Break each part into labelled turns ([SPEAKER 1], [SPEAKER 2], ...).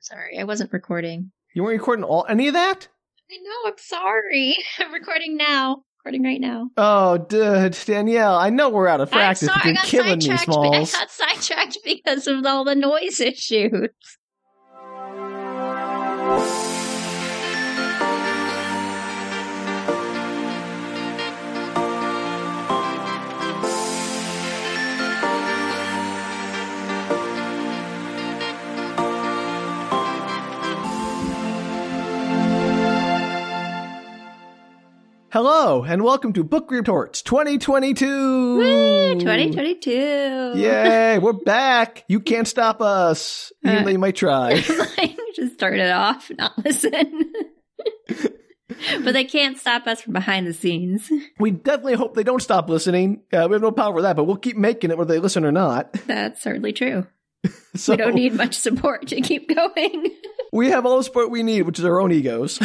[SPEAKER 1] Sorry, I wasn't recording.
[SPEAKER 2] You weren't recording all any of that?
[SPEAKER 1] I know, I'm sorry. I'm recording now. Recording right now.
[SPEAKER 2] Oh, dude, Danielle, I know we're out of practice.
[SPEAKER 1] I'm
[SPEAKER 2] but
[SPEAKER 1] sorry, I
[SPEAKER 2] You're
[SPEAKER 1] got
[SPEAKER 2] killing me,
[SPEAKER 1] sidetracked. be- I
[SPEAKER 2] Smalls.
[SPEAKER 1] got sidetracked because of all the noise issues.
[SPEAKER 2] Hello, and welcome to Book Reports 2022.
[SPEAKER 1] Woo, 2022.
[SPEAKER 2] Yay, we're back. You can't stop us, even
[SPEAKER 1] Uh,
[SPEAKER 2] though you might try.
[SPEAKER 1] like, just start it off, not listen. but they can't stop us from behind the scenes.
[SPEAKER 2] we definitely hope they don't stop listening. Uh, we have no power over that, but we'll keep making it whether they listen or not.
[SPEAKER 1] That's certainly true.
[SPEAKER 2] So
[SPEAKER 1] we don't need much support to keep going.
[SPEAKER 2] we have all the support we need, which is our own egos.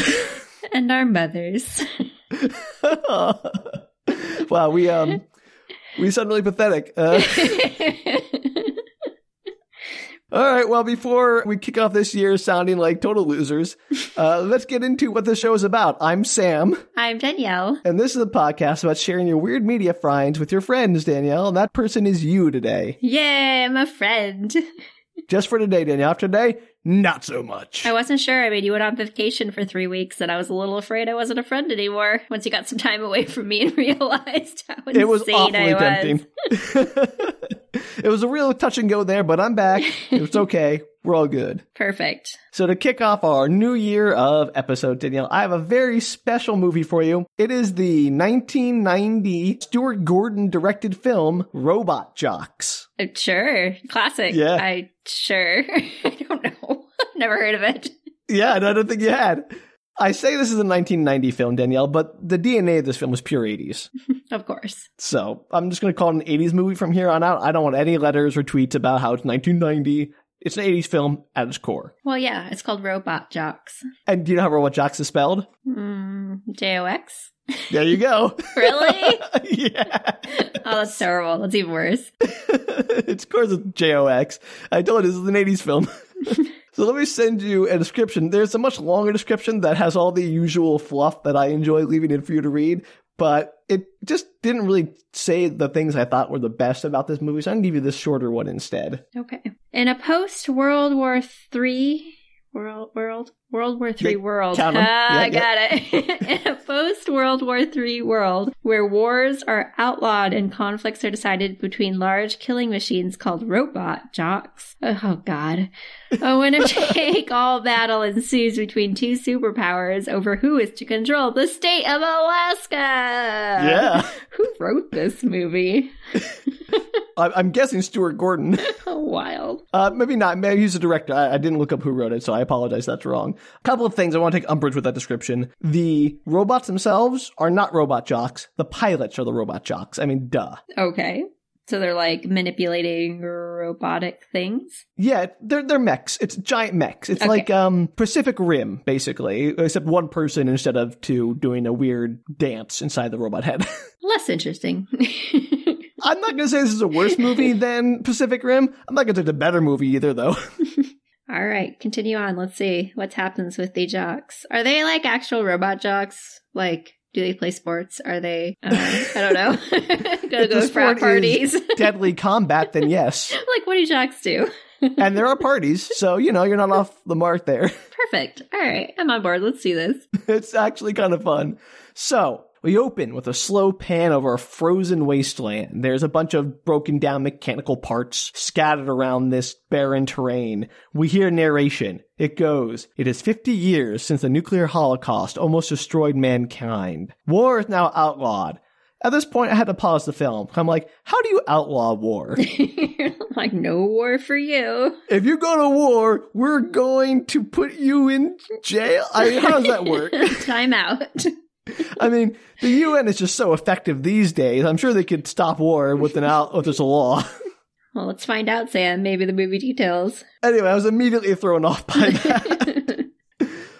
[SPEAKER 1] and our mothers.
[SPEAKER 2] wow, we um, we sound really pathetic. Uh, All right, well, before we kick off this year sounding like total losers, uh, let's get into what the show is about. I'm Sam,
[SPEAKER 1] I'm Danielle.
[SPEAKER 2] and this is a podcast about sharing your weird media finds with your friends, Danielle, and that person is you today.
[SPEAKER 1] Yay, I'm a friend.
[SPEAKER 2] Just for today, Danielle. After today, not so much.
[SPEAKER 1] I wasn't sure. I mean, you went on vacation for three weeks, and I was a little afraid I wasn't a friend anymore once you got some time away from me and realized how insane
[SPEAKER 2] It was
[SPEAKER 1] I
[SPEAKER 2] awfully
[SPEAKER 1] was.
[SPEAKER 2] tempting. it was a real touch and go there, but I'm back. It's okay. We're all good.
[SPEAKER 1] Perfect.
[SPEAKER 2] So to kick off our new year of episode, Danielle, I have a very special movie for you. It is the 1990 Stuart Gordon directed film Robot Jocks.
[SPEAKER 1] Uh, Sure. Classic.
[SPEAKER 2] Yeah.
[SPEAKER 1] I sure. I don't know. I've never heard of it.
[SPEAKER 2] Yeah, and I don't think you had. I say this is a 1990 film, Danielle, but the DNA of this film was pure 80s.
[SPEAKER 1] Of course.
[SPEAKER 2] So I'm just going to call it an 80s movie from here on out. I don't want any letters or tweets about how it's 1990. It's an 80s film at its core.
[SPEAKER 1] Well, yeah, it's called Robot Jocks.
[SPEAKER 2] And do you know how Robot Jocks is spelled?
[SPEAKER 1] Mm, J O X?
[SPEAKER 2] There you go.
[SPEAKER 1] Really?
[SPEAKER 2] yeah.
[SPEAKER 1] oh, that's terrible. That's even worse.
[SPEAKER 2] it's of course it's J-O-X. I told you this is an 80s film. so let me send you a description. There's a much longer description that has all the usual fluff that I enjoy leaving in for you to read, but it just didn't really say the things I thought were the best about this movie, so I'm gonna give you this shorter one instead.
[SPEAKER 1] Okay. In a post World War Three world world World War Three
[SPEAKER 2] Yeah,
[SPEAKER 1] world.
[SPEAKER 2] count 'em.
[SPEAKER 1] Ah, I
[SPEAKER 2] Yeah,
[SPEAKER 1] got it. In a post World War Three world where wars are outlawed and conflicts are decided between large killing machines called robot jocks. Oh God. A winner take all battle ensues between two superpowers over who is to control the state of Alaska.
[SPEAKER 2] yeah.
[SPEAKER 1] Who wrote this movie?
[SPEAKER 2] I- I'm guessing Stuart Gordon.
[SPEAKER 1] How wild.
[SPEAKER 2] Uh, maybe not. Maybe he's a director. I, I didn't look up who wrote it, so I apologize. That's wrong. A couple of things I want to take umbrage with that description. The robots themselves are not robot jocks. The pilots are the robot jocks. I mean, duh.
[SPEAKER 1] Okay. So they're like manipulating robotic things.
[SPEAKER 2] Yeah, they're they're mechs. It's giant mechs. It's
[SPEAKER 1] Okay.
[SPEAKER 2] like um Pacific Rim, basically, except one person instead of two doing a weird dance inside the robot head.
[SPEAKER 1] Less interesting.
[SPEAKER 2] I'm not gonna say this is a worse movie than Pacific Rim. I'm not gonna say it's a better movie either, though.
[SPEAKER 1] All right, continue on. Let's see what happens with the jocks. Are they like actual robot jocks? Like, do they play sports? Are they? Uh, I don't know. Gonna
[SPEAKER 2] If the
[SPEAKER 1] go to frat
[SPEAKER 2] sport is-
[SPEAKER 1] parties.
[SPEAKER 2] Deadly combat, then yes.
[SPEAKER 1] like, what do jocks do?
[SPEAKER 2] And there are parties, so you know you're not off the mark there.
[SPEAKER 1] Perfect. All right, I'm on board. Let's see this.
[SPEAKER 2] it's actually kind of fun. So we open with a slow pan over a frozen wasteland. There's a bunch of broken down mechanical parts scattered around this barren terrain. We hear narration. It goes, It is 50 years since the nuclear holocaust almost destroyed mankind. War is now outlawed. At this point, I had to pause the film. I'm like, how do you outlaw war?
[SPEAKER 1] like, no war for you.
[SPEAKER 2] if you go to war, we're going to put you in jail? I mean, how does that work?
[SPEAKER 1] Time out.
[SPEAKER 2] I mean, the UN is just so effective these days. I'm sure they could stop war with an out with just a law.
[SPEAKER 1] Well, let's find out, Sam. Maybe the movie details.
[SPEAKER 2] Anyway, I was immediately thrown off by that.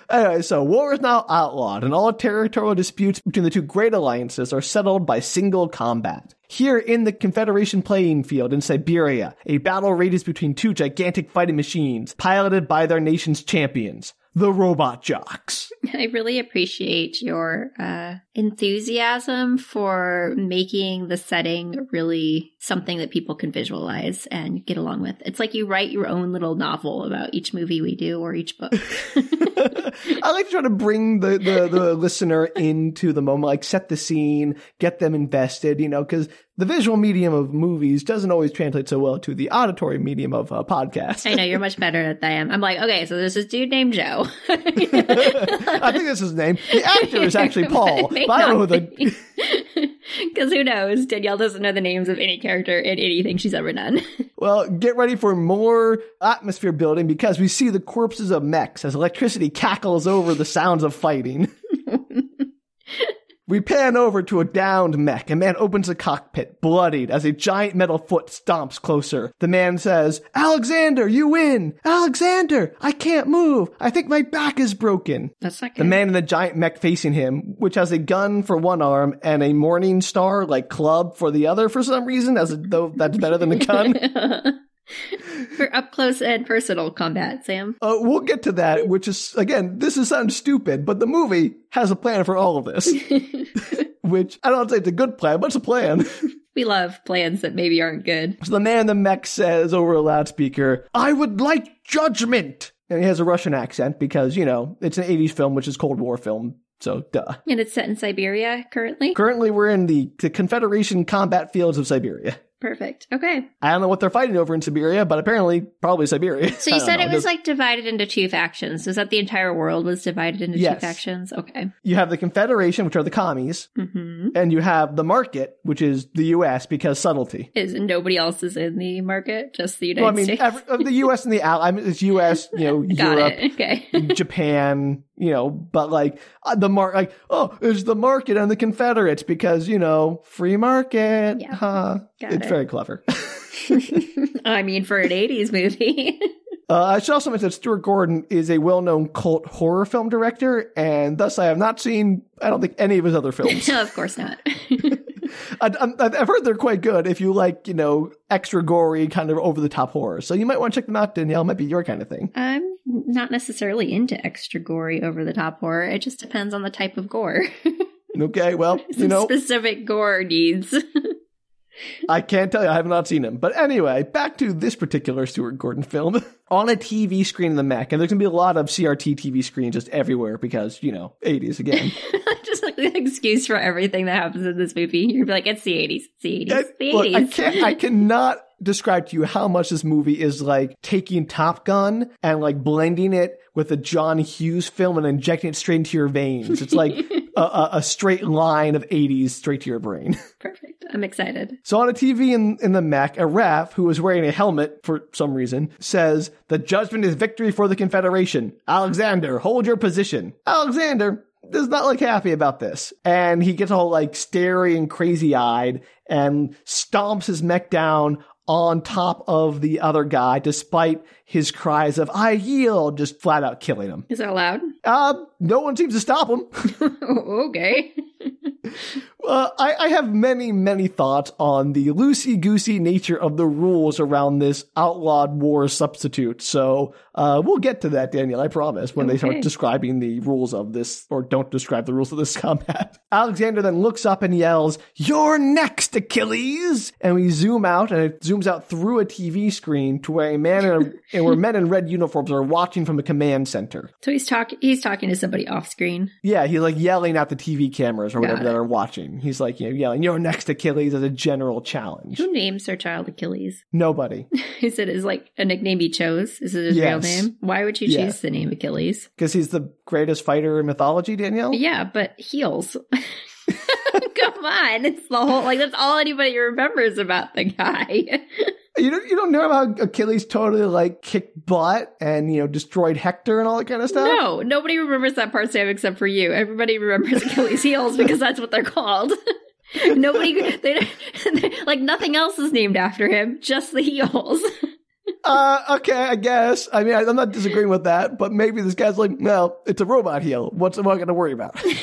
[SPEAKER 2] anyway, so war is now outlawed, and all territorial disputes between the two great alliances are settled by single combat. Here in the Confederation playing field in Siberia, a battle rages between two gigantic fighting machines piloted by their nation's champions, the robot jocks.
[SPEAKER 1] I really appreciate your uh, enthusiasm for making the setting really something that people can visualize and get along with. It's like you write your own little novel about each movie we do or each book.
[SPEAKER 2] I like to try to bring the, the, the listener into the moment, like set the scene, get them invested, you know, because the visual medium of movies doesn't always translate so well to the auditory medium of a podcast.
[SPEAKER 1] I know you're much better at that. I am. I'm like, okay, so there's this dude named Joe.
[SPEAKER 2] I think that's his name. The actor is actually Paul,
[SPEAKER 1] It may
[SPEAKER 2] but I don't know
[SPEAKER 1] not
[SPEAKER 2] the.
[SPEAKER 1] be. Because who knows? Danielle doesn't know the names of any character in anything she's ever done.
[SPEAKER 2] Well, get ready for more atmosphere building because we see the corpses of mechs as electricity cackles over the sounds of fighting. we pan over to a downed mech. A man opens the cockpit, bloodied, as a giant metal foot stomps closer. The man says, Alexander, you win! Alexander, I can't move! I think my back is broken.
[SPEAKER 1] That's not
[SPEAKER 2] The
[SPEAKER 1] good.
[SPEAKER 2] man in the giant mech facing him, which has a gun for one arm and a morning star like club for the other for some reason, as though that's better than a gun.
[SPEAKER 1] For up close and personal combat, Sam.
[SPEAKER 2] Uh, we'll get to that, which is, again, this is sounds stupid, but the movie has a plan for all of this. which I don't say it's a good plan, but it's a plan.
[SPEAKER 1] We love plans that maybe aren't good.
[SPEAKER 2] so the man in the mech says over a loudspeaker, I would like judgment. And he has a Russian accent because, you know, it's an 80s film, which is Cold War film. So, duh.
[SPEAKER 1] And it's set in Siberia currently.
[SPEAKER 2] Currently, we're in the, the Confederation combat fields of Siberia.
[SPEAKER 1] Perfect. Okay.
[SPEAKER 2] I don't know what they're fighting over in Siberia, but apparently, probably Siberia.
[SPEAKER 1] So
[SPEAKER 2] I
[SPEAKER 1] you
[SPEAKER 2] don't
[SPEAKER 1] said
[SPEAKER 2] know.
[SPEAKER 1] it was like divided into two factions. Is that the entire world was divided into
[SPEAKER 2] Yes.
[SPEAKER 1] two factions? Okay.
[SPEAKER 2] you have the Confederation, which are the commies,
[SPEAKER 1] hmm
[SPEAKER 2] and you have the market, which is the U.S. because subtlety.
[SPEAKER 1] Is nobody else is in the market? Just the United
[SPEAKER 2] Well, I mean,
[SPEAKER 1] States.
[SPEAKER 2] every, of the U.S. and the Al. I mean, it's U.S. You know,
[SPEAKER 1] Got
[SPEAKER 2] Europe,
[SPEAKER 1] it. Okay.
[SPEAKER 2] Japan. You know, but like uh, the mark, like oh, there's the market and the Confederates because you know free market.
[SPEAKER 1] Yeah.
[SPEAKER 2] huh?
[SPEAKER 1] Got
[SPEAKER 2] it's
[SPEAKER 1] it.
[SPEAKER 2] very clever.
[SPEAKER 1] I mean, for an 80s movie.
[SPEAKER 2] Uh, I should also mention that Stuart Gordon is a well-known cult horror film director, and thus I have not seen. I don't think any of his other films.
[SPEAKER 1] no, of course not.
[SPEAKER 2] I, I'm- I've I've heard they're quite good if you like, you know, extra gory, kind of over the top horror. So you might want to check them out, Danielle. It might be your kind of thing.
[SPEAKER 1] I'm not necessarily into extra gory over the top horror. It just depends on the type of gore.
[SPEAKER 2] Okay, well, you
[SPEAKER 1] Some
[SPEAKER 2] know,
[SPEAKER 1] specific gore needs.
[SPEAKER 2] I can't tell you. I have not seen him. But anyway, back to this particular Stuart Gordon film on a TV screen in the Mac, and there's gonna be a lot of CRT TV screens just everywhere because you know, 80s again.
[SPEAKER 1] just like the excuse for everything that happens in this movie. You're like, it's the 80s. It's the 80s.
[SPEAKER 2] I-
[SPEAKER 1] the
[SPEAKER 2] look,
[SPEAKER 1] 80s.
[SPEAKER 2] I can't. I cannot describe to you how much this movie is like taking Top Gun and like blending it with a John Hughes film and injecting it straight into your veins. It's like a, a, a straight line of '80s straight to your brain.
[SPEAKER 1] Perfect. I'm excited.
[SPEAKER 2] So on a TV in, in the Mac, a ref who is wearing a helmet for some reason says, "The judgment is victory for the Confederation. Alexander, hold your position." Alexander does not look happy about this, and he gets all like starey and crazy eyed, and stomps his mech down on top of the other guy, despite his cries of "I yield," just flat out killing him.
[SPEAKER 1] Is that allowed?
[SPEAKER 2] Uh, no one seems to stop him.
[SPEAKER 1] Oh, okay.
[SPEAKER 2] Uh, I, I have many, many thoughts on the loosey goosey nature of the rules around this outlawed war substitute. So uh, we'll get to that, Daniel, I promise, when they
[SPEAKER 1] Okay.
[SPEAKER 2] start describing the rules of this, or don't describe the rules of this combat. Alexander then looks up and yells, You're next, Achilles! And we zoom out, and it zooms out through a TV screen to where a man in a, and where men in red uniforms are watching from a command center.
[SPEAKER 1] So he's talking. He's talking to somebody off screen.
[SPEAKER 2] Yeah, he's like yelling at the TV cameras or
[SPEAKER 1] Got
[SPEAKER 2] whatever
[SPEAKER 1] it.
[SPEAKER 2] that are watching. He's like, you know, yelling, "You're next, Achilles," as a general challenge.
[SPEAKER 1] Who names their child Achilles?
[SPEAKER 2] Nobody,
[SPEAKER 1] Is it is like a nickname he chose? Is it his real
[SPEAKER 2] Yes.
[SPEAKER 1] name? Why would you
[SPEAKER 2] Yeah.
[SPEAKER 1] choose the name Achilles?
[SPEAKER 2] because he's the greatest fighter in mythology. Danielle,
[SPEAKER 1] Yeah, but heels. Come on, it's the whole like that's all anybody remembers about the guy.
[SPEAKER 2] you don't you don't know how Achilles totally like kicked butt and you know destroyed Hector and all that kind of stuff.
[SPEAKER 1] No, nobody remembers that part, Sam, except for you. Everybody remembers Achilles' heels because that's what they're called. nobody, they, like nothing else is named after him, just the heels.
[SPEAKER 2] Uh, okay, I guess. I mean, I, I'm not disagreeing with that, but maybe this guy's like, no, it's a robot heel. What's am I going to worry about?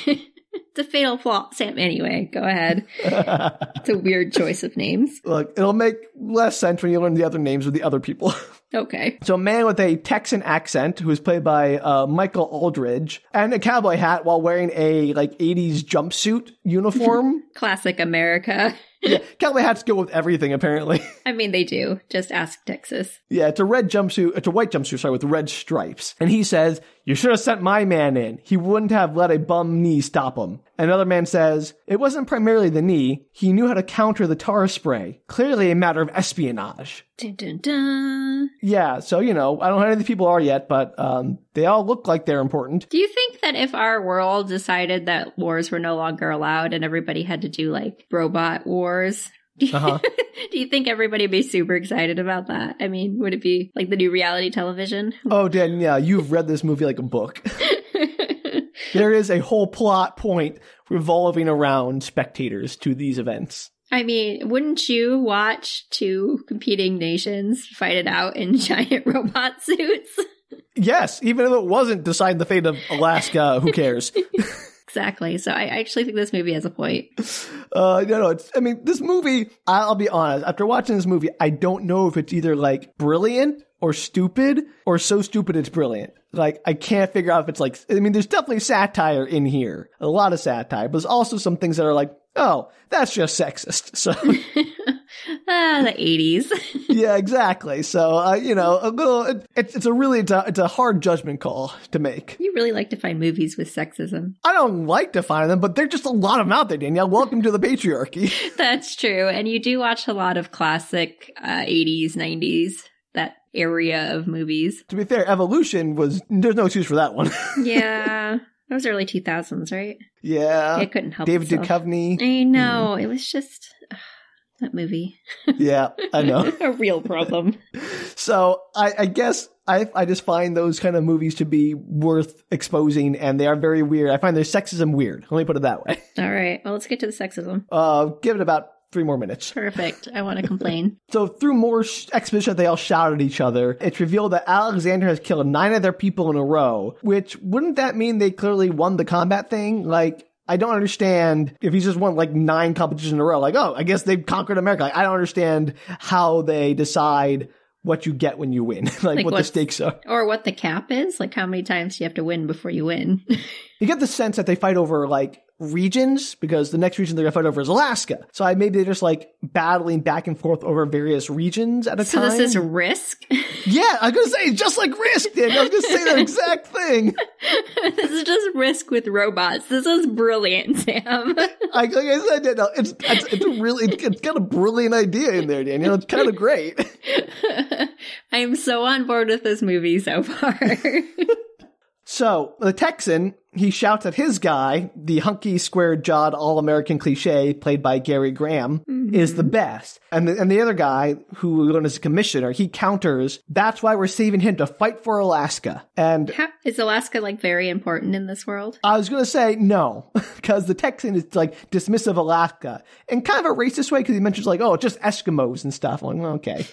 [SPEAKER 1] It's a fatal flaw. Sam, anyway, go ahead. it's a weird choice of names.
[SPEAKER 2] Look, it'll make less sense when you learn the other names of the other people.
[SPEAKER 1] Okay.
[SPEAKER 2] so, a man with a Texan accent who is played by uh, Michael Aldridge and a cowboy hat while wearing a like 80s jumpsuit uniform.
[SPEAKER 1] Classic America.
[SPEAKER 2] yeah, cowboy hats go with everything apparently.
[SPEAKER 1] I mean, they do. Just ask Texas.
[SPEAKER 2] Yeah, it's a red jumpsuit. It's a white jumpsuit, sorry, with red stripes. And he says, You should have sent my man in. He wouldn't have let a bum knee stop him. Another man says, It wasn't primarily the knee. He knew how to counter the tar spray. Clearly a matter of espionage.
[SPEAKER 1] Dun, dun, dun.
[SPEAKER 2] Yeah, so, you know, I don't know how many of these people are yet, but um, they all look like they're important.
[SPEAKER 1] Do you think that if our world decided that wars were no longer allowed and everybody had to do like robot wars,
[SPEAKER 2] Uh-huh.
[SPEAKER 1] do you think everybody would be super excited about that? I mean, would it be like the new reality television?
[SPEAKER 2] oh, Dan, yeah, you've read this movie like a book. there is a whole plot point revolving around spectators to these events.
[SPEAKER 1] I mean, wouldn't you watch two competing nations fight it out in giant robot suits?
[SPEAKER 2] Yes, even if it wasn't decide the fate of Alaska, who cares?
[SPEAKER 1] exactly. So I actually think this movie has a point.
[SPEAKER 2] uh, no, no. It's, I mean, this movie. I'll be honest. After watching this movie, I don't know if it's either like brilliant or stupid, or so stupid it's brilliant. Like I can't figure out if it's like. I mean, there's definitely satire in here, a lot of satire, but there's also some things that are like, oh, that's just sexist. So
[SPEAKER 1] ah, the 80s.
[SPEAKER 2] yeah, exactly. So uh, you know, a little. It, it's it's a really it's a, it's a hard judgment call to make.
[SPEAKER 1] you really like to find movies with sexism.
[SPEAKER 2] I don't like to find them, but there's just a lot of them out there, Danielle. Welcome to the patriarchy.
[SPEAKER 1] That's true. And you do watch a lot of classic uh, 80s, 90s, that area of movies.
[SPEAKER 2] to be fair, evolution was there's no excuse for that one.
[SPEAKER 1] Yeah. That was early 2000s, right?
[SPEAKER 2] yeah.
[SPEAKER 1] it couldn't help
[SPEAKER 2] Uh, David
[SPEAKER 1] itself.
[SPEAKER 2] Duchovny. Hmm.
[SPEAKER 1] I know. It was just ugh, that movie.
[SPEAKER 2] yeah, I know.
[SPEAKER 1] a real problem.
[SPEAKER 2] So I, I guess I I just find those kind of movies to be worth exposing, and they are very weird. I find their sexism weird. Let me put it that way.
[SPEAKER 1] All right. Well, let's get to the sexism.
[SPEAKER 2] Uh, give it about three more minutes.
[SPEAKER 1] Perfect. I want to complain.
[SPEAKER 2] So through more sh- exposition, they all shout at each other. It's revealed that Alexander has killed nine of their people in a row. Which wouldn't that mean they clearly won the combat thing? Like. I don't understand if he's just won like nine competitions in a row. Like, oh, I guess they've conquered America. Like, I don't understand how they decide what you get when you win, like, what the
[SPEAKER 1] what's-
[SPEAKER 2] stakes are.
[SPEAKER 1] Or what the cap is, like how many times do you have to win before you win?
[SPEAKER 2] You get the sense that they fight over like regions because the next region they're gonna fight over is Alaska. So I maybe they're just like battling back and forth over various regions at a
[SPEAKER 1] so
[SPEAKER 2] time.
[SPEAKER 1] this is risk.
[SPEAKER 2] Yeah, I was gonna say just like Risk did. I was gonna say that exact thing.
[SPEAKER 1] this is just risk with robots. This is brilliant, Sam.
[SPEAKER 2] Like, like I said, you know, it's, it's it's a really it's got a brilliant idea in there, Daniel. It's kind of great.
[SPEAKER 1] I'm so on board with this movie so far.
[SPEAKER 2] So the Texan he shouts at his guy, the hunky, square-jawed, all-American cliche played by Gary Graham, is the best. And the, and the other guy who we learn is a commissioner, he counters. That's why we're saving him to fight for Alaska. And
[SPEAKER 1] How- is Alaska like very important in this world?
[SPEAKER 2] I was going to say no, because the Texan is like dismissive of Alaska in kind of a racist way because he mentions like, oh, just Eskimos and stuff. I'm like, well, okay.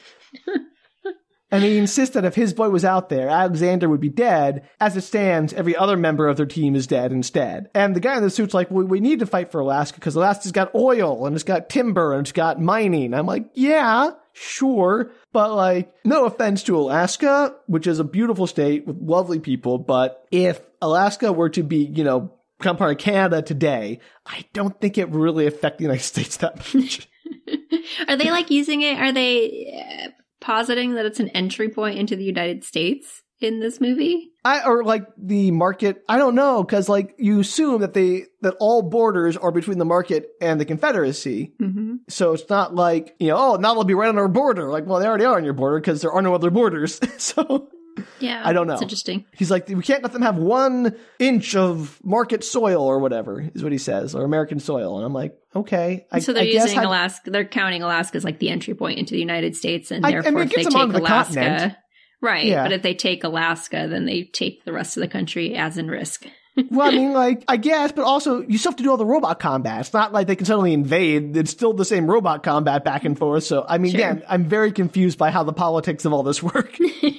[SPEAKER 2] and he insists that if his boy was out there, Alexander would be dead. As it stands, every other member of their team is dead instead. And the guy in the suit's like, well, we need to fight for Alaska because Alaska's got oil and it's got timber and it's got mining. I'm like, yeah. Sure, but like, no offense to Alaska, which is a beautiful state with lovely people, but if Alaska were to be, you know, become part of Canada today, I don't think it would really affect the United States that much.
[SPEAKER 1] Are they like using it? Are they uh, positing that it's an entry point into the United States in this movie?
[SPEAKER 2] I or like the market. I don't know because like you assume that they that all borders are between the market and the Confederacy,
[SPEAKER 1] Mm-hmm.
[SPEAKER 2] so it's not like you know oh now they'll be right on our border. Like well they already are on your border because there are no other borders. so
[SPEAKER 1] Yeah,
[SPEAKER 2] I don't know.
[SPEAKER 1] It's interesting.
[SPEAKER 2] he's like we can't let them have one inch of market soil or whatever is what he says or American soil. And I'm like okay, I,
[SPEAKER 1] so they're
[SPEAKER 2] I guess
[SPEAKER 1] using
[SPEAKER 2] I-
[SPEAKER 1] Alaska. They're counting Alaska as like the entry point into the United States, and
[SPEAKER 2] I- I mean,
[SPEAKER 1] therefore,
[SPEAKER 2] it
[SPEAKER 1] if they
[SPEAKER 2] gets them
[SPEAKER 1] take
[SPEAKER 2] onto the
[SPEAKER 1] Alaska,
[SPEAKER 2] continent.
[SPEAKER 1] right?
[SPEAKER 2] Yeah.
[SPEAKER 1] But if they take Alaska, then they take the rest of the country as in risk.
[SPEAKER 2] Well, I mean, like, I guess, but also, you still have to do all the robot combat. It's not like they can suddenly invade. It's still the same robot combat back and forth. So, I mean,
[SPEAKER 1] Sure.
[SPEAKER 2] again, I'm very confused by how the politics of all this work.
[SPEAKER 1] I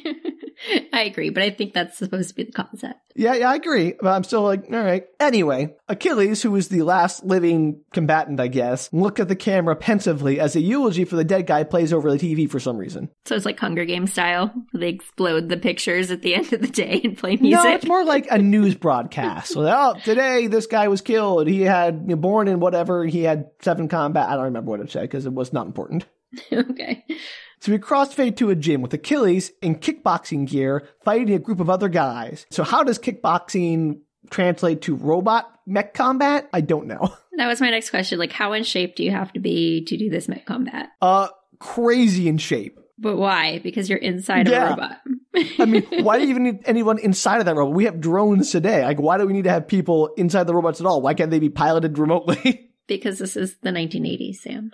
[SPEAKER 1] I agree, but I think that's supposed to be the concept.
[SPEAKER 2] Yeah, yeah, I agree. But I'm still like, all right. Anyway, Achilles, who was the last living combatant, I guess, look at the camera pensively as a eulogy for the dead guy plays over the TV for some reason.
[SPEAKER 1] So it's like Hunger Game style. They explode the pictures at the end of the day and play
[SPEAKER 2] No,
[SPEAKER 1] music.
[SPEAKER 2] it's more like a news broadcast. So, oh, today this guy was killed. He had you know, born in whatever. He had seven combat. I don't remember what it said because it was not important.
[SPEAKER 1] okay.
[SPEAKER 2] So we crossfade to a gym with Achilles in kickboxing gear fighting a group of other guys. So how does kickboxing translate to robot mech combat? I don't know.
[SPEAKER 1] That was my next question. Like, how in shape do you have to be to do this mech combat?
[SPEAKER 2] Uh crazy in shape.
[SPEAKER 1] But why? Because you're inside
[SPEAKER 2] Yeah.
[SPEAKER 1] a robot.
[SPEAKER 2] I mean, why do you even need anyone inside of that robot? We have drones today. Like why do we need to have people inside the robots at all? Why can't they be piloted remotely?
[SPEAKER 1] because this is the 1980s, Sam.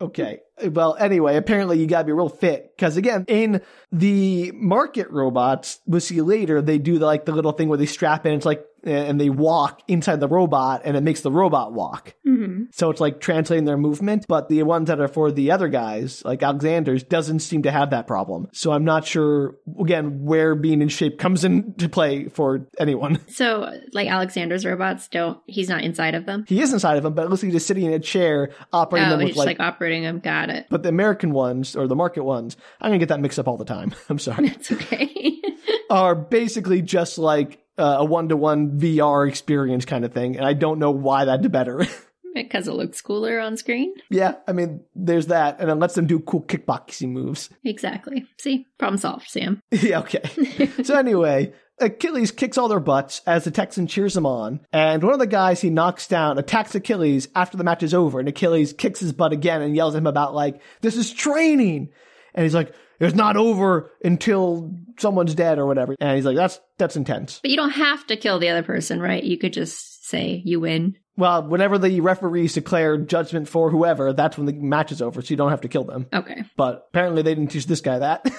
[SPEAKER 2] okay. Well, anyway, apparently you got to be real fit cuz again, in the market robots, we'll see later, they do the, like the little thing where they strap in it's like and they walk inside the robot and it makes the robot walk.
[SPEAKER 1] hmm
[SPEAKER 2] So it's like translating their movement, but the ones that are for the other guys, like Alexander's, doesn't seem to have that problem. So I'm not sure, again, where being in shape comes into play for anyone.
[SPEAKER 1] So, like, Alexander's robots don't, he's not inside of them.
[SPEAKER 2] He is inside of them, but at least he's just sitting in a chair operating
[SPEAKER 1] Oh,
[SPEAKER 2] them
[SPEAKER 1] he's
[SPEAKER 2] with
[SPEAKER 1] just
[SPEAKER 2] like,
[SPEAKER 1] like operating them. Got it.
[SPEAKER 2] But the American ones, or the market ones, I'm going to get that mixed up all the time. I'm sorry.
[SPEAKER 1] That's okay.
[SPEAKER 2] are basically just like uh, a one to one VR experience kind of thing. And I don't know why that's better.
[SPEAKER 1] because it looks cooler on screen.
[SPEAKER 2] yeah, I mean, there's that. And it lets them do cool kickboxing moves.
[SPEAKER 1] Exactly. See, problem solved, Sam.
[SPEAKER 2] Yeah, okay. so anyway, Achilles kicks all their butts as the Texan cheers him on, and one of the guys he knocks down attacks Achilles after the match is over, and Achilles kicks his butt again and yells at him about like, this is training. And he's like, it's not over until someone's dead or whatever. And he's like, that's that's intense.
[SPEAKER 1] But you don't have to kill the other person, right? You could just say you win.
[SPEAKER 2] Well, whenever the referees declare judgment for whoever, that's when the match is over, so you don't have to kill them.
[SPEAKER 1] Okay.
[SPEAKER 2] But apparently they didn't teach this guy that.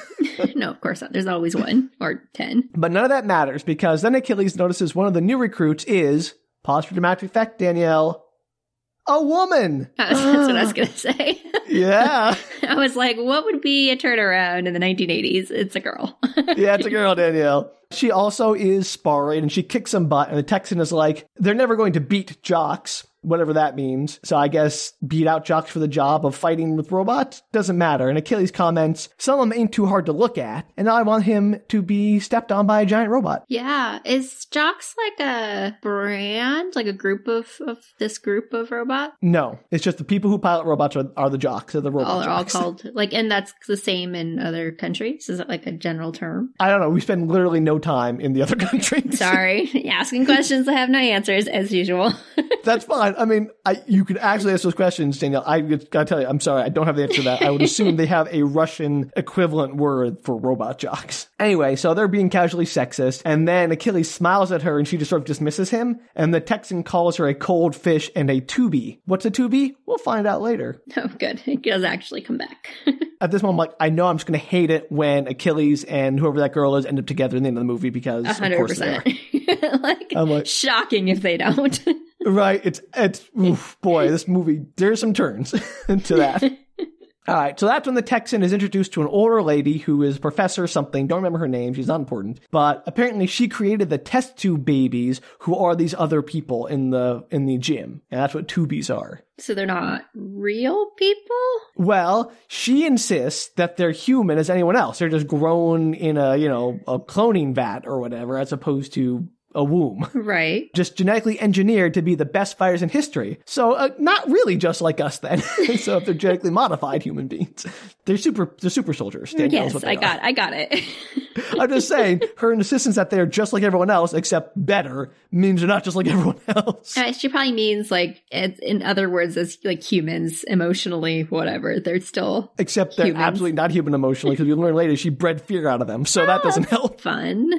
[SPEAKER 1] no, of course not. There's always one or 10.
[SPEAKER 2] But none of that matters because then Achilles notices one of the new recruits is, pause for dramatic effect, Danielle, a woman.
[SPEAKER 1] That's, that's what I was going to say.
[SPEAKER 2] yeah.
[SPEAKER 1] I was like, what would be a turnaround in the 1980s? It's a girl.
[SPEAKER 2] Yeah, it's a girl, Danielle. She also is sparring and she kicks some butt. And the Texan is like, they're never going to beat jocks, whatever that means. So I guess beat out jocks for the job of fighting with robots doesn't matter. And Achilles comments, some of them ain't too hard to look at. And I want him to be stepped on by a giant robot.
[SPEAKER 1] yeah. Is Jocks like a brand, like a group of, of this group of robots?
[SPEAKER 2] No, it's just the people who pilot robots are, are the jocks. They're the robot
[SPEAKER 1] All, all
[SPEAKER 2] jocks.
[SPEAKER 1] called, like, and that's the same in other countries? Is that like a general term?
[SPEAKER 2] I don't know. We spend literally no time in the other countries.
[SPEAKER 1] Sorry, asking questions I have no answers as usual.
[SPEAKER 2] That's fine. I mean, I, you can actually ask those questions, Danielle. I just gotta tell you, I'm sorry. I don't have the answer to that. I would assume they have a Russian equivalent word for robot jocks. Anyway, so they're being casually sexist, and then Achilles smiles at her and she just sort of dismisses him, and the Texan calls her a cold fish and a tubie. What's a tubie? We'll find out later.
[SPEAKER 1] oh, good. It does actually come back.
[SPEAKER 2] At this moment, I'm like, I know I'm just gonna hate it when Achilles and whoever that girl is end up together in the end of the movie because
[SPEAKER 1] A
[SPEAKER 2] of
[SPEAKER 1] hundred
[SPEAKER 2] course they are.
[SPEAKER 1] percent. Like
[SPEAKER 2] I'm like-
[SPEAKER 1] shocking if they don't.
[SPEAKER 2] Right. It's it's oof, boy, this movie. There's some turns to that. All right, so that's when the Texan is introduced to an older lady who is Professor something. Don't remember her name. She's not important, but apparently she created the test tube babies, who are these other people in the in the gym, and that's what tubies are.
[SPEAKER 1] so they're not real people.
[SPEAKER 2] Well, she insists that they're human as anyone else. They're just grown in a you know a cloning vat or whatever, as opposed to a womb.
[SPEAKER 1] Right.
[SPEAKER 2] just genetically engineered to be the best fighters in history. So uh, not really just like us then. so if they're genetically modified human beings, they're super they're super soldiers. Danielle
[SPEAKER 1] yes,
[SPEAKER 2] is what they
[SPEAKER 1] I
[SPEAKER 2] are.
[SPEAKER 1] got. I got it.
[SPEAKER 2] I'm just saying her insistence that they're just like everyone else except better means they're not just like everyone else.
[SPEAKER 1] Uh, she probably means like, it's, in other words, as like humans, emotionally, whatever. They're still
[SPEAKER 2] Except they're
[SPEAKER 1] humans.
[SPEAKER 2] absolutely not
[SPEAKER 1] Ah.
[SPEAKER 2] human emotionally because we learn later she bred fear out of them. So that doesn't help.
[SPEAKER 1] fun.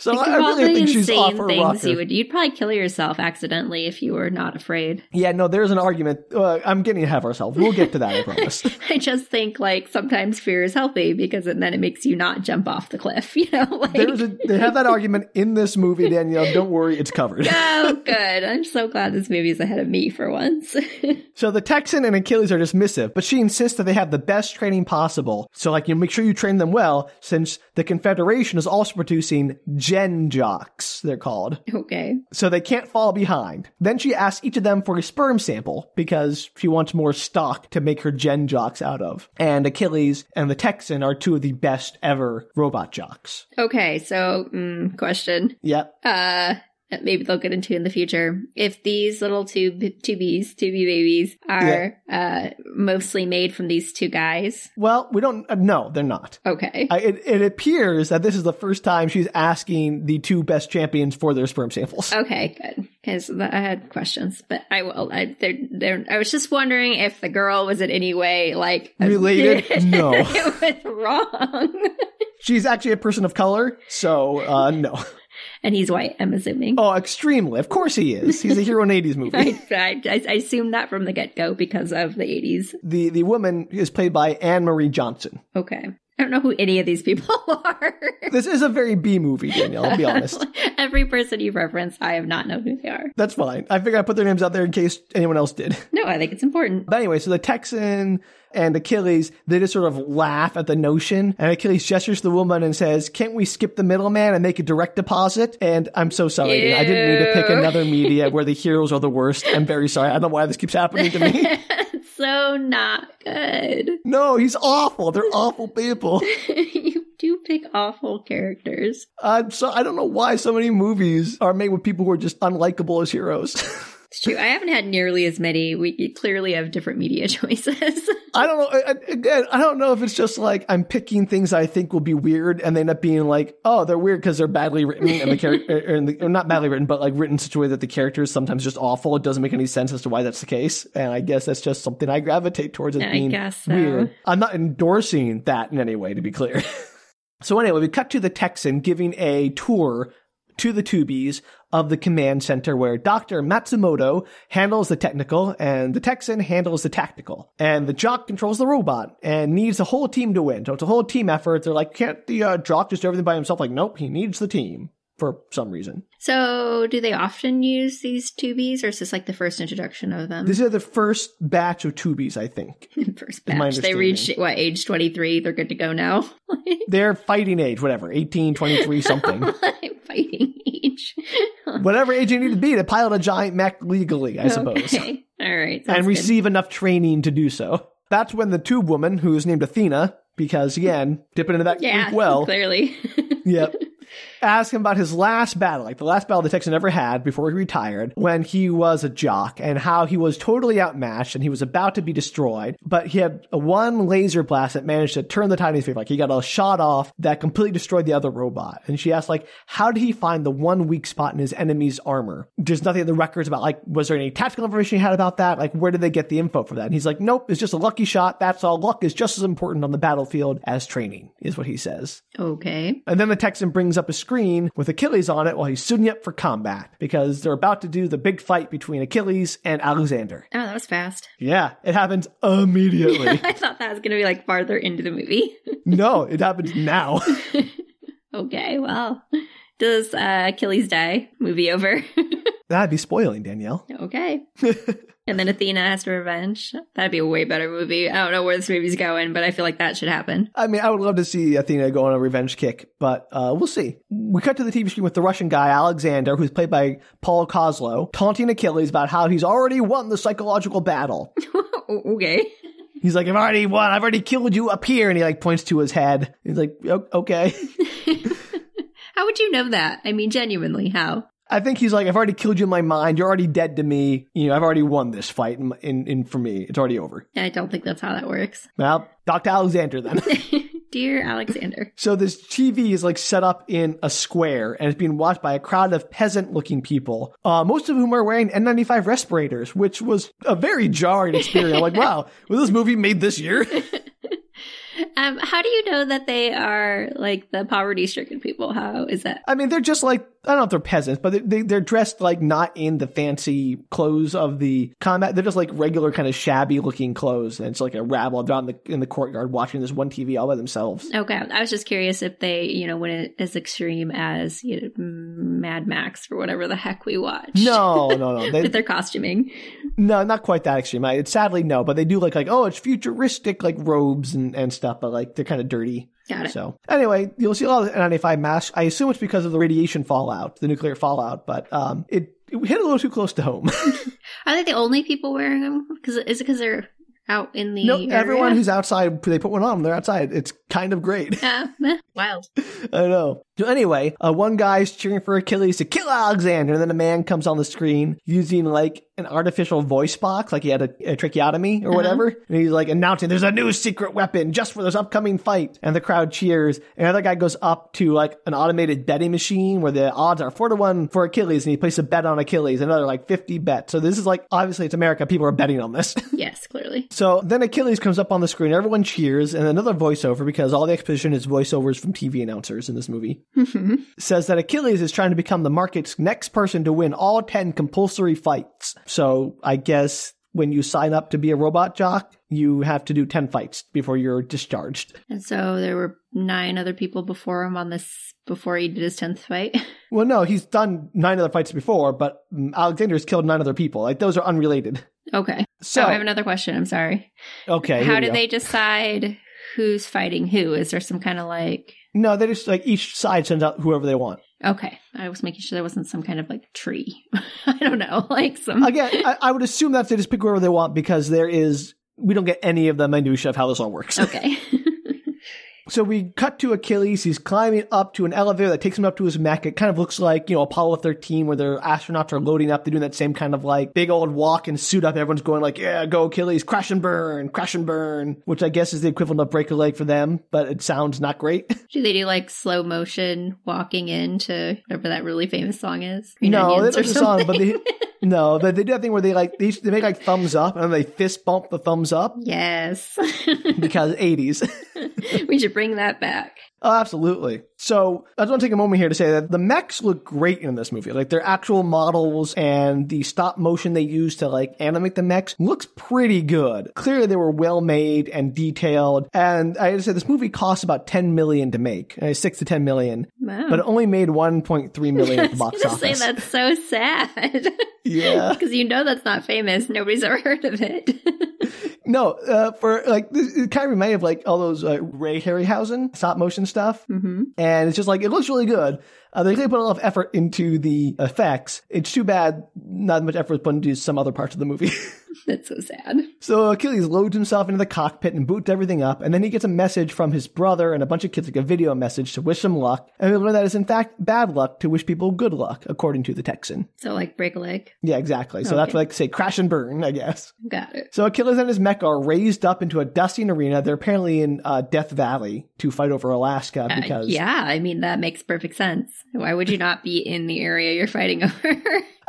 [SPEAKER 2] So
[SPEAKER 1] Like,
[SPEAKER 2] I
[SPEAKER 1] of all
[SPEAKER 2] really
[SPEAKER 1] the
[SPEAKER 2] think she's
[SPEAKER 1] insane
[SPEAKER 2] off her
[SPEAKER 1] things
[SPEAKER 2] rocker.
[SPEAKER 1] you would you'd probably kill yourself accidentally if you were not afraid.
[SPEAKER 2] Yeah, no, there's an argument. Uh, I'm getting ahead of ourselves. We'll get to that, I promise.
[SPEAKER 1] I just think like sometimes fear is healthy because it- then it makes you not jump off the cliff, you know? Like
[SPEAKER 2] There's a, they have that argument in this movie, Danielle. Don't worry, it's covered.
[SPEAKER 1] Oh good. I'm so glad this movie's ahead of me for once.
[SPEAKER 2] So the Texan and Achilles are dismissive, but she insists that they have the best training possible. So like you make sure you train them well, since the Confederation is also producing gen jocks, they're called.
[SPEAKER 1] okay.
[SPEAKER 2] So they can't fall behind. Then she asks each of them for a sperm sample because she wants more stock to make her gen jocks out of. And Achilles and the Texan are two of the best ever robot jocks.
[SPEAKER 1] Okay, so mm, question.
[SPEAKER 2] Yep.
[SPEAKER 1] uh that maybe they'll get into in the future if these little two two bees two bee babies are uh mostly made from these two guys
[SPEAKER 2] Well, we don't uh, no, they're not.
[SPEAKER 1] okay
[SPEAKER 2] I, it, it appears that this is the first time she's asking the two best champions for their sperm samples.
[SPEAKER 1] okay good because i had questions but i will i they're, they're, i was just wondering if the girl was in any way like
[SPEAKER 2] Related? No.
[SPEAKER 1] it was wrong
[SPEAKER 2] She's actually a person of color, so uh, no.
[SPEAKER 1] and he's white i'm assuming
[SPEAKER 2] Oh, extremely. Of course he is. He's a hero in 80s movie.
[SPEAKER 1] I, I, I assumed that from the get-go because of the 80s
[SPEAKER 2] The the woman is played by Anne Marie Johnson.
[SPEAKER 1] okay i don't know who any of these people are
[SPEAKER 2] This is a very B movie, Danielle, I'll be honest.
[SPEAKER 1] Every person you reference, I have not known who they are.
[SPEAKER 2] That's fine. I figured I put their names out there in case anyone else did.
[SPEAKER 1] No, I think it's important.
[SPEAKER 2] But anyway, so the Texan and Achilles, they just sort of laugh at the notion. And Achilles gestures to the woman and says, Can't we skip the middleman and make a direct deposit? And I'm so sorry. dude. I didn't mean to pick
[SPEAKER 1] Ew.
[SPEAKER 2] another media where the heroes are the worst. I'm very sorry. I don't know why this keeps happening to me.
[SPEAKER 1] It's so not good.
[SPEAKER 2] No, he's awful. They're awful people.
[SPEAKER 1] you do pick awful characters.
[SPEAKER 2] I'm Uh, so I don't know why so many movies are made with people who are just unlikable as heroes.
[SPEAKER 1] It's true. I haven't had nearly as many. We clearly have different media choices.
[SPEAKER 2] I don't know. I- I- Again, I don't know if it's just like I'm picking things I think will be weird, and they end up being like, oh, they're weird because they're badly written, and the character, and the, or not badly written, but like written in such a way that the character is sometimes just awful. It doesn't make any sense as to why that's the case, and I guess that's just something I gravitate towards as
[SPEAKER 1] I
[SPEAKER 2] being
[SPEAKER 1] guess so.
[SPEAKER 2] weird. I'm not endorsing that in any way, to be clear. so anyway, we cut to the Texan giving a tour to the Tubies of the command center where Dr. Matsumoto handles the technical and the Texan handles the tactical. And the jock controls the robot and needs the whole team to win. So it's a whole team effort. They're like, can't the uh, jock just do everything by himself? Like, nope, he needs the team for some reason.
[SPEAKER 1] so, do they often use these tubies, or is this like the first introduction of them?
[SPEAKER 2] This is the first batch of Tubies, I think.
[SPEAKER 1] first
[SPEAKER 2] is my
[SPEAKER 1] batch. They
[SPEAKER 2] understanding.
[SPEAKER 1] reached what age twenty three? They're good to go now.
[SPEAKER 2] They're fighting age, whatever, 18, 23, something.
[SPEAKER 1] Fighting age.
[SPEAKER 2] whatever age you need to be to pilot a giant mech legally, I suppose.
[SPEAKER 1] Okay. All right. sounds
[SPEAKER 2] and
[SPEAKER 1] good.
[SPEAKER 2] receive enough training to do so. That's when the tube woman, who is named Athena, because again, dipping into that
[SPEAKER 1] yeah.
[SPEAKER 2] Greek well,
[SPEAKER 1] clearly.
[SPEAKER 2] yep, asked him about his last battle, like the last battle the Texan ever had before he retired, when he was a jock, and how he was totally outmatched and he was about to be destroyed, but he had one laser blast that managed to turn the tide in his favor. Like he got a shot off that completely destroyed the other robot. And she asked, like, how did he find the one weak spot in his enemy's armor? There's nothing in the records about like, was there any tactical information he had about that? Like, where did they get the info for that? And he's like, nope, it's just a lucky shot. That's all. Luck is just as important on the battlefield as training, is what he says.
[SPEAKER 1] okay.
[SPEAKER 2] And then the Texan brings up a screen with Achilles on it while he's suiting up for combat because they're about to do the big fight between Achilles and Alexander.
[SPEAKER 1] Oh, that was fast.
[SPEAKER 2] Yeah, it happens immediately.
[SPEAKER 1] I thought that was going to be like farther into the movie.
[SPEAKER 2] no, it happens now.
[SPEAKER 1] Okay, well, does uh, Achilles die? Movie over.
[SPEAKER 2] That'd be spoiling, Danielle.
[SPEAKER 1] okay. and then Athena has to revenge. That'd be a way better movie. I don't know where this movie's going, but I feel like that should happen.
[SPEAKER 2] I mean, I would love to see Athena go on a revenge kick, but uh, we'll see. We cut to the TV screen with the Russian guy, Alexander, who's played by Paul Kozlow, taunting Achilles about how he's already won the psychological battle.
[SPEAKER 1] O- okay.
[SPEAKER 2] He's like, I've already won. I've already killed you up here. And he like points to his head. He's like, "O- okay.
[SPEAKER 1] How would you know that? I mean, genuinely, how?
[SPEAKER 2] I think he's like, I've already killed you in my mind. You're already dead to me. You know, I've already won this fight. In, in, in for me, it's already over.
[SPEAKER 1] I don't think that's how that works.
[SPEAKER 2] Well, Dr. Alexander then.
[SPEAKER 1] Dear Alexander.
[SPEAKER 2] so this TV is like set up in a square and it's being watched by a crowd of peasant-looking people, uh, most of whom are wearing N95 respirators, which was a very jarring experience. like, wow, was this movie made this year?
[SPEAKER 1] Um, how do you know that they are like the poverty stricken people? How is that?
[SPEAKER 2] I mean, they're just like I don't know if they're peasants, but they, they they're dressed like not in the fancy clothes of the combat. They're just like regular kind of shabby looking clothes, and it's like a rabble down the in the courtyard watching this one TV all by themselves.
[SPEAKER 1] Okay, I was just curious if they, you know, went as extreme as you know, Mad Max or whatever the heck we watched.
[SPEAKER 2] No, no, no, they,
[SPEAKER 1] with their costuming.
[SPEAKER 2] no, not quite that extreme. I, it's sadly no, but they do like like oh, it's futuristic like robes and and stuff, but like they're kind of dirty.
[SPEAKER 1] Got it.
[SPEAKER 2] So anyway, you'll see all the N95 mask. I assume it's because of the radiation fallout, the nuclear fallout, but um, it, it hit a little too close to home.
[SPEAKER 1] Are they the only people wearing them? Because is it because they're out in the
[SPEAKER 2] no,
[SPEAKER 1] area?
[SPEAKER 2] everyone who's outside, they put one on. They're outside. It's kind of great.
[SPEAKER 1] Uh, eh, wild.
[SPEAKER 2] I know. So anyway, uh, one guy's cheering for Achilles to kill Alexander, and then a man comes on the screen using like an artificial voice box, like he had a, a tracheotomy or
[SPEAKER 1] Uh-huh.
[SPEAKER 2] whatever, and he's like announcing, "There's a new secret weapon just for this upcoming fight," and the crowd cheers. And another guy goes up to like an automated betting machine where the odds are four to one for Achilles, and he places a bet on Achilles, another like fifty bets. So this is like obviously it's America, people are betting on this.
[SPEAKER 1] Yes, clearly.
[SPEAKER 2] So then Achilles comes up on the screen, everyone cheers, and another voiceover, because all the exposition is voiceovers from TV announcers in this movie, says that Achilles is trying to become the market's next person to win all 10 compulsory fights. So I guess when you sign up to be a robot jock, you have to do 10 fights before you're discharged.
[SPEAKER 1] And so there were nine other people before him on this before he did his tenth fight.
[SPEAKER 2] Well, no, he's done nine other fights before, but mm, Alexander's killed nine other people. Like, those are unrelated.
[SPEAKER 1] okay.
[SPEAKER 2] So,
[SPEAKER 1] oh, I have another question. I'm sorry.
[SPEAKER 2] okay. here
[SPEAKER 1] How
[SPEAKER 2] we
[SPEAKER 1] do
[SPEAKER 2] go.
[SPEAKER 1] they decide who's fighting who? Is there some kind of like
[SPEAKER 2] No, they just, like, each side sends out whoever they want.
[SPEAKER 1] Okay, I was making sure there wasn't some kind of like tree. I don't know, like some.
[SPEAKER 2] again, I, I would assume that they just pick whoever they want because there is we don't get any of the minutia of how this all works.
[SPEAKER 1] Okay.
[SPEAKER 2] So we cut to Achilles. He's climbing up to an elevator that takes him up to his mech. It kind of looks like you know Apollo 13, where their astronauts are loading up. They're doing that same kind of like big old walk and suit up. Everyone's going like, "Yeah, go Achilles, crash and burn, crash and burn," which I guess is the equivalent of break a leg for them, but it sounds not great.
[SPEAKER 1] do they do like slow motion walking into whatever that really famous song is? Green
[SPEAKER 2] no,
[SPEAKER 1] Onions
[SPEAKER 2] that's a
[SPEAKER 1] or
[SPEAKER 2] song, but
[SPEAKER 1] something?
[SPEAKER 2] they. No, but they do that thing where they like they, they make like thumbs up and then they fist bump the thumbs up
[SPEAKER 1] yes,
[SPEAKER 2] because 80s.
[SPEAKER 1] we should bring that back.
[SPEAKER 2] Oh, absolutely. So I just want to take a moment here to say that the mechs look great in this movie. Like their actual models and the stop motion they use to like animate the mechs looks pretty good. Clearly they were well made and detailed. And I just said this movie costs about 10 million to make, uh, six to 10 million,
[SPEAKER 1] Wow.
[SPEAKER 2] but it only made 1.3 million at the
[SPEAKER 1] I was
[SPEAKER 2] box
[SPEAKER 1] gonna
[SPEAKER 2] office. Uh.
[SPEAKER 1] say that's so sad
[SPEAKER 2] Yeah.
[SPEAKER 1] because you know that's not famous. Nobody's ever heard of it.
[SPEAKER 2] No, uh, for like this, it kind of reminded me of like all those uh, Ray Harryhausen stop motion stuff, mm-hmm. and it's just like it looks really good. Uh, they clearly put a lot of effort into the effects. It's too bad not much effort was put into some other parts of the movie.
[SPEAKER 1] that's so sad.
[SPEAKER 2] so Achilles loads himself into the cockpit and boots everything up, and then he gets a message from his brother and a bunch of kids, like a video message to wish him luck. And we learn that it's in fact bad luck to wish people good luck, according to the Texan.
[SPEAKER 1] So like break a leg.
[SPEAKER 2] Yeah, exactly. So that's
[SPEAKER 1] Okay.
[SPEAKER 2] why like say crash and burn, I guess.
[SPEAKER 1] Got it.
[SPEAKER 2] So Achilles and his mech are raised up into a dusting arena. They're apparently in uh, Death Valley to fight over Alaska
[SPEAKER 1] Uh,
[SPEAKER 2] because
[SPEAKER 1] yeah, I mean that makes perfect sense. Why would you not be in the area you're fighting over?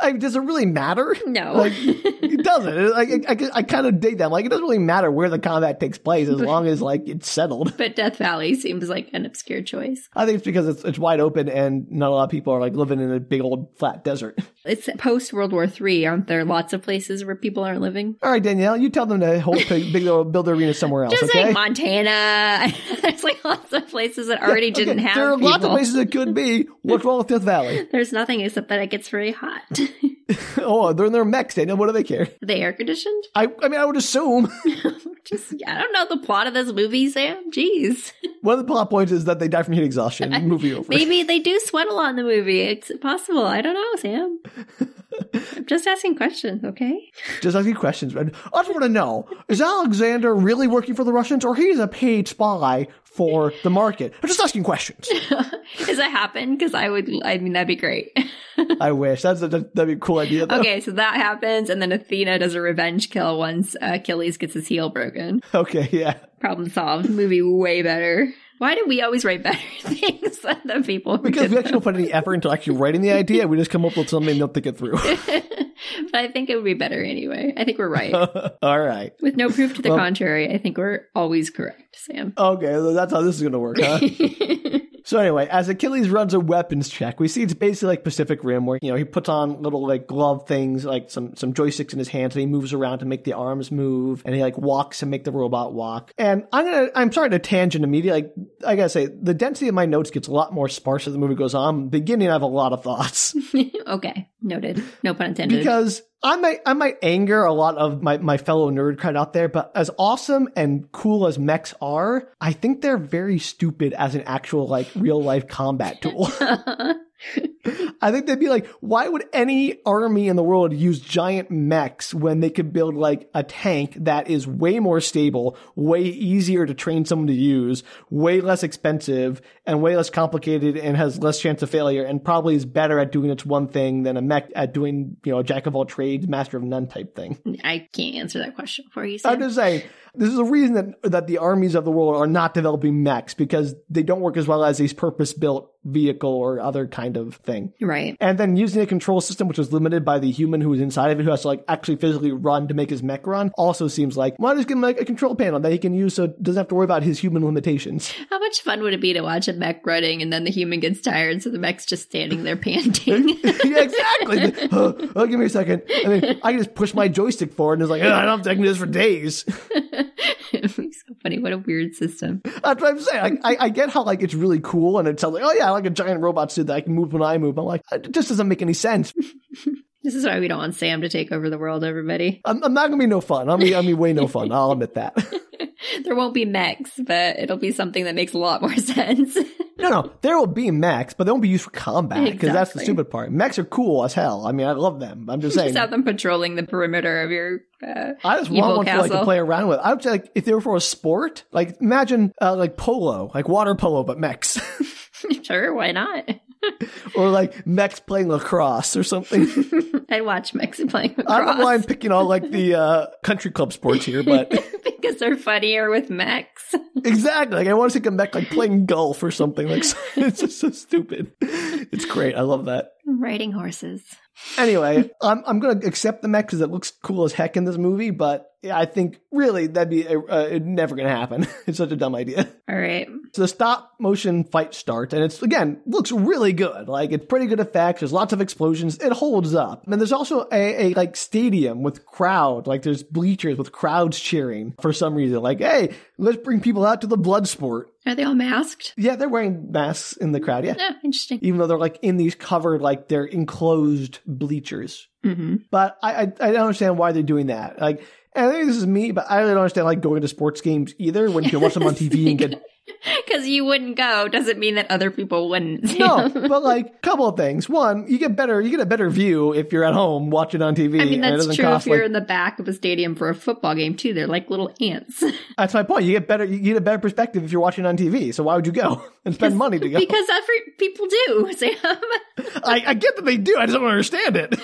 [SPEAKER 2] I, does it really matter?
[SPEAKER 1] No.
[SPEAKER 2] Like, it doesn't. It- I, I, I kind of dig them. Like it doesn't really matter where the combat takes place as long as like it's settled.
[SPEAKER 1] but Death Valley seems like an obscure choice.
[SPEAKER 2] I think it's because it's, it's wide open and not a lot of people are like living in a big old flat desert.
[SPEAKER 1] It's post World War Three, aren't there lots of places where people aren't living?
[SPEAKER 2] All right, Danielle, you tell them to hold, big, big old build their arena somewhere else.
[SPEAKER 1] Just
[SPEAKER 2] okay.
[SPEAKER 1] like Montana. There's like lots of places that already
[SPEAKER 2] Okay,
[SPEAKER 1] didn't have
[SPEAKER 2] There are lots of
[SPEAKER 1] people.
[SPEAKER 2] places it could be. What's wrong with Death Valley?
[SPEAKER 1] There's nothing except that it gets very hot.
[SPEAKER 2] Oh, they're in their mechs, Daniel. What do they care?
[SPEAKER 1] Are they air conditioned?
[SPEAKER 2] I, I mean, I would assume.
[SPEAKER 1] Just I don't know the plot of this movie, Sam. Jeez.
[SPEAKER 2] One of the plot points is that they die from heat exhaustion. Movie over.
[SPEAKER 1] Maybe they do sweat a lot in the movie. It's possible. I don't know, Sam. I'm just asking questions, okay?
[SPEAKER 2] Just asking questions. I just want to know: Is Alexander really working for the Russians, or he's a paid spy for the market? I'm just asking questions.
[SPEAKER 1] Does that happen? Because I would, I mean, that'd be great.
[SPEAKER 2] I wish that's a, that'd be a cool idea. Though.
[SPEAKER 1] okay, so that happens, and then Athena does a revenge kill once Achilles gets his heel broken.
[SPEAKER 2] Okay, yeah.
[SPEAKER 1] Problem solved. Movie way better. Why do we always write better things than the people? who
[SPEAKER 2] Because
[SPEAKER 1] did
[SPEAKER 2] we actually
[SPEAKER 1] them?
[SPEAKER 2] don't put any effort into actually writing the idea. We just come up with something and don't think it through.
[SPEAKER 1] but I think it would be better anyway. I think we're right.
[SPEAKER 2] All right.
[SPEAKER 1] With no proof to the
[SPEAKER 2] Well-
[SPEAKER 1] contrary, I think we're always correct, Sam.
[SPEAKER 2] Okay, so that's how this is going to work, huh? so anyway, as Achilles runs a weapons check, we see it's basically like Pacific Rim, where you know he puts on little like glove things, like some some joysticks in his hands, and he moves around to make the arms move, and he like walks and make the robot walk. And I'm gonna, I'm sorry to tangent immediately. Like I gotta say, the density of my notes gets a lot more sparse as the movie goes on. Beginning, I have a lot of thoughts.
[SPEAKER 1] okay, noted. No pun intended.
[SPEAKER 2] because I might I might anger a lot of my, my fellow nerd crowd out there, but as awesome and cool as mechs are, I think they're very stupid as an actual like real life combat tool. I think they'd be like, why would any army in the world use giant mechs when they could build like a tank that is way more stable, way easier to train someone to use, way less expensive, and way less complicated and has less chance of failure and probably is better at doing its one thing than a mech at doing, you know, a jack of all trades, master of none type thing.
[SPEAKER 1] I can't answer that question for you,
[SPEAKER 2] I'm
[SPEAKER 1] Sam.
[SPEAKER 2] just saying, this is a reason that, that the armies of the world are not developing mechs because they don't work as well as these purpose built vehicle or other kind of thing.
[SPEAKER 1] right.
[SPEAKER 2] And then using a control system which is limited by the human who is inside of it, who has to like actually physically run to make his mech run, also seems like why not just give him like a control panel that he can use so doesn't have to worry about his human limitations.
[SPEAKER 1] How much fun would it be to watch a mech running and then the human gets tired, so the mech's just standing there panting?
[SPEAKER 2] yeah, exactly. oh, oh, give me a second. I mean, I can just push my joystick forward and it's like, "Ugh, I don't have to I can do this for days.
[SPEAKER 1] It'd be so funny. What a weird system.
[SPEAKER 2] That's what I'm saying. I, I, I get how like it's really cool and it sounds like, oh yeah, I like a giant robot suit that I can move when I move. I'm like, it just doesn't make any sense.
[SPEAKER 1] This is why we don't want Sam to take over the world, everybody.
[SPEAKER 2] I'm, I'm not gonna be no fun. I'm gonna, I'm gonna be way no fun. I'll admit that.
[SPEAKER 1] There won't be mechs, but it'll be something that makes a lot more sense.
[SPEAKER 2] No, no, there will be mechs, but they won't be used for combat because that's the
[SPEAKER 1] Exactly.
[SPEAKER 2] stupid part. Mechs are cool as hell. I mean, I love them. I'm just saying,
[SPEAKER 1] just have them patrolling the perimeter of your. Uh,
[SPEAKER 2] I just
[SPEAKER 1] Evil
[SPEAKER 2] want one for like to
[SPEAKER 1] castle.
[SPEAKER 2] play around with. I would say, like, if they were for a sport, like imagine uh, like polo, like water polo, but mechs,
[SPEAKER 1] sure, why not?
[SPEAKER 2] or like mechs playing lacrosse or something.
[SPEAKER 1] I'd watch mechs playing lacrosse.
[SPEAKER 2] I don't know why I'm picking all like the uh, country club sports here, but
[SPEAKER 1] because they're funnier with mechs.
[SPEAKER 2] exactly, like I want to see a mech like playing golf or something. Like it's just so stupid. It's great. I love that.
[SPEAKER 1] Riding horses.
[SPEAKER 2] anyway, I'm I'm gonna accept the mech because it looks cool as heck in this movie, but yeah, I think really that'd be uh, it never gonna happen. it's such a dumb idea.
[SPEAKER 1] All right.
[SPEAKER 2] So the stop motion fight starts, and it's again looks really good. Like it's pretty good effects. There's lots of explosions. It holds up, and there's also a, a like stadium with crowd. Like there's bleachers with crowds cheering for some reason. Like hey, let's bring people out to the blood sport.
[SPEAKER 1] Are they all masked?
[SPEAKER 2] Yeah, they're wearing masks in the crowd. Yeah.
[SPEAKER 1] Yeah, interesting.
[SPEAKER 2] Even though they're like in these covered, like they're enclosed bleachers.
[SPEAKER 1] hmm
[SPEAKER 2] But I, I I don't understand why they're doing that. Like, and I think this is me, but I really don't understand like going to sports games either when you can watch them on TV and get
[SPEAKER 1] Because you wouldn't go doesn't mean that other people wouldn't.
[SPEAKER 2] no. But like, couple of things. One, you get better you get a better view if you're at home watching on TV.
[SPEAKER 1] I mean,
[SPEAKER 2] and it
[SPEAKER 1] that's
[SPEAKER 2] doesn't
[SPEAKER 1] true
[SPEAKER 2] cost
[SPEAKER 1] if you're
[SPEAKER 2] like
[SPEAKER 1] in the back of a stadium for a football game, too. They're like little ants.
[SPEAKER 2] that's my point. You get better you get a better perspective if you're watching on TV. So why would you go and spend money to go?
[SPEAKER 1] because every, people do, Sam.
[SPEAKER 2] I, I get that they do. I just don't understand it.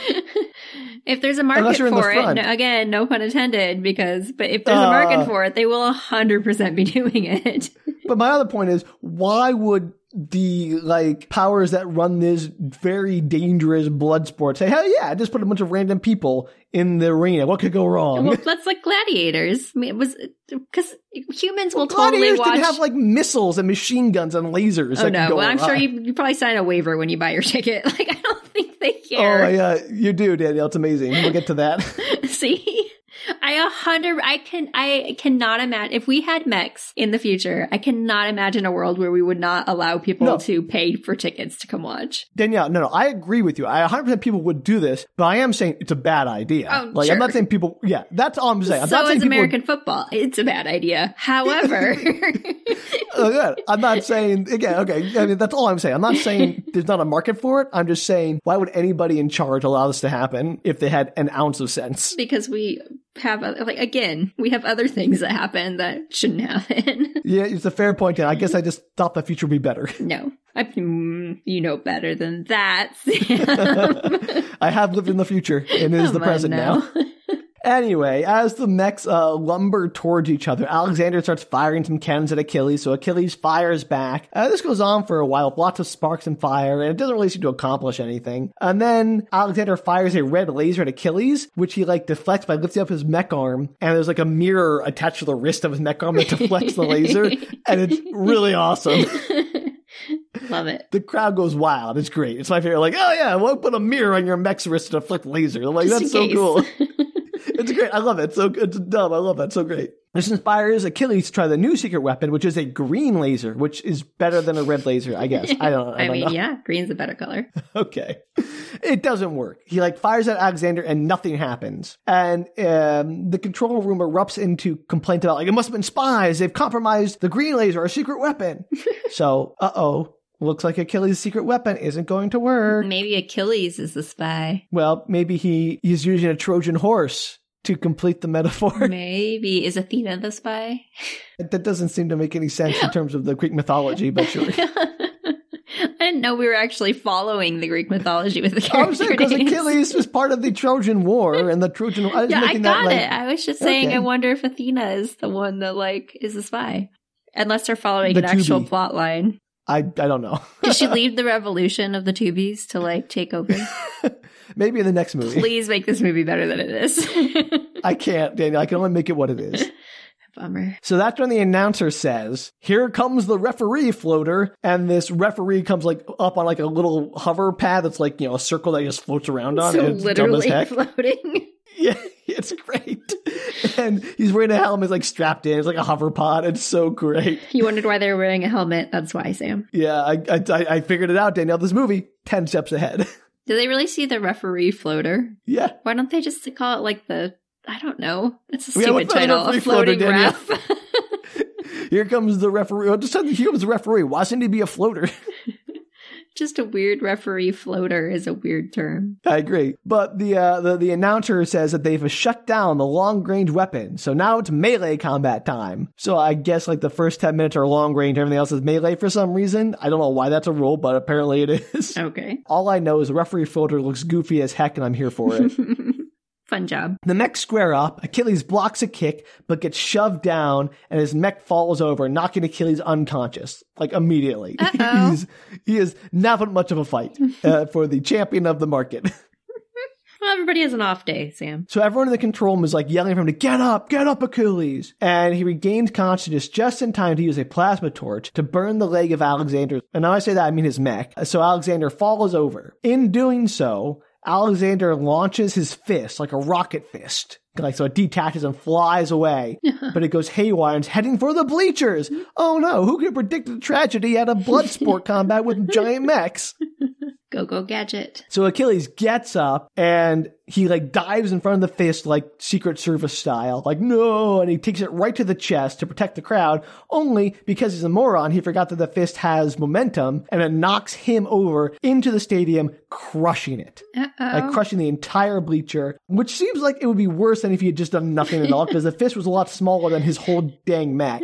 [SPEAKER 1] if there's a
[SPEAKER 2] Unless
[SPEAKER 1] market
[SPEAKER 2] you're in the
[SPEAKER 1] for it,
[SPEAKER 2] front.
[SPEAKER 1] no, again, no pun intended, because, but if there's a
[SPEAKER 2] Uh.
[SPEAKER 1] market for it, they will 100% be doing it.
[SPEAKER 2] But my other point is, why would the like powers that run this very dangerous blood sport say, "Hell yeah, just put a bunch of random people in the arena. What could go wrong?"
[SPEAKER 1] well, that's like gladiators. I mean, it was, because humans will totally
[SPEAKER 2] Gladiators
[SPEAKER 1] watch.
[SPEAKER 2] didn't have like missiles and machine guns and lasers.
[SPEAKER 1] oh,
[SPEAKER 2] that could
[SPEAKER 1] no.
[SPEAKER 2] go
[SPEAKER 1] Well, I'm sure
[SPEAKER 2] awry.
[SPEAKER 1] you, you probably sign a waiver when you buy your ticket. Like, I don't think they care.
[SPEAKER 2] Oh yeah, you do, Danielle. It's amazing. We'll get to that.
[SPEAKER 1] See, I a hundred. I can. I cannot imagine if we had mechs in the future. I cannot imagine a world where we would not allow people
[SPEAKER 2] No.
[SPEAKER 1] to pay for tickets to come watch.
[SPEAKER 2] Danielle, no, no, I agree with you. I 100% people would do this, but I am saying it's a bad idea.
[SPEAKER 1] Oh,
[SPEAKER 2] like I'm
[SPEAKER 1] sure.
[SPEAKER 2] not saying people. Yeah, that's all I'm saying. I'm not
[SPEAKER 1] so
[SPEAKER 2] saying
[SPEAKER 1] is
[SPEAKER 2] people would
[SPEAKER 1] American football. It's a bad idea. However,
[SPEAKER 2] Oh, good. I'm not saying again. Okay, I mean that's all I'm saying. I'm not saying there's not a market for it. I'm just saying why would anybody in charge allow this to happen if they had an ounce of sense?
[SPEAKER 1] because we have other, like again, we have other things that happen that shouldn't happen.
[SPEAKER 2] Yeah, it's a fair point. Dan. I guess I just thought the future would be better.
[SPEAKER 1] no, I, mm, you know better than that. Sam.
[SPEAKER 2] I have lived in the future and it is the
[SPEAKER 1] Come on
[SPEAKER 2] present now. Anyway, as the mechs uh, lumber towards each other, Alexander starts firing some cannons at Achilles, so Achilles fires back. Uh, this goes on for a while, lots of sparks and fire, and it doesn't really seem to accomplish anything. And then Alexander fires a red laser at Achilles, which he like deflects by lifting up his mech arm, and there's like a mirror attached to the wrist of his mech arm that deflects the laser, and it's really awesome.
[SPEAKER 1] Love it.
[SPEAKER 2] The crowd goes wild. It's great. It's my favorite. Like, oh yeah, we'll put a mirror on your mech's wrist to deflect laser. Like,
[SPEAKER 1] Just
[SPEAKER 2] that's
[SPEAKER 1] in
[SPEAKER 2] so
[SPEAKER 1] case.
[SPEAKER 2] cool. It's great. I love it. So good. It's dumb. I love that. So great. This inspires Achilles to try the new secret weapon, which is a green laser, which is better than a red laser, I guess. I don't, I
[SPEAKER 1] I
[SPEAKER 2] don't
[SPEAKER 1] mean,
[SPEAKER 2] know.
[SPEAKER 1] yeah, green's a better color.
[SPEAKER 2] Okay. It doesn't work. He like fires at Alexander and nothing happens. And um, the control room erupts into complaint about like, it must have been spies. They've compromised the green laser, our secret weapon. so, uh oh. Looks like Achilles' secret weapon isn't going to work.
[SPEAKER 1] Maybe Achilles is the spy.
[SPEAKER 2] Well, maybe he is using a Trojan horse to complete the metaphor.
[SPEAKER 1] Maybe is Athena the spy?
[SPEAKER 2] That doesn't seem to make any sense in terms of the Greek mythology, but Oh, sure.
[SPEAKER 1] I didn't know we were actually following the Greek mythology with the
[SPEAKER 2] I'm
[SPEAKER 1] character
[SPEAKER 2] saying because
[SPEAKER 1] names.
[SPEAKER 2] Achilles was part of the Trojan War and the Trojan. I was
[SPEAKER 1] Yeah, I
[SPEAKER 2] making
[SPEAKER 1] got
[SPEAKER 2] that, like,
[SPEAKER 1] it. I was just saying.
[SPEAKER 2] Okay.
[SPEAKER 1] I wonder if Athena is the one that like is the spy, unless they're following
[SPEAKER 2] The
[SPEAKER 1] an actual
[SPEAKER 2] 2B.
[SPEAKER 1] plot line.
[SPEAKER 2] I I don't know.
[SPEAKER 1] Did she lead the revolution of the Tubies to like take over?
[SPEAKER 2] Maybe in the next movie.
[SPEAKER 1] Please make this movie better than it is.
[SPEAKER 2] I can't, Daniel. I can only make it what it is.
[SPEAKER 1] Bummer.
[SPEAKER 2] So that's when the announcer says, "Here comes the referee floater," and this referee comes like up on like a little hover pad that's like you know a circle that he just floats around on.
[SPEAKER 1] So
[SPEAKER 2] and it's dumb as
[SPEAKER 1] literally
[SPEAKER 2] heck.
[SPEAKER 1] floating.
[SPEAKER 2] Yeah, it's great. And he's wearing a helmet, like strapped in. It's like a hover pod. It's so great.
[SPEAKER 1] You wondered why they were wearing a helmet. That's why, Sam.
[SPEAKER 2] Yeah, I I, I- I figured it out, Danielle. This movie, ten steps ahead.
[SPEAKER 1] Do they really see the referee floater?
[SPEAKER 2] yeah,
[SPEAKER 1] Why don't they just call it like the I don't know. It's a
[SPEAKER 2] Yeah,
[SPEAKER 1] stupid
[SPEAKER 2] what's that
[SPEAKER 1] title.
[SPEAKER 2] referee
[SPEAKER 1] A
[SPEAKER 2] floater,
[SPEAKER 1] floating
[SPEAKER 2] Danielle?
[SPEAKER 1] ref.
[SPEAKER 2] here comes the referee. Oh, Just said here comes the referee. Why shouldn't he be a floater?
[SPEAKER 1] just a weird referee floater is a weird term.
[SPEAKER 2] I agree. But the uh, the the announcer says that they've shut down the long range weapon, so now it's melee combat time. So I guess like the first ten minutes are long range. Everything else is melee for some reason. I don't know why that's a rule, but apparently it is.
[SPEAKER 1] Okay.
[SPEAKER 2] All I know is the referee floater looks goofy as heck, and I'm here for it.
[SPEAKER 1] Fun job.
[SPEAKER 2] The mech square up, Achilles blocks a kick, but gets shoved down, and his mech falls over, knocking Achilles unconscious, like immediately.
[SPEAKER 1] Uh-oh.
[SPEAKER 2] He's, he is not but much of a fight uh, for the champion of the market.
[SPEAKER 1] Well, everybody has an off day, Sam.
[SPEAKER 2] So everyone in the control room is like yelling for him to get up, get up, Achilles. And he regains consciousness just in time to use a plasma torch to burn the leg of Alexander. And when I say that, I mean his mech. So Alexander falls over. In doing so, Alexander launches his fist like a rocket fist. Like, so it detaches and flies away, but it goes haywire and is heading for the bleachers. Oh no, who could have predicted a tragedy at a blood sport combat with giant mechs?
[SPEAKER 1] Go go gadget.
[SPEAKER 2] So Achilles gets up and he like dives in front of the fist like Secret Service style, like no, and he takes it right to the chest to protect the crowd. Only because he's a moron, he forgot that the fist has momentum and it knocks him over into the stadium, crushing it,
[SPEAKER 1] Uh
[SPEAKER 2] like
[SPEAKER 1] oh.
[SPEAKER 2] crushing the entire bleacher. Which seems like it would be worse than if he had just done nothing at all, because the fist was a lot smaller than his whole dang mat.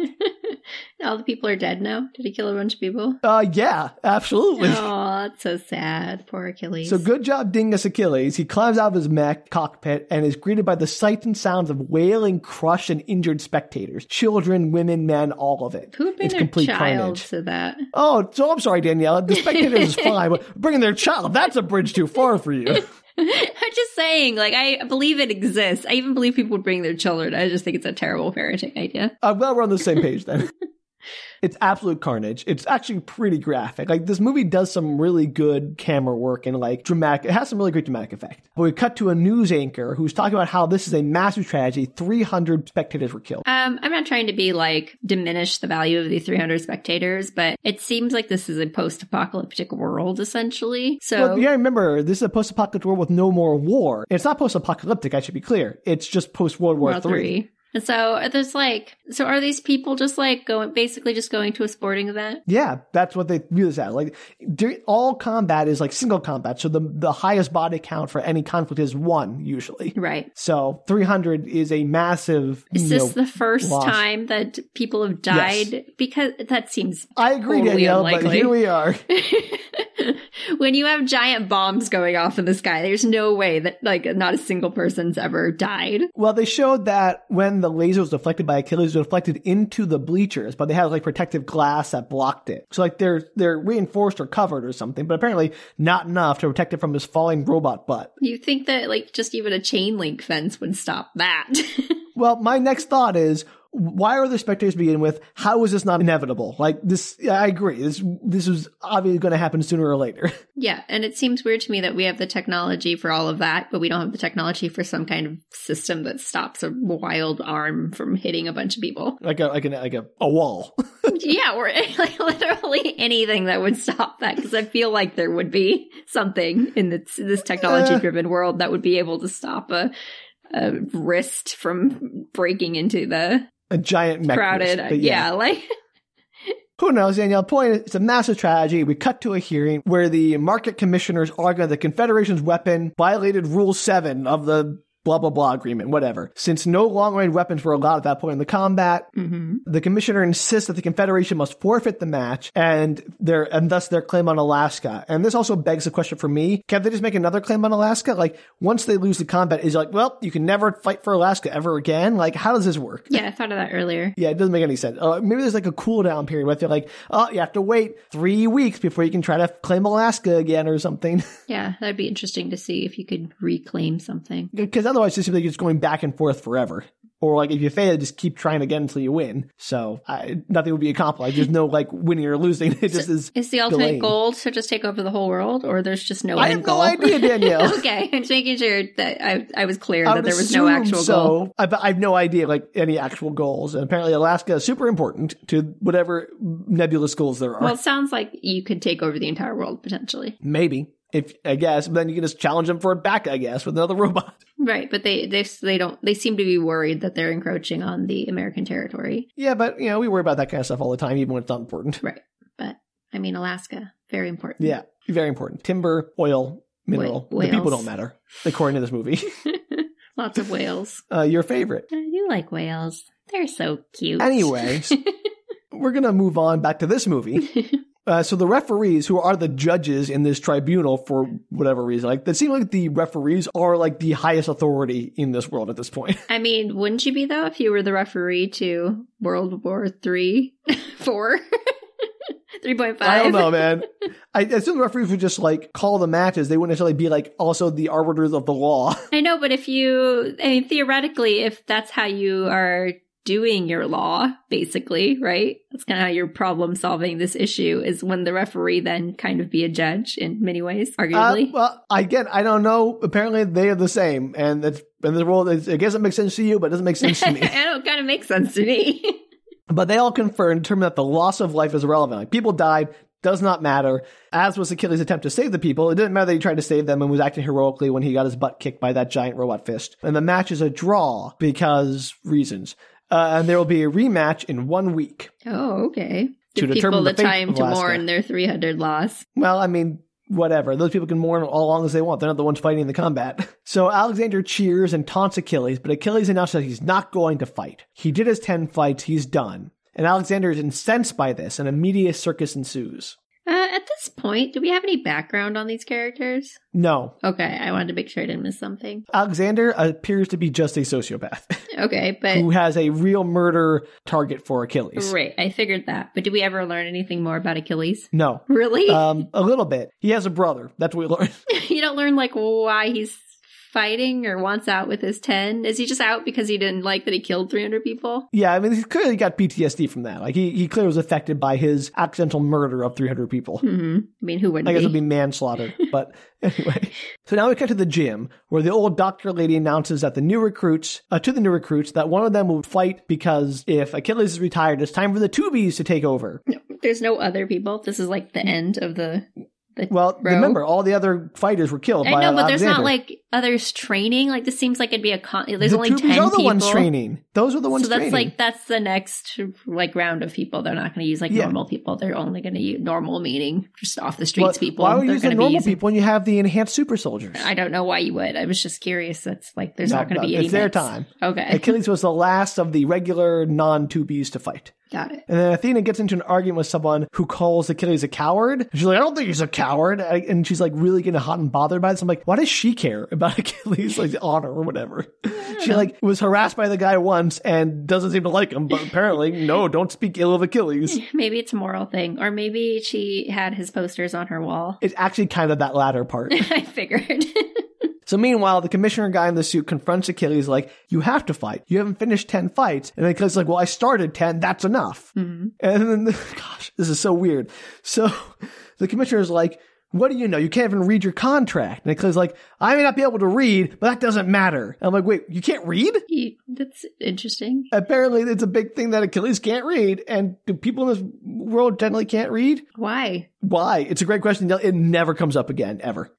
[SPEAKER 1] All the people are dead now. Did he kill a bunch of people?
[SPEAKER 2] Uh, yeah, absolutely.
[SPEAKER 1] Oh, that's so sad. Poor Achilles.
[SPEAKER 2] So good job, Dingus Achilles. He climbs out of his mech cockpit and is greeted by the sights and sounds of wailing, crushed, and injured spectators. Children, women, men, all of it.
[SPEAKER 1] Who bring
[SPEAKER 2] it's
[SPEAKER 1] their
[SPEAKER 2] complete
[SPEAKER 1] child
[SPEAKER 2] carnage.
[SPEAKER 1] to that?
[SPEAKER 2] Oh, so I'm sorry, Danielle. The spectators is fine, but bringing their child, that's a bridge too far for you.
[SPEAKER 1] I'm just saying, like, I believe it exists. I even believe people would bring their children. I just think it's a terrible parenting idea.
[SPEAKER 2] I'm glad Uh, we're on the same page then. It's absolute carnage. It's actually pretty graphic. Like this movie does some really good camera work and like dramatic. It has some really great dramatic effect. But we cut to a news anchor who's talking about how this is a massive tragedy. 300 spectators were killed.
[SPEAKER 1] Um, I'm not trying to be like diminish the value of the 300 spectators, but it seems like this is a post-apocalyptic world essentially. So
[SPEAKER 2] Well, yeah, remember, this is a post-apocalyptic world with no more war. It's not post-apocalyptic, I should be clear. It's just post-World War
[SPEAKER 1] World
[SPEAKER 2] Three.
[SPEAKER 1] Three. And so uh, there's like, so are these people just like going, basically just going to a sporting event?
[SPEAKER 2] Yeah, that's what they view this as. Like, there- all combat is like single combat, so the the highest body count for any conflict is one usually.
[SPEAKER 1] Right.
[SPEAKER 2] So 300 is a massive.
[SPEAKER 1] Is
[SPEAKER 2] you
[SPEAKER 1] this
[SPEAKER 2] know,
[SPEAKER 1] the first
[SPEAKER 2] loss.
[SPEAKER 1] time that people have died? Because that seems.
[SPEAKER 2] I agree,
[SPEAKER 1] totally
[SPEAKER 2] Danielle, but
[SPEAKER 1] unlikely?
[SPEAKER 2] here we are.
[SPEAKER 1] when you have giant bombs going off in the sky, there's no way that, like, not a single person's ever died.
[SPEAKER 2] Well, they showed that when the laser was deflected by Achilles, it was deflected into the bleachers, but they had like protective glass that blocked it. So like they're they're reinforced or covered or something, but apparently not enough to protect it from his falling robot butt.
[SPEAKER 1] You think that, like, just even a chain link fence would stop that.
[SPEAKER 2] Well, my next thought is why are the spectators to begin with? How is this not inevitable? Like this, I agree. This this is obviously going to happen sooner or later.
[SPEAKER 1] yeah. And it seems weird to me that we have the technology for all of that, but we don't have the technology for some kind of system that stops a wild arm from hitting a bunch of people.
[SPEAKER 2] like a like an like a, a wall.
[SPEAKER 1] yeah, or like literally anything that would stop that because I feel like there would be something in this, this
[SPEAKER 2] Uh.
[SPEAKER 1] technology driven world that would be able to stop a, a wrist from breaking into the
[SPEAKER 2] a giant mech
[SPEAKER 1] crowded.
[SPEAKER 2] wrist,
[SPEAKER 1] yeah.
[SPEAKER 2] but
[SPEAKER 1] like
[SPEAKER 2] Who knows, Danielle? Point is, it's a massive tragedy. We cut to a hearing where the market commissioners argue that the Confederation's weapon violated Rule 7 of the blah blah blah agreement, whatever. Since no long range weapons were allowed at that point in the combat,
[SPEAKER 1] Mhm.
[SPEAKER 2] the commissioner insists that the Confederation must forfeit the match and their and thus their claim on Alaska. And this also begs the question for me, can't they just make another claim on Alaska? Like once they lose the combat, is it like, well, you can never fight for Alaska ever again? Like, how does this work?
[SPEAKER 1] yeah, I thought of that earlier.
[SPEAKER 2] Yeah, it doesn't make any sense. Uh, maybe there's like a cool down period where they're like, oh, you have to wait three weeks before you can try to claim Alaska again or something.
[SPEAKER 1] Yeah, that'd be interesting to see if you could reclaim something.
[SPEAKER 2] Because otherwise, it's just like it's going back and forth forever. Or like if you fail, just keep trying again until you win. So I, nothing will be accomplished. There's no like winning or losing. It just is.
[SPEAKER 1] Is the ultimate
[SPEAKER 2] Delaying.
[SPEAKER 1] goal to just take over the whole world, or there's just no
[SPEAKER 2] I
[SPEAKER 1] end
[SPEAKER 2] have
[SPEAKER 1] goal?
[SPEAKER 2] no idea, Danielle.
[SPEAKER 1] okay, I'm just making sure that I, I was clear
[SPEAKER 2] I
[SPEAKER 1] that
[SPEAKER 2] would
[SPEAKER 1] there was no
[SPEAKER 2] assume
[SPEAKER 1] actual
[SPEAKER 2] so.
[SPEAKER 1] goal.
[SPEAKER 2] I, but I have no idea like any actual goals. And apparently, Alaska is super important to whatever nebulous goals there are.
[SPEAKER 1] Well, it sounds like you could take over the entire world potentially.
[SPEAKER 2] Maybe. If I guess, but then you can just challenge them for it back, I guess, with another robot.
[SPEAKER 1] Right, but they they they don't they seem to be worried that they're encroaching on the American territory.
[SPEAKER 2] Yeah, but you know, we worry about that kind of stuff all the time, even when it's not important.
[SPEAKER 1] I mean, Alaska, very important.
[SPEAKER 2] Yeah, very important. Timber, oil,
[SPEAKER 1] Wh-
[SPEAKER 2] mineral. the people
[SPEAKER 1] whales.
[SPEAKER 2] don't matter, according to this movie.
[SPEAKER 1] Lots of whales.
[SPEAKER 2] Uh, your favorite.
[SPEAKER 1] I do like whales. They're so cute.
[SPEAKER 2] Anyways, we're gonna move on back to this movie. Uh, so the referees, who are the judges in this tribunal for whatever reason, like it seems like the referees are like the highest authority in this world at this point.
[SPEAKER 1] I mean, wouldn't you be though if you were the referee to World War Three, four, three point five?
[SPEAKER 2] I don't know, man. I I assume the referees would just like call the matches. They wouldn't necessarily be like also the arbiters of the law.
[SPEAKER 1] I know, but if you, I mean, theoretically, if that's how you are doing your law, basically, right? That's kind of how you're problem solving this issue is when the referee then kind of be a judge in many ways,
[SPEAKER 2] Uh,
[SPEAKER 1] arguably.
[SPEAKER 2] well, again, I don't know. Apparently, they are the same, and it's in the world. It's, I guess it makes sense to you, but it doesn't make sense to
[SPEAKER 1] I
[SPEAKER 2] me.
[SPEAKER 1] don't kind of makes sense to me.
[SPEAKER 2] but they all confer and determine that the loss of life is irrelevant. Like people died does not matter. As was Achilles' attempt to save the people, it didn't matter that he tried to save them and was acting heroically when he got his butt kicked by that giant robot fist. And the match is a draw because reasons. Uh, and there will be a rematch in one week.
[SPEAKER 1] oh, okay.
[SPEAKER 2] To
[SPEAKER 1] Give people
[SPEAKER 2] determine
[SPEAKER 1] the
[SPEAKER 2] the fate
[SPEAKER 1] time
[SPEAKER 2] of
[SPEAKER 1] to
[SPEAKER 2] Alaska.
[SPEAKER 1] mourn their 300 loss.
[SPEAKER 2] Well, I mean, whatever. Those people can mourn all long as they want. They're not the ones fighting in the combat. So Alexander cheers and taunts Achilles, but Achilles announces that he's not going to fight. He did his 10 fights, he's done. And Alexander is incensed by this, and a media circus ensues.
[SPEAKER 1] Uh, at this point, do we have any background on these characters?
[SPEAKER 2] No,
[SPEAKER 1] Okay, I wanted to make sure I didn't miss something.
[SPEAKER 2] Alexander appears to be just a sociopath
[SPEAKER 1] Okay,
[SPEAKER 2] who
[SPEAKER 1] but
[SPEAKER 2] has a real murder target for Achilles.
[SPEAKER 1] great, I figured that. But do we ever learn anything more about Achilles?
[SPEAKER 2] No.
[SPEAKER 1] Really?
[SPEAKER 2] Um, a little bit. He has a brother. That's what we learned.
[SPEAKER 1] you don't learn like why he's fighting or wants out with his 10 is he just out because he didn't like that he killed 300 people
[SPEAKER 2] Yeah, I mean, he's clearly got PTSD from that. Like, he, he clearly was affected by his accidental murder of 300 people.
[SPEAKER 1] hmm i mean who wouldn't
[SPEAKER 2] I guess
[SPEAKER 1] be?
[SPEAKER 2] it'd be manslaughter, but anyway. So now we cut to the gym where the old doctor lady announces that the new recruits, uh, to the new recruits, that one of them will fight because if Achilles is retired, it's time for the two B's to take over.
[SPEAKER 1] there's no other people this is like the end of the The
[SPEAKER 2] Well,
[SPEAKER 1] row.
[SPEAKER 2] remember, all the other fighters were killed
[SPEAKER 1] I
[SPEAKER 2] by
[SPEAKER 1] know, but
[SPEAKER 2] Alexander.
[SPEAKER 1] there's not like others training. Like this seems like it'd be a con. There's
[SPEAKER 2] the
[SPEAKER 1] only
[SPEAKER 2] troopers
[SPEAKER 1] ten
[SPEAKER 2] are the
[SPEAKER 1] people.
[SPEAKER 2] ones training. Those are the ones
[SPEAKER 1] so that's
[SPEAKER 2] training.
[SPEAKER 1] like that's the next like round of people. They're not going to use like
[SPEAKER 2] Yeah.
[SPEAKER 1] normal people. They're only going to use normal meaning just off the streets
[SPEAKER 2] Well,
[SPEAKER 1] people.
[SPEAKER 2] Why would you
[SPEAKER 1] They're
[SPEAKER 2] use
[SPEAKER 1] gonna
[SPEAKER 2] the normal
[SPEAKER 1] be using-
[SPEAKER 2] people when you have the enhanced super soldiers?
[SPEAKER 1] I don't know why you would. I was just curious. That's like there's
[SPEAKER 2] No,
[SPEAKER 1] not going to
[SPEAKER 2] no,
[SPEAKER 1] be
[SPEAKER 2] it's
[SPEAKER 1] any.
[SPEAKER 2] their
[SPEAKER 1] mix.
[SPEAKER 2] time.
[SPEAKER 1] Okay,
[SPEAKER 2] Achilles was the last of the regular non 2Bs to fight.
[SPEAKER 1] got it.
[SPEAKER 2] And then Athena gets into an argument with someone who calls Achilles a coward. And she's like, I don't think he's a coward. I- And she's like, really getting hot and bothered by this. I'm like, why does she care about Achilles' like honor or whatever? She like was harassed by the guy once and doesn't seem to like him, but apparently, no, don't speak ill of Achilles.
[SPEAKER 1] Maybe it's a moral thing, or maybe she had his posters on her wall.
[SPEAKER 2] It's actually kind of that latter part.
[SPEAKER 1] I figured.
[SPEAKER 2] So meanwhile, the commissioner guy in the suit confronts Achilles like, you have to fight. You haven't finished 10 fights. And Achilles is like, well, I started 10. That's enough. And then, gosh, this is so weird. So the commissioner's like, what do you know? You can't even read your contract. And Achilles is like, I may not be able to read, but that doesn't matter. And I'm like, wait, you can't read?
[SPEAKER 1] You- that's interesting.
[SPEAKER 2] Apparently, it's a big thing that Achilles can't read. And do people in this world generally can't read?
[SPEAKER 1] Why?
[SPEAKER 2] Why? It's a great question. It never comes up again, ever.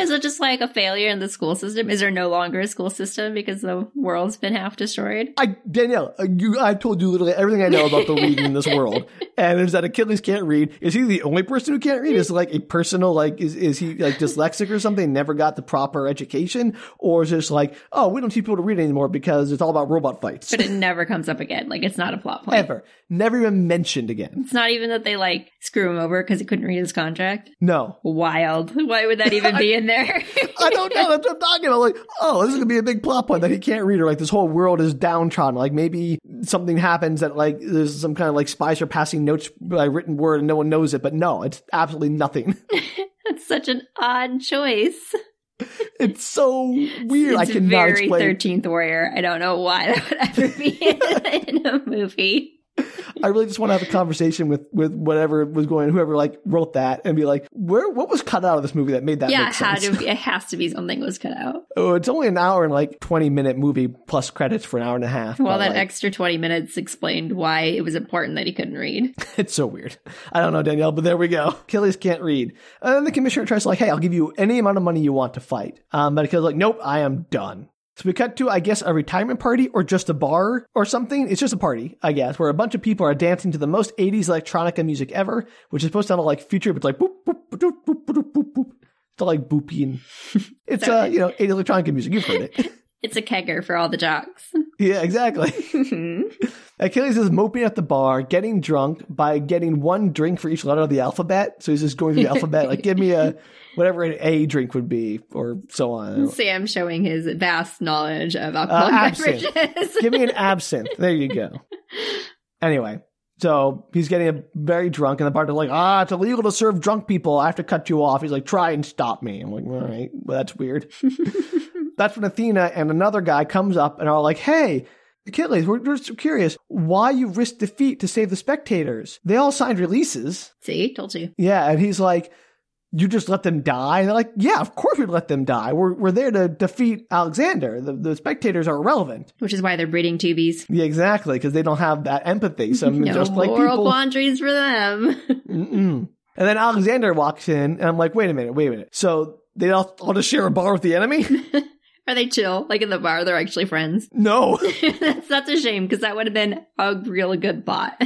[SPEAKER 1] Is it just like a failure in the school system? Is there no longer a school system because the world's been half destroyed?
[SPEAKER 2] I Danielle, uh, you, I've told you literally everything I know about the reading in this world, and is that Achilles can't read. Is he the only person who can't read? Is it like a personal like is is he like dyslexic or something? Never got the proper education, or is it just like oh we don't teach people to read anymore because it's all about robot fights
[SPEAKER 1] But it never comes up again. Like it's not a plot point.
[SPEAKER 2] ever never even mentioned again.
[SPEAKER 1] It's not even that they like screw him over because he couldn't read his contract.
[SPEAKER 2] No,
[SPEAKER 1] Wild. Why would that even be in there?
[SPEAKER 2] I don't know. That's what I'm talking about. Like, oh, this is gonna be a big plot point that he can't read, or like this whole world is downtrodden. Like maybe something happens that like there's some kind of like spies are passing notes by written word and no one knows it. But no, it's absolutely nothing.
[SPEAKER 1] That's such an odd choice.
[SPEAKER 2] It's so weird. I
[SPEAKER 1] It's
[SPEAKER 2] cannot
[SPEAKER 1] very
[SPEAKER 2] explain.
[SPEAKER 1] Thirteenth Warrior. I don't know why that would ever be in a movie.
[SPEAKER 2] I really just want to have a conversation with with whatever was going, whoever like wrote that, and be like, where what was cut out of this movie that made that
[SPEAKER 1] yeah,
[SPEAKER 2] make
[SPEAKER 1] it had
[SPEAKER 2] sense?
[SPEAKER 1] to. Be, it has to be something was cut out.
[SPEAKER 2] oh, it's only an hour and like twenty minute movie plus credits for an hour and a half.
[SPEAKER 1] Well,
[SPEAKER 2] but,
[SPEAKER 1] that
[SPEAKER 2] like,
[SPEAKER 1] extra 20 minutes explained why it was important that he couldn't read.
[SPEAKER 2] It's so weird. I don't know, Danielle, but there we go. Achilles can't read. And then the commissioner tries to like, hey, I'll give you any amount of money you want to fight. Um, but Achilles is like, nope, I am done. So we cut to, I guess, a retirement party or just a bar or something. It's just a party, I guess, where a bunch of people are dancing to the most 80s electronica music ever, which is supposed to sound like future, but it's like boop, boop, boop, boop, boop, boop, boop. It's all like boopy and it's, uh, you know, 80s electronica music. You've heard it.
[SPEAKER 1] It's a kegger for all the jocks.
[SPEAKER 2] yeah, exactly. Mm-hmm.
[SPEAKER 1] Mhm.
[SPEAKER 2] Achilles is moping at the bar, getting drunk by getting one drink for each letter of the alphabet. So he's just going through the alphabet, like, give me a whatever an A drink would be, or so on.
[SPEAKER 1] Sam showing his vast knowledge of
[SPEAKER 2] Uh,
[SPEAKER 1] alcoholic
[SPEAKER 2] absinthe.
[SPEAKER 1] beverages.
[SPEAKER 2] give me an absinthe. There you go. Anyway, so he's getting a, very drunk, and the bartender's like, ah, it's illegal to serve drunk people. I have to cut you off. He's like, try and stop me. I'm like, all right, well, that's weird. that's when Athena and another guy comes up and are like, hey, Achilles, we're just curious why you risked defeat to save the spectators. They all signed releases.
[SPEAKER 1] See, told you.
[SPEAKER 2] Yeah, and he's like, "You just let them die." And they're like, "Yeah, of course we let them die. We're we're there to defeat Alexander. The, the spectators are irrelevant."
[SPEAKER 1] Which is why they're breeding tubies.
[SPEAKER 2] Yeah, exactly, because they don't have that empathy. So I mean,
[SPEAKER 1] No
[SPEAKER 2] just like
[SPEAKER 1] moral
[SPEAKER 2] people.
[SPEAKER 1] quandaries for them.
[SPEAKER 2] Mm-mm. And then Alexander walks in, and I'm like, "Wait a minute, wait a minute." So they all, all just share a bar with the enemy?
[SPEAKER 1] Are they chill? Like in the bar, they're actually friends.
[SPEAKER 2] no,
[SPEAKER 1] that's, that's a shame because that would have been a really good plot.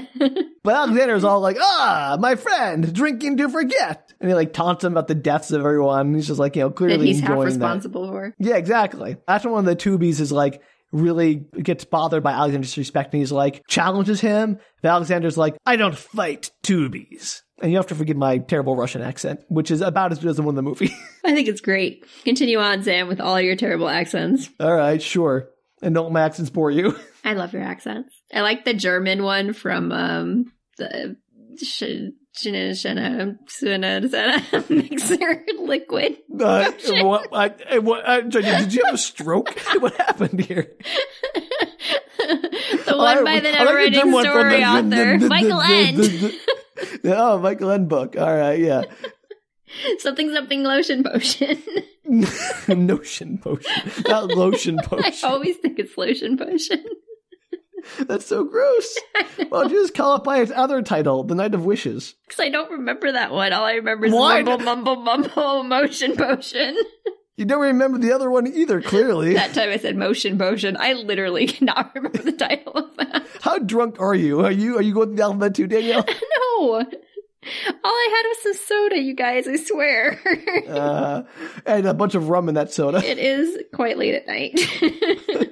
[SPEAKER 2] but Alexander's all like, "Ah, my friend, drinking to forget," and he like taunts him about the deaths of everyone. He's just like, you know,
[SPEAKER 1] that
[SPEAKER 2] clearly
[SPEAKER 1] he's half
[SPEAKER 2] enjoying that.
[SPEAKER 1] responsible for.
[SPEAKER 2] Yeah, exactly. That's when one of the tubies is like really gets bothered by Alexander's respect and he's like challenges him. But Alexander's like, I don't fight tubies. And you have to forgive my terrible Russian accent, which is about as good as the one in the movie.
[SPEAKER 1] I think it's great. Continue on, Sam, with all your terrible accents.
[SPEAKER 2] All right, sure. And don't let my accents bore you.
[SPEAKER 1] I love your accents. I like the German one from um the sh- Shana- Shana- Shana- Shana- mixer liquid.
[SPEAKER 2] Uh, what, I, I- what, I, did you have a stroke? what happened here?
[SPEAKER 1] the
[SPEAKER 2] Oh, I-
[SPEAKER 1] one by the
[SPEAKER 2] I
[SPEAKER 1] never
[SPEAKER 2] like dumb
[SPEAKER 1] ending
[SPEAKER 2] one from
[SPEAKER 1] story
[SPEAKER 2] the-
[SPEAKER 1] author,
[SPEAKER 2] the- the-
[SPEAKER 1] Michael
[SPEAKER 2] the-
[SPEAKER 1] End.
[SPEAKER 2] the- the- Oh, Michael End book. All right, yeah.
[SPEAKER 1] Something something lotion potion.
[SPEAKER 2] Notion potion. Not lotion
[SPEAKER 1] I
[SPEAKER 2] potion.
[SPEAKER 1] always think it's lotion potion.
[SPEAKER 2] That's so gross. Well, just call it by its other title, The Night of Wishes.
[SPEAKER 1] Because I don't remember that one. All I remember is
[SPEAKER 2] Why
[SPEAKER 1] mumble, mumble, mumble, motion, potion.
[SPEAKER 2] You don't remember the other one either, clearly.
[SPEAKER 1] That time I said motion, potion. I literally cannot remember the title of that.
[SPEAKER 2] How drunk are you? Are you are you going through the alphabet too, Danielle?
[SPEAKER 1] No. All I had was some soda, you guys, I swear.
[SPEAKER 2] Uh, and a bunch of rum in that soda.
[SPEAKER 1] it is quite late at night.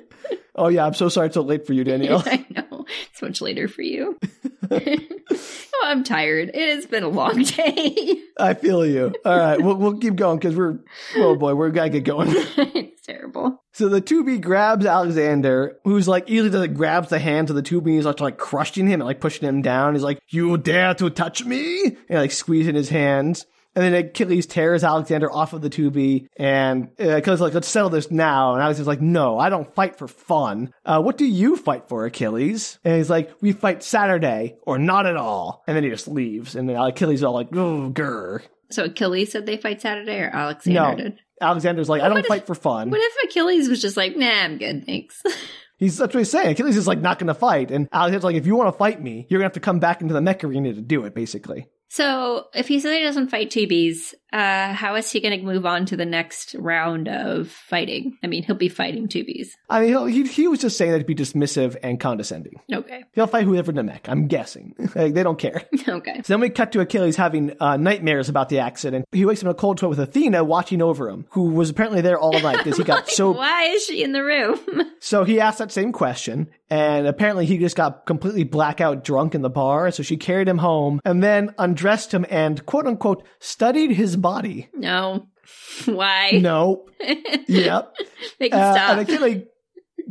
[SPEAKER 2] Oh yeah, I'm so sorry it's so late for you, Danielle.
[SPEAKER 1] I know. It's much later for you. oh, I'm tired. It has been a long day.
[SPEAKER 2] I feel you. All right, we'll we'll keep going because we're oh boy, we're gonna get going.
[SPEAKER 1] it's terrible.
[SPEAKER 2] So the 2B grabs Alexander, who's like easily just like grabs the hands of the 2B. He's like, like crushing him and like pushing him down. He's like, "You dare to touch me?" and like squeezing his hands. And then Achilles tears Alexander off of the 2B, and uh, Achilles is like, "Let's settle this now." And Alexander's like, "No, I don't fight for fun. Uh, what do you fight for, Achilles?" And he's like, "We fight Saturday or not at all." And then he just leaves. And then Achilles is all like, "Oh, grr."
[SPEAKER 1] So Achilles said they fight Saturday, or Alexander
[SPEAKER 2] No.
[SPEAKER 1] did.
[SPEAKER 2] Alexander's like, "I don't
[SPEAKER 1] if-
[SPEAKER 2] fight for fun."
[SPEAKER 1] What if Achilles was just like, "Nah, I'm good, thanks."
[SPEAKER 2] He's that's what he's saying. Achilles is like not going to fight, and Alexander's like, if you want to fight me, you're going to have to come back into the mech arena to do it. Basically,
[SPEAKER 1] so if he says he doesn't fight TBs, uh, how is he going to move on to the next round of fighting? I mean, he'll be fighting TBs.
[SPEAKER 2] I mean, he'll- he he was just saying that to be dismissive and condescending.
[SPEAKER 1] Okay,
[SPEAKER 2] He'll fight whoever in the mech. I'm guessing like, they don't care.
[SPEAKER 1] okay.
[SPEAKER 2] So then we cut to Achilles having uh, nightmares about the accident. He wakes up in a cold sweat with Athena watching over him, who was apparently there all night because he got so
[SPEAKER 1] Why is she in the room?
[SPEAKER 2] So he asked that same question, and apparently he just got completely blackout drunk in the bar. So she carried him home and then undressed him and quote unquote studied his body.
[SPEAKER 1] no. Why?
[SPEAKER 2] No. yep.
[SPEAKER 1] Make it
[SPEAKER 2] Uh,
[SPEAKER 1] stop.
[SPEAKER 2] and Achille,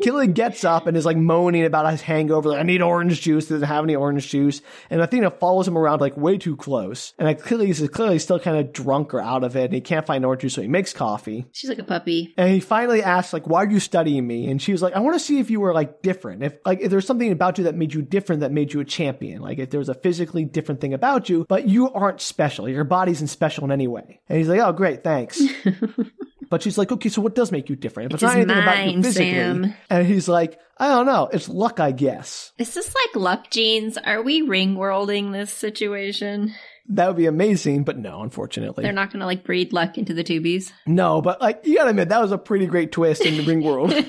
[SPEAKER 2] Achille gets up and is like moaning about his hangover. Like, I need orange juice. Doesn't have any orange juice. And Athena follows him around like way too close. And Achilles is clearly still kind of drunk or out of it, and he can't find orange juice, so he makes coffee.
[SPEAKER 1] She's like a puppy.
[SPEAKER 2] And he finally asks, like, why are you studying me? And she was like, I want to see if you were like different. If like if there's something about you that made you different that made you a champion. Like if there was a physically different thing about you, but you aren't special. Your body isn't special in any way. And he's like, Oh great, thanks. but she's like, Okay, so what does make you different? If it's
[SPEAKER 1] is
[SPEAKER 2] not anything about you
[SPEAKER 1] mine,
[SPEAKER 2] physically.
[SPEAKER 1] Sam.
[SPEAKER 2] And he's like, I don't know, it's luck, I guess.
[SPEAKER 1] Is this like luck jeans? Are we ring worlding this situation?
[SPEAKER 2] That would be amazing, but no, unfortunately.
[SPEAKER 1] They're not going to like breed luck into the tubies.
[SPEAKER 2] no, but like you gotta admit, that was a pretty great twist in the ring world.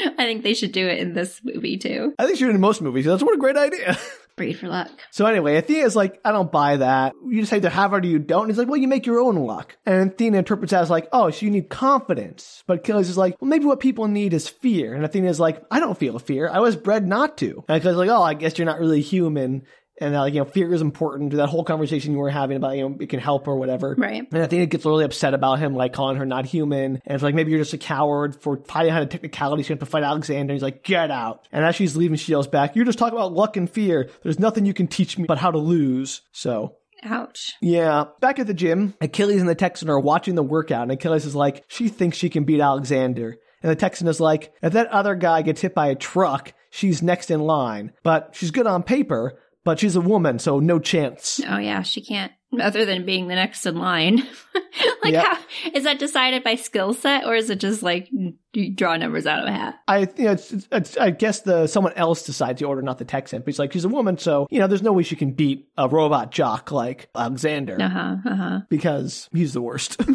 [SPEAKER 1] I think they should do it in this movie too.
[SPEAKER 2] I think she did in most movies. That's what a great idea.
[SPEAKER 1] Breed for luck.
[SPEAKER 2] So anyway, Athena's like, I don't buy that. You just either have it or you don't. And he's like, well, you make your own luck. And Athena interprets that as like, oh, so you need confidence. But Achilles is like, well, maybe what people need is fear. And Athena's like, I don't feel fear. I was bred not to. And Achilles is like, oh, I guess you're not really human. And uh, like, you know, fear is important. That whole conversation you were having about, you know, it can help or whatever.
[SPEAKER 1] Right.
[SPEAKER 2] And Athena gets really upset about him, like calling her not human. And it's like, maybe you're just a coward for fighting out a technicality. She's going to fight Alexander. He's like, get out. And as she's leaving, she yells back, you're just talking about luck and fear. There's nothing you can teach me but how to lose. So.
[SPEAKER 1] Ouch.
[SPEAKER 2] Yeah. Back at the gym, Achilles and the Texan are watching the workout, and Achilles is like, she thinks she can beat Alexander. And the Texan is like, if that other guy gets hit by a truck, she's next in line. But she's good on paper, but she's a woman, so no chance.
[SPEAKER 1] Oh yeah, she can't. Other than being the next in line, like
[SPEAKER 2] Yeah.
[SPEAKER 1] how is that decided by skill set or is it just like you draw numbers out of a hat?
[SPEAKER 2] I, you know, it's, it's, I guess the someone else decides the order, not the Texan. But he's like, she's a woman, so you know, there's no way she can beat a robot jock like Alexander
[SPEAKER 1] Uh huh. Uh huh.
[SPEAKER 2] because he's the worst.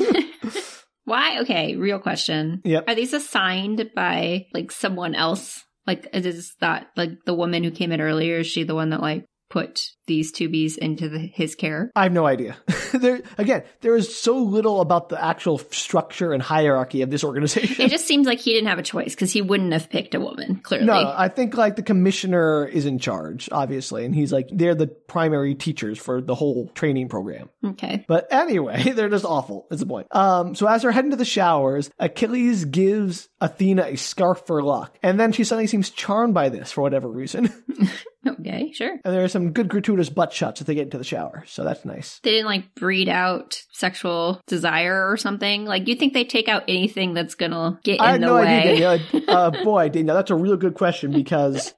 [SPEAKER 1] Why? Okay. Real question.
[SPEAKER 2] Yep.
[SPEAKER 1] Are these assigned by like someone else? Like is that like the woman who came in earlier? Is she the one that like put these tubies into the, his care?
[SPEAKER 2] I have no idea. there again, there is so little about the actual structure and hierarchy of this organization.
[SPEAKER 1] It just seems like he didn't have a choice because he wouldn't have picked a woman. Clearly.
[SPEAKER 2] No, I think like the commissioner is in charge, obviously, and he's like they're the primary teachers for the whole training program.
[SPEAKER 1] Okay.
[SPEAKER 2] But anyway, they're just awful, is the point. Um, so as they're heading to the showers, Achilles gives Athena a scarf for luck. And then she suddenly seems charmed by this for whatever reason.
[SPEAKER 1] Okay. Sure.
[SPEAKER 2] and there are some good gratuitous butt shots if they get into the shower. So that's nice.
[SPEAKER 1] They didn't like breed out sexual desire or something. Like you think they take out anything that's gonna get
[SPEAKER 2] I
[SPEAKER 1] in
[SPEAKER 2] had
[SPEAKER 1] the
[SPEAKER 2] no
[SPEAKER 1] way?
[SPEAKER 2] idea, Danielle. Uh, boy, Danielle, that's a real good question because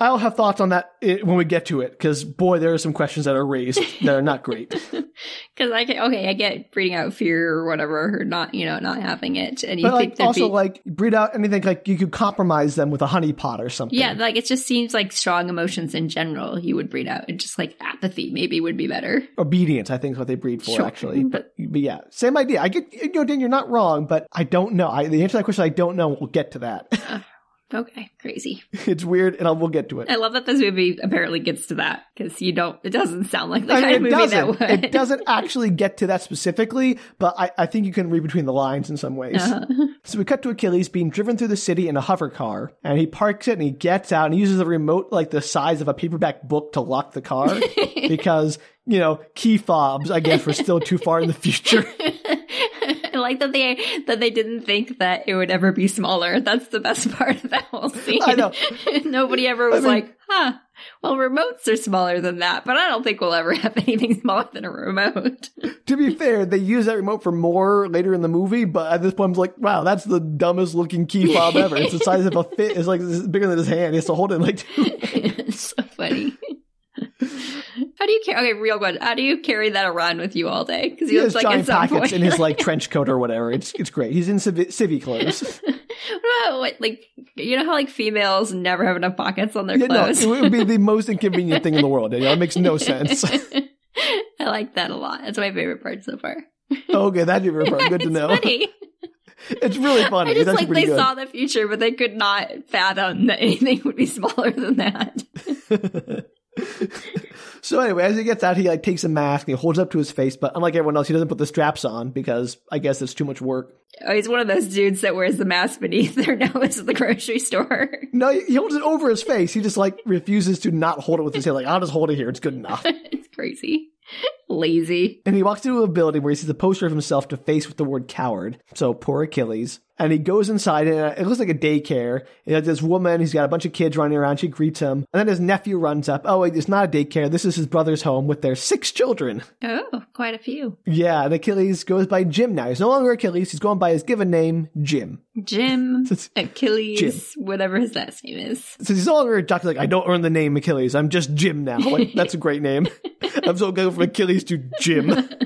[SPEAKER 2] I'll have eh, thoughts on that i- when we get to it. Because boy, there are some questions that are raised that are not great.
[SPEAKER 1] Because I can, okay, I get breeding out fear or whatever, or not, you know, not having it. And you
[SPEAKER 2] But
[SPEAKER 1] think
[SPEAKER 2] like,
[SPEAKER 1] that
[SPEAKER 2] also
[SPEAKER 1] be,
[SPEAKER 2] like breed out anything like you could compromise them with a honey pot or something.
[SPEAKER 1] yeah, like it just seems like strong emotions in general you would breed out, and just like apathy maybe would be better.
[SPEAKER 2] obedience, I think, is what they breed for
[SPEAKER 1] Sure,
[SPEAKER 2] actually.
[SPEAKER 1] but-
[SPEAKER 2] But, but yeah, same idea. I get you know, Dan, you're not wrong, but I don't know. I, the answer to that question, I don't know. We'll get to that.
[SPEAKER 1] Okay, crazy.
[SPEAKER 2] it's weird, and I'll, we'll get to it.
[SPEAKER 1] I love that this movie apparently gets to that because you don't. It doesn't sound like the
[SPEAKER 2] I mean,
[SPEAKER 1] kind of
[SPEAKER 2] it
[SPEAKER 1] movie that
[SPEAKER 2] doesn't.
[SPEAKER 1] would.
[SPEAKER 2] It doesn't actually get to that specifically, but I, I think you can read between the lines in some ways.
[SPEAKER 1] Uh-huh.
[SPEAKER 2] So we cut to Achilles being driven through the city in a hover car, and he parks it and he gets out and he uses a remote like the size of a paperback book to lock the car because, you know, key fobs, I guess, were still too far in the future.
[SPEAKER 1] I like that they that they didn't think that it would ever be smaller. That's the best part of that whole scene.
[SPEAKER 2] I know.
[SPEAKER 1] Nobody ever was
[SPEAKER 2] mean-
[SPEAKER 1] like, huh. Well, remotes are smaller than that, but I don't think we'll ever have anything smaller than a remote.
[SPEAKER 2] to be fair, they use that remote for more later in the movie, but at this point, I'm like, wow, that's the dumbest looking key fob ever. It's the size of a fit. It's like this is bigger than his hand. He has to hold it in like two.
[SPEAKER 1] it's so funny. How do you carry? Okay, real good. How do you carry that around with you all day? Because
[SPEAKER 2] He
[SPEAKER 1] you
[SPEAKER 2] has
[SPEAKER 1] look like at
[SPEAKER 2] giant
[SPEAKER 1] some point.
[SPEAKER 2] pockets in his like trench coat or whatever. It's it's great. He's in civi- civvy clothes.
[SPEAKER 1] What about what, like you know how like females never have enough pockets on their
[SPEAKER 2] Yeah, no,
[SPEAKER 1] clothes.
[SPEAKER 2] it would be the most inconvenient thing in the world. Danielle. It makes no sense.
[SPEAKER 1] I like that a lot. That's my favorite part so far.
[SPEAKER 2] okay, that's your part. Good to
[SPEAKER 1] it's
[SPEAKER 2] know.
[SPEAKER 1] funny.
[SPEAKER 2] It's really funny.
[SPEAKER 1] I just
[SPEAKER 2] it's actually
[SPEAKER 1] like
[SPEAKER 2] pretty
[SPEAKER 1] they
[SPEAKER 2] good.
[SPEAKER 1] saw the future, but they could not fathom that anything would be smaller than that.
[SPEAKER 2] so anyway, as he gets out, he like takes a mask and he holds it up to his face. But unlike everyone else, he doesn't put the straps on because I guess it's too much work.
[SPEAKER 1] Oh, he's one of those dudes that wears the mask beneath their nose at the grocery store.
[SPEAKER 2] No, he he holds it over his face. He just like refuses to not hold it with his hand. Like I'll just hold it here. It's good enough.
[SPEAKER 1] it's crazy, lazy.
[SPEAKER 2] And he walks into a building where he sees a poster of himself to face with the word coward. So poor Achilles. And he goes inside, and uh, it looks like a daycare. And there's this woman, he's got a bunch of kids running around. She greets him. And then his nephew runs up. Oh, wait, it's not a daycare. This is his brother's home with their six children.
[SPEAKER 1] Oh, quite a few.
[SPEAKER 2] Yeah, and Achilles goes by Jim now. He's no longer Achilles. He's going by his given name, Jim.
[SPEAKER 1] Jim, Achilles, whatever his last name is.
[SPEAKER 2] Since he's no longer a jockey, like, I don't earn the name Achilles. I'm just Jim now. Like, that's a great name. I'm so going from Achilles to Jim.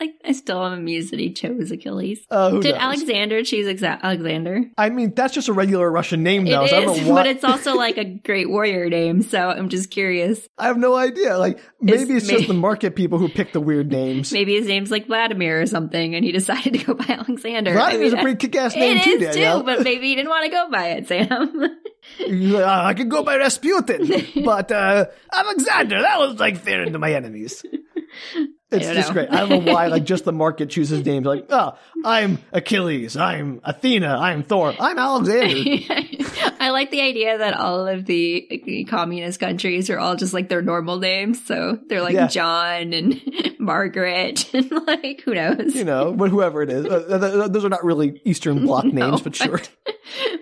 [SPEAKER 1] like, I still am amused that he chose Achilles.
[SPEAKER 2] Uh, who
[SPEAKER 1] Did
[SPEAKER 2] knows?
[SPEAKER 1] Alexander choose exa- Alexander?
[SPEAKER 2] I mean, that's just a regular Russian name,
[SPEAKER 1] It
[SPEAKER 2] though. so I don't
[SPEAKER 1] is,
[SPEAKER 2] know why.
[SPEAKER 1] but it's also like a great warrior name. So I'm just curious.
[SPEAKER 2] I have no idea. Like maybe it's,
[SPEAKER 1] maybe-
[SPEAKER 2] just the market people who pick the weird names.
[SPEAKER 1] Maybe his name's like Vladimir or something, and he decided to go by Alexander. I
[SPEAKER 2] Vladimir is a
[SPEAKER 1] mean,
[SPEAKER 2] pretty kick-ass name
[SPEAKER 1] it
[SPEAKER 2] too,
[SPEAKER 1] is
[SPEAKER 2] Danielle.
[SPEAKER 1] too, but maybe he didn't want to go by it, Sam.
[SPEAKER 2] You're like, "Ah, I could go by Rasputin, but uh, Alexander, that was like fair to my enemies. It's
[SPEAKER 1] don't
[SPEAKER 2] just
[SPEAKER 1] know.
[SPEAKER 2] great. I don't know why like just the market chooses names. Like, oh, I'm Achilles, I'm Athena, I'm Thor, I'm Alexander.
[SPEAKER 1] I like the idea that all of the communist countries are all just like their normal names. So they're like
[SPEAKER 2] Yeah.
[SPEAKER 1] John and Margaret, and like who knows.
[SPEAKER 2] You know, but whoever it is, Uh, th- th- those are not really Eastern Bloc names, but sure.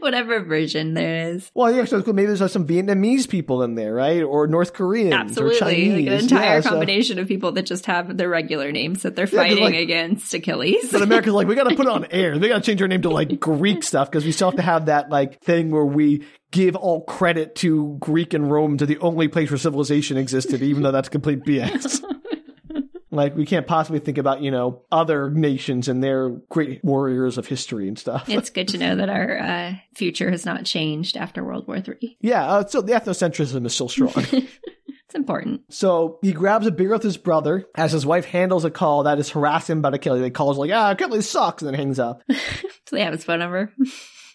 [SPEAKER 1] Whatever version there is.
[SPEAKER 2] Well, yeah, so it's cool. maybe there's some Vietnamese people in there, right? Or North Koreans or
[SPEAKER 1] Absolutely. Like
[SPEAKER 2] Chinese.
[SPEAKER 1] an entire
[SPEAKER 2] Yeah, so-
[SPEAKER 1] combination of people that just have their regular names that they're
[SPEAKER 2] 'cause,
[SPEAKER 1] fighting
[SPEAKER 2] like-
[SPEAKER 1] against Achilles.
[SPEAKER 2] But America's like, we got to put it on air. They got to change our name to like Greek stuff because we still have to have that like thing where we give all credit to Greek and Rome to the only place where civilization existed, even though that's complete BS. Like we can't possibly think about you know other nations and their great warriors of history and stuff.
[SPEAKER 1] it's good to know that our uh, future has not changed after World War III.
[SPEAKER 2] Yeah, uh, so the ethnocentrism is still strong.
[SPEAKER 1] It's important.
[SPEAKER 2] So he grabs a beer with his brother as his wife handles a call that is harassing about Achilles. They calls like, ah, Achilles sucks, and then hangs up.
[SPEAKER 1] Do they have his phone number?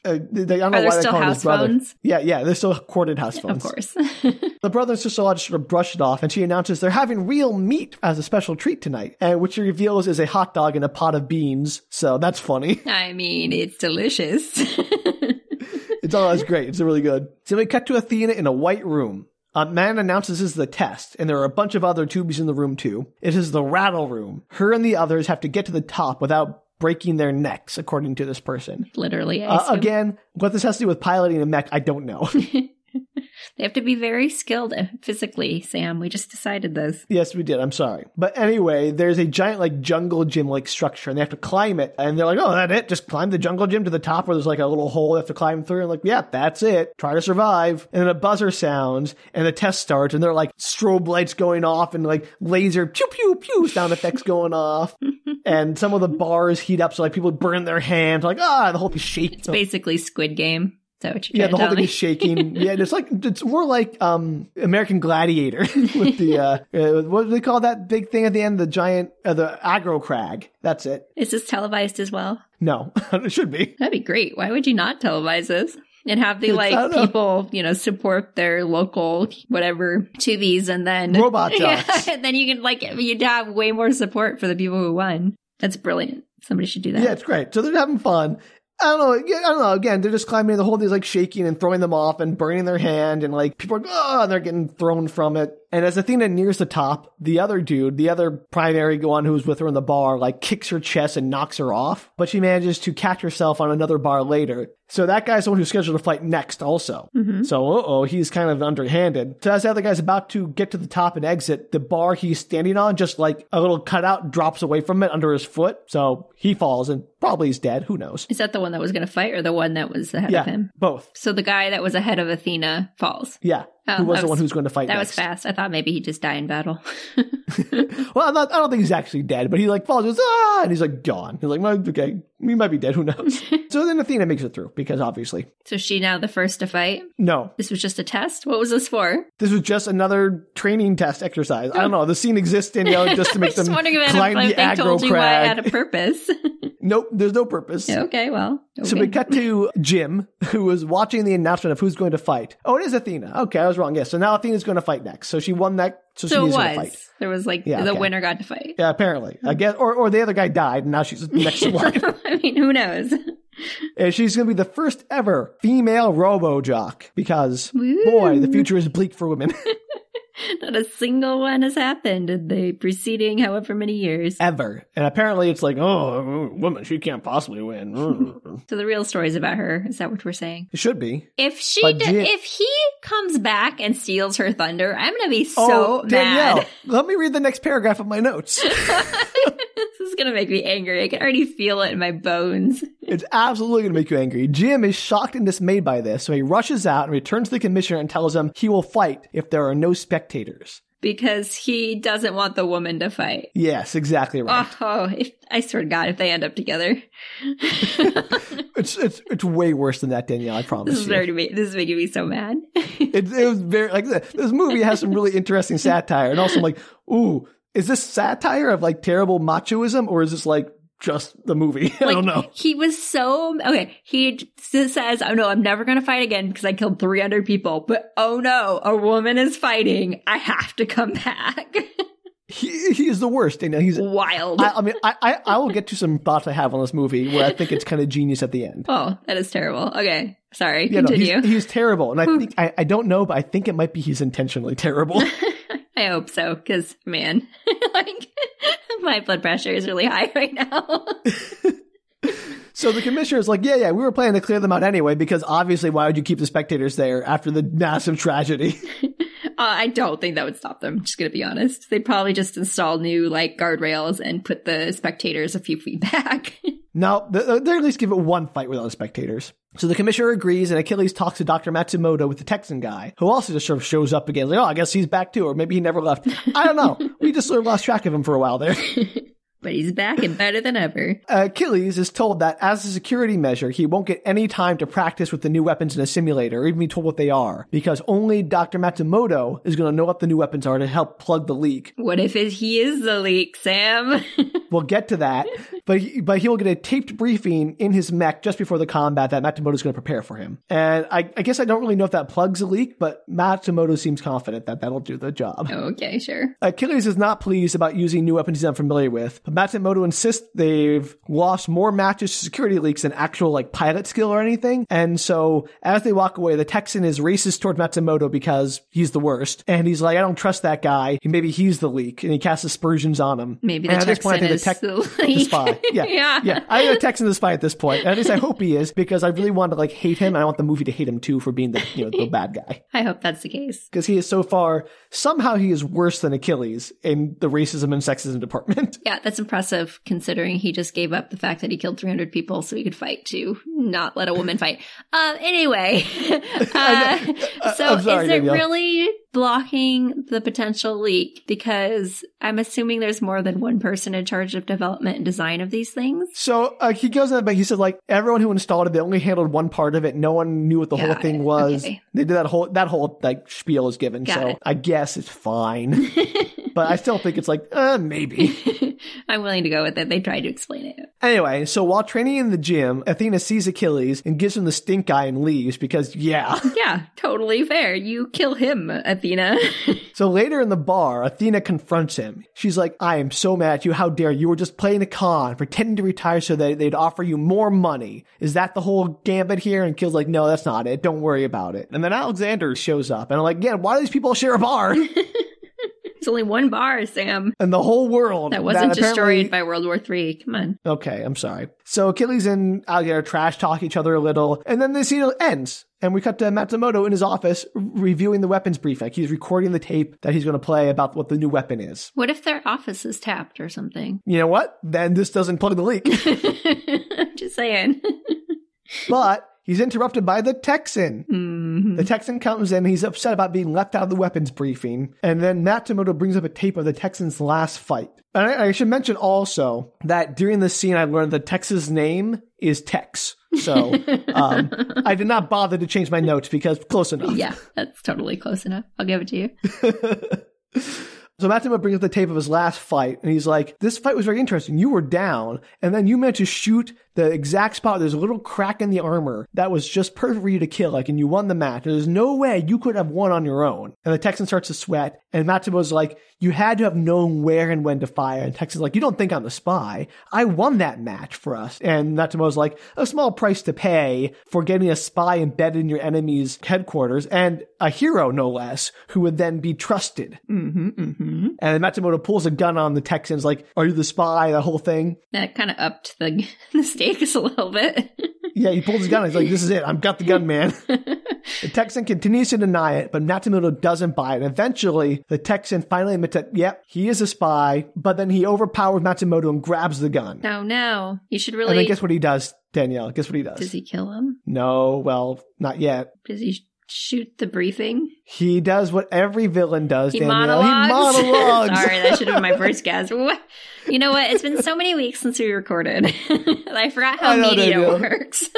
[SPEAKER 2] Uh, they, I don't know
[SPEAKER 1] Are there
[SPEAKER 2] why they
[SPEAKER 1] still
[SPEAKER 2] call him
[SPEAKER 1] house
[SPEAKER 2] his brother.
[SPEAKER 1] phones?
[SPEAKER 2] Yeah, yeah, they're still corded house phones.
[SPEAKER 1] Of course.
[SPEAKER 2] The brother and sister in law just sort of brush it off, and she announces they're having real meat as a special treat tonight, and which she reveals is a hot dog and a pot of beans. So that's funny.
[SPEAKER 1] I mean, it's delicious.
[SPEAKER 2] It's all that's great. It's really good. So we cut to Athena in a white room. A man announces this is the test, and there are a bunch of other tubies in the room too. It is the rattle room. Her and the others have to get to the top without breaking their necks, according to this person.
[SPEAKER 1] Literally. I
[SPEAKER 2] Uh,
[SPEAKER 1] assume.
[SPEAKER 2] again, what this has to do with piloting a mech, I don't know.
[SPEAKER 1] They have to be very skilled physically, Sam. We just decided this.
[SPEAKER 2] Yes, we did. I'm sorry. But anyway, there's a giant like jungle gym like structure and they have to climb it. And they're like, oh, that it? Just climb the jungle gym to the top where there's like a little hole they have to climb through. And like, yeah, that's it. Try to survive. And then a buzzer sounds and the test starts and they're like strobe lights going off and like laser pew pew pew sound effects going off. and some of the bars heat up. So like people burn their hands like, ah, the whole thing shakes.
[SPEAKER 1] It's basically Squid Game. Is that what you're
[SPEAKER 2] Yeah,
[SPEAKER 1] trying
[SPEAKER 2] the
[SPEAKER 1] to
[SPEAKER 2] whole
[SPEAKER 1] tell
[SPEAKER 2] thing
[SPEAKER 1] me?
[SPEAKER 2] is shaking. yeah, it's like it's more like um American Gladiator with the uh, uh what do they call that big thing at the end? The giant uh, the aggro crag. That's it.
[SPEAKER 1] Is this televised as well?
[SPEAKER 2] No, it should be.
[SPEAKER 1] That'd be great. Why would you not televise this? And have the
[SPEAKER 2] I don't
[SPEAKER 1] like
[SPEAKER 2] know.
[SPEAKER 1] people, you know, support their local whatever tubies and then
[SPEAKER 2] Robot
[SPEAKER 1] Yeah,
[SPEAKER 2] jocks.
[SPEAKER 1] and then you can like you'd have way more support for the people who won. That's brilliant. Somebody should do that.
[SPEAKER 2] Yeah, it's great. So they're having fun. I don't know. yeah, I don't know. Again, they're just climbing. The whole thing's like shaking and throwing them off and burning their hand, and like people are oh, and they're getting thrown from it. And as Athena nears the top, the other dude, the other primary one who was with her in the bar, like kicks her chest and knocks her off. But she manages to catch herself on another bar later. So that guy's the one who's scheduled to fight next, also.
[SPEAKER 1] Mm-hmm.
[SPEAKER 2] So, uh oh, he's kind of underhanded. So as the other guy's about to get to the top and exit, the bar he's standing on, just like a little cutout, drops away from it under his foot. So he falls and probably is dead. Who knows?
[SPEAKER 1] Is that the one that was going to fight or the one that was ahead of
[SPEAKER 2] Yeah,
[SPEAKER 1] him?
[SPEAKER 2] both.
[SPEAKER 1] So the guy that was ahead of Athena falls.
[SPEAKER 2] Yeah.
[SPEAKER 1] Oh,
[SPEAKER 2] who was,
[SPEAKER 1] that
[SPEAKER 2] the one
[SPEAKER 1] was-
[SPEAKER 2] who's going to fight
[SPEAKER 1] That was
[SPEAKER 2] next?
[SPEAKER 1] fast. I thought maybe he'd just die in battle.
[SPEAKER 2] Well, I'm not, I don't think he's actually dead, but he like falls, goes, ah, and he's like gone. He's like, well, okay, he might be dead. Who knows? so then Athena makes it through because obviously,
[SPEAKER 1] so she now the first to fight.
[SPEAKER 2] no,
[SPEAKER 1] This was just a test. What was this for?
[SPEAKER 2] this was just another training test exercise. I don't know. The scene exists in you know, just to make
[SPEAKER 1] Just
[SPEAKER 2] them
[SPEAKER 1] wondering if,
[SPEAKER 2] climb
[SPEAKER 1] if
[SPEAKER 2] the
[SPEAKER 1] they
[SPEAKER 2] aggro
[SPEAKER 1] told you why it
[SPEAKER 2] crag.
[SPEAKER 1] had a purpose.
[SPEAKER 2] Nope, there's no purpose.
[SPEAKER 1] okay, well,
[SPEAKER 2] So we
[SPEAKER 1] okay.
[SPEAKER 2] cut to Jim, who was watching the announcement of who's going to fight. Oh, it is Athena. Okay, I was wrong. Yeah, so now Athena's going to fight next. So she won that. So,
[SPEAKER 1] So
[SPEAKER 2] she
[SPEAKER 1] it
[SPEAKER 2] is going to fight.
[SPEAKER 1] was. There was like
[SPEAKER 2] Yeah,
[SPEAKER 1] the
[SPEAKER 2] okay.
[SPEAKER 1] winner got to fight.
[SPEAKER 2] Yeah, apparently. I guess, or, or the other guy died, and now she's the next one.
[SPEAKER 1] I mean, who knows?
[SPEAKER 2] And she's going to be the first ever female robo jock because, boy, the future is bleak for women.
[SPEAKER 1] Not a single one has happened in the preceding however many years.
[SPEAKER 2] ever. And apparently it's like, oh, woman, she can't possibly win.
[SPEAKER 1] So the real story's about her. Is that what we're saying?
[SPEAKER 2] it should be.
[SPEAKER 1] If she,
[SPEAKER 2] But
[SPEAKER 1] d-
[SPEAKER 2] Jan-
[SPEAKER 1] if he comes back and steals her thunder, I'm gonna be so
[SPEAKER 2] oh, Danielle,
[SPEAKER 1] mad.
[SPEAKER 2] let me read the next paragraph of my notes.
[SPEAKER 1] this is gonna make me angry. I can already feel it in my bones.
[SPEAKER 2] It's absolutely going to make you angry. Jim is shocked and dismayed by this, so he rushes out and returns to the commissioner and tells him he will fight if there are no spectators.
[SPEAKER 1] because he doesn't want the woman to fight.
[SPEAKER 2] Yes, exactly right.
[SPEAKER 1] Oh, if, I swear to God, if they end up together,
[SPEAKER 2] It's it's it's way worse than that, Danielle. I promise
[SPEAKER 1] this is
[SPEAKER 2] you.
[SPEAKER 1] already ma- this is making me so mad.
[SPEAKER 2] It, it was very like th- this movie has some really interesting satire, and also I'm like, ooh, is this satire of like terrible machoism, or is this like just the movie? I don't know.
[SPEAKER 1] He was so okay. He just says, "Oh no, I'm never going to fight again because I killed 300 people." But oh no, a woman is fighting. I have to come back.
[SPEAKER 2] He he is the worst, Danielle. He's.
[SPEAKER 1] Wild.
[SPEAKER 2] I, I mean, I, I I will get to some thoughts I have on this movie where I think it's kind of genius at the end.
[SPEAKER 1] oh, that is terrible. Okay, sorry.
[SPEAKER 2] Yeah, no, he's,
[SPEAKER 1] Continue.
[SPEAKER 2] he's terrible, and I think I, I don't know, but I think it might be he's intentionally terrible.
[SPEAKER 1] I hope so, because man, like my blood pressure is really high right now.
[SPEAKER 2] so the commissioner's like, "Yeah, yeah, we were planning to clear them out anyway, because obviously, why would you keep the spectators there after the massive tragedy?"
[SPEAKER 1] Uh, I don't think that would stop them. Just gonna be honest. They'd probably just install new like guardrails and put the spectators a few feet back.
[SPEAKER 2] now they they at least give it one fight without the spectators. So the commissioner agrees, and Achilles talks to Doctor Matsumoto with the Texan guy, who also just sort of shows up again. Like, oh, I guess he's back too, or maybe he never left. I don't know. we just sort of lost track of him for a while there.
[SPEAKER 1] but he's back and better than ever.
[SPEAKER 2] Achilles is told that as a security measure, he won't get any time to practice with the new weapons in a simulator or even be told what they are, because only Dr. Matsumoto is going to know what the new weapons are to help plug the leak.
[SPEAKER 1] What if it, he is the leak, Sam?
[SPEAKER 2] We'll get to that, but he, but he will get a taped briefing in his mech just before the combat that Matsumoto is going to prepare for him. And I, I guess I don't really know if that plugs a leak, but Matsumoto seems confident that that'll do the job.
[SPEAKER 1] okay, sure.
[SPEAKER 2] Achilles is not pleased about using new weapons he's unfamiliar with, but Matsumoto insists they've lost more matches to security leaks than actual like pilot skill or anything. And so as they walk away, the Texan is racist toward Matsumoto because he's the worst. And he's like, I don't trust that guy. Maybe he's the leak. And he casts aspersions on him.
[SPEAKER 1] Maybe the
[SPEAKER 2] and
[SPEAKER 1] Texan is
[SPEAKER 2] Tex-
[SPEAKER 1] the leak.
[SPEAKER 2] spy. Yeah,
[SPEAKER 1] Yeah.
[SPEAKER 2] yeah, yeah. I am a Texan spy at this point. At least I hope he is, because I really want to like hate him. And I want the movie to hate him too for being the you know the bad guy.
[SPEAKER 1] I hope that's the case.
[SPEAKER 2] Because he is so far somehow he is worse than Achilles in the racism and sexism department.
[SPEAKER 1] Yeah, that's impressive considering he just gave up the fact that he killed 300 people so he could fight to not let a woman fight. Um, anyway, uh,
[SPEAKER 2] I know. I-
[SPEAKER 1] so
[SPEAKER 2] I'm sorry,
[SPEAKER 1] is it
[SPEAKER 2] Danielle.
[SPEAKER 1] really blocking the potential leak? Because I'm assuming there's more than one person in charge of development and design of these things.
[SPEAKER 2] So uh, he goes in, but he said like everyone who installed it, they only handled one part of it. No one knew what the whole
[SPEAKER 1] Got
[SPEAKER 2] thing
[SPEAKER 1] it.
[SPEAKER 2] was.
[SPEAKER 1] Okay.
[SPEAKER 2] They did that whole that whole like spiel is given.
[SPEAKER 1] Got
[SPEAKER 2] so
[SPEAKER 1] it.
[SPEAKER 2] I guess it's fine, but I still think it's like uh, maybe.
[SPEAKER 1] I'm willing to go with it. They tried to explain it.
[SPEAKER 2] Anyway, so while training in the gym, Athena sees Achilles and gives him the stink eye and leaves because, yeah.
[SPEAKER 1] Yeah, totally fair. You kill him, Athena.
[SPEAKER 2] so later in the bar, Athena confronts him. She's like, I am so mad at you. How dare you? You were just playing a con, pretending to retire so that they'd offer you more money. Is that the whole gambit here? And Kill's like, no, that's not it. Don't worry about it. And then Alexander shows up and I'm like, yeah, why do these people share a bar?
[SPEAKER 1] There's only one bar, Sam.
[SPEAKER 2] and the whole world.
[SPEAKER 1] That wasn't
[SPEAKER 2] apparently-
[SPEAKER 1] destroyed by World War III. Come on.
[SPEAKER 2] Okay, I'm sorry. So Achilles and Alligator trash talk each other a little, and then the scene ends. And we cut to Matsumoto in his office r- reviewing the weapons brief. Like he's recording the tape that he's going to play about what the new weapon is.
[SPEAKER 1] What if their office is tapped or something?
[SPEAKER 2] You know what? Then this doesn't plug the leak.
[SPEAKER 1] I'm just saying.
[SPEAKER 2] but he's interrupted by the Texan.
[SPEAKER 1] Mhm.
[SPEAKER 2] The Texan comes in. He's upset about being left out of the weapons briefing. And then Matsumoto brings up a tape of the Texan's last fight. And I, I should mention also that during this scene, I learned the Tex's name is Tex. So um, I did not bother to change my notes because close enough.
[SPEAKER 1] Yeah, that's totally close enough. I'll give it to you.
[SPEAKER 2] So Matsumoto brings up the tape of his last fight, and he's like, "This fight was very interesting. You were down, and then you managed to shoot the exact spot. There's a little crack in the armor that was just perfect for you to kill. Like, and you won the match. There's no way you could have won on your own." And the Texan starts to sweat, and Matsumoto's like, "You had to have known where and when to fire." And Texan's like, "You don't think I'm the spy? I won that match for us." And Matsumoto's like, "A small price to pay for getting a spy embedded in your enemy's headquarters, and a hero no less, who would then be trusted."
[SPEAKER 1] Mm-hmm, mm-hmm.
[SPEAKER 2] And then Matsumoto pulls a gun on the Texans, like, are you the spy? That whole thing.
[SPEAKER 1] That kind of upped the, the stakes a little bit.
[SPEAKER 2] Yeah, he pulls his gun. He's like, this is it. I've got the gun, man. the Texan continues to deny it, but Matsumoto doesn't buy it. Eventually, the Texan finally admits that, yep, he is a spy, but then he overpowers Matsumoto and grabs the gun.
[SPEAKER 1] oh no, you should
[SPEAKER 2] And
[SPEAKER 1] really.
[SPEAKER 2] then guess what he does, Danielle? Guess what he does?
[SPEAKER 1] Does he kill him?
[SPEAKER 2] no, well, not yet.
[SPEAKER 1] Does he sh- shoot the briefing?
[SPEAKER 2] He does what every villain does,
[SPEAKER 1] He
[SPEAKER 2] Danielle.
[SPEAKER 1] monologues.
[SPEAKER 2] He monologues.
[SPEAKER 1] Sorry, that should have been my first guess. What? You know what? It's been so many weeks since we recorded. I forgot how
[SPEAKER 2] I know,
[SPEAKER 1] media
[SPEAKER 2] Danielle.
[SPEAKER 1] works.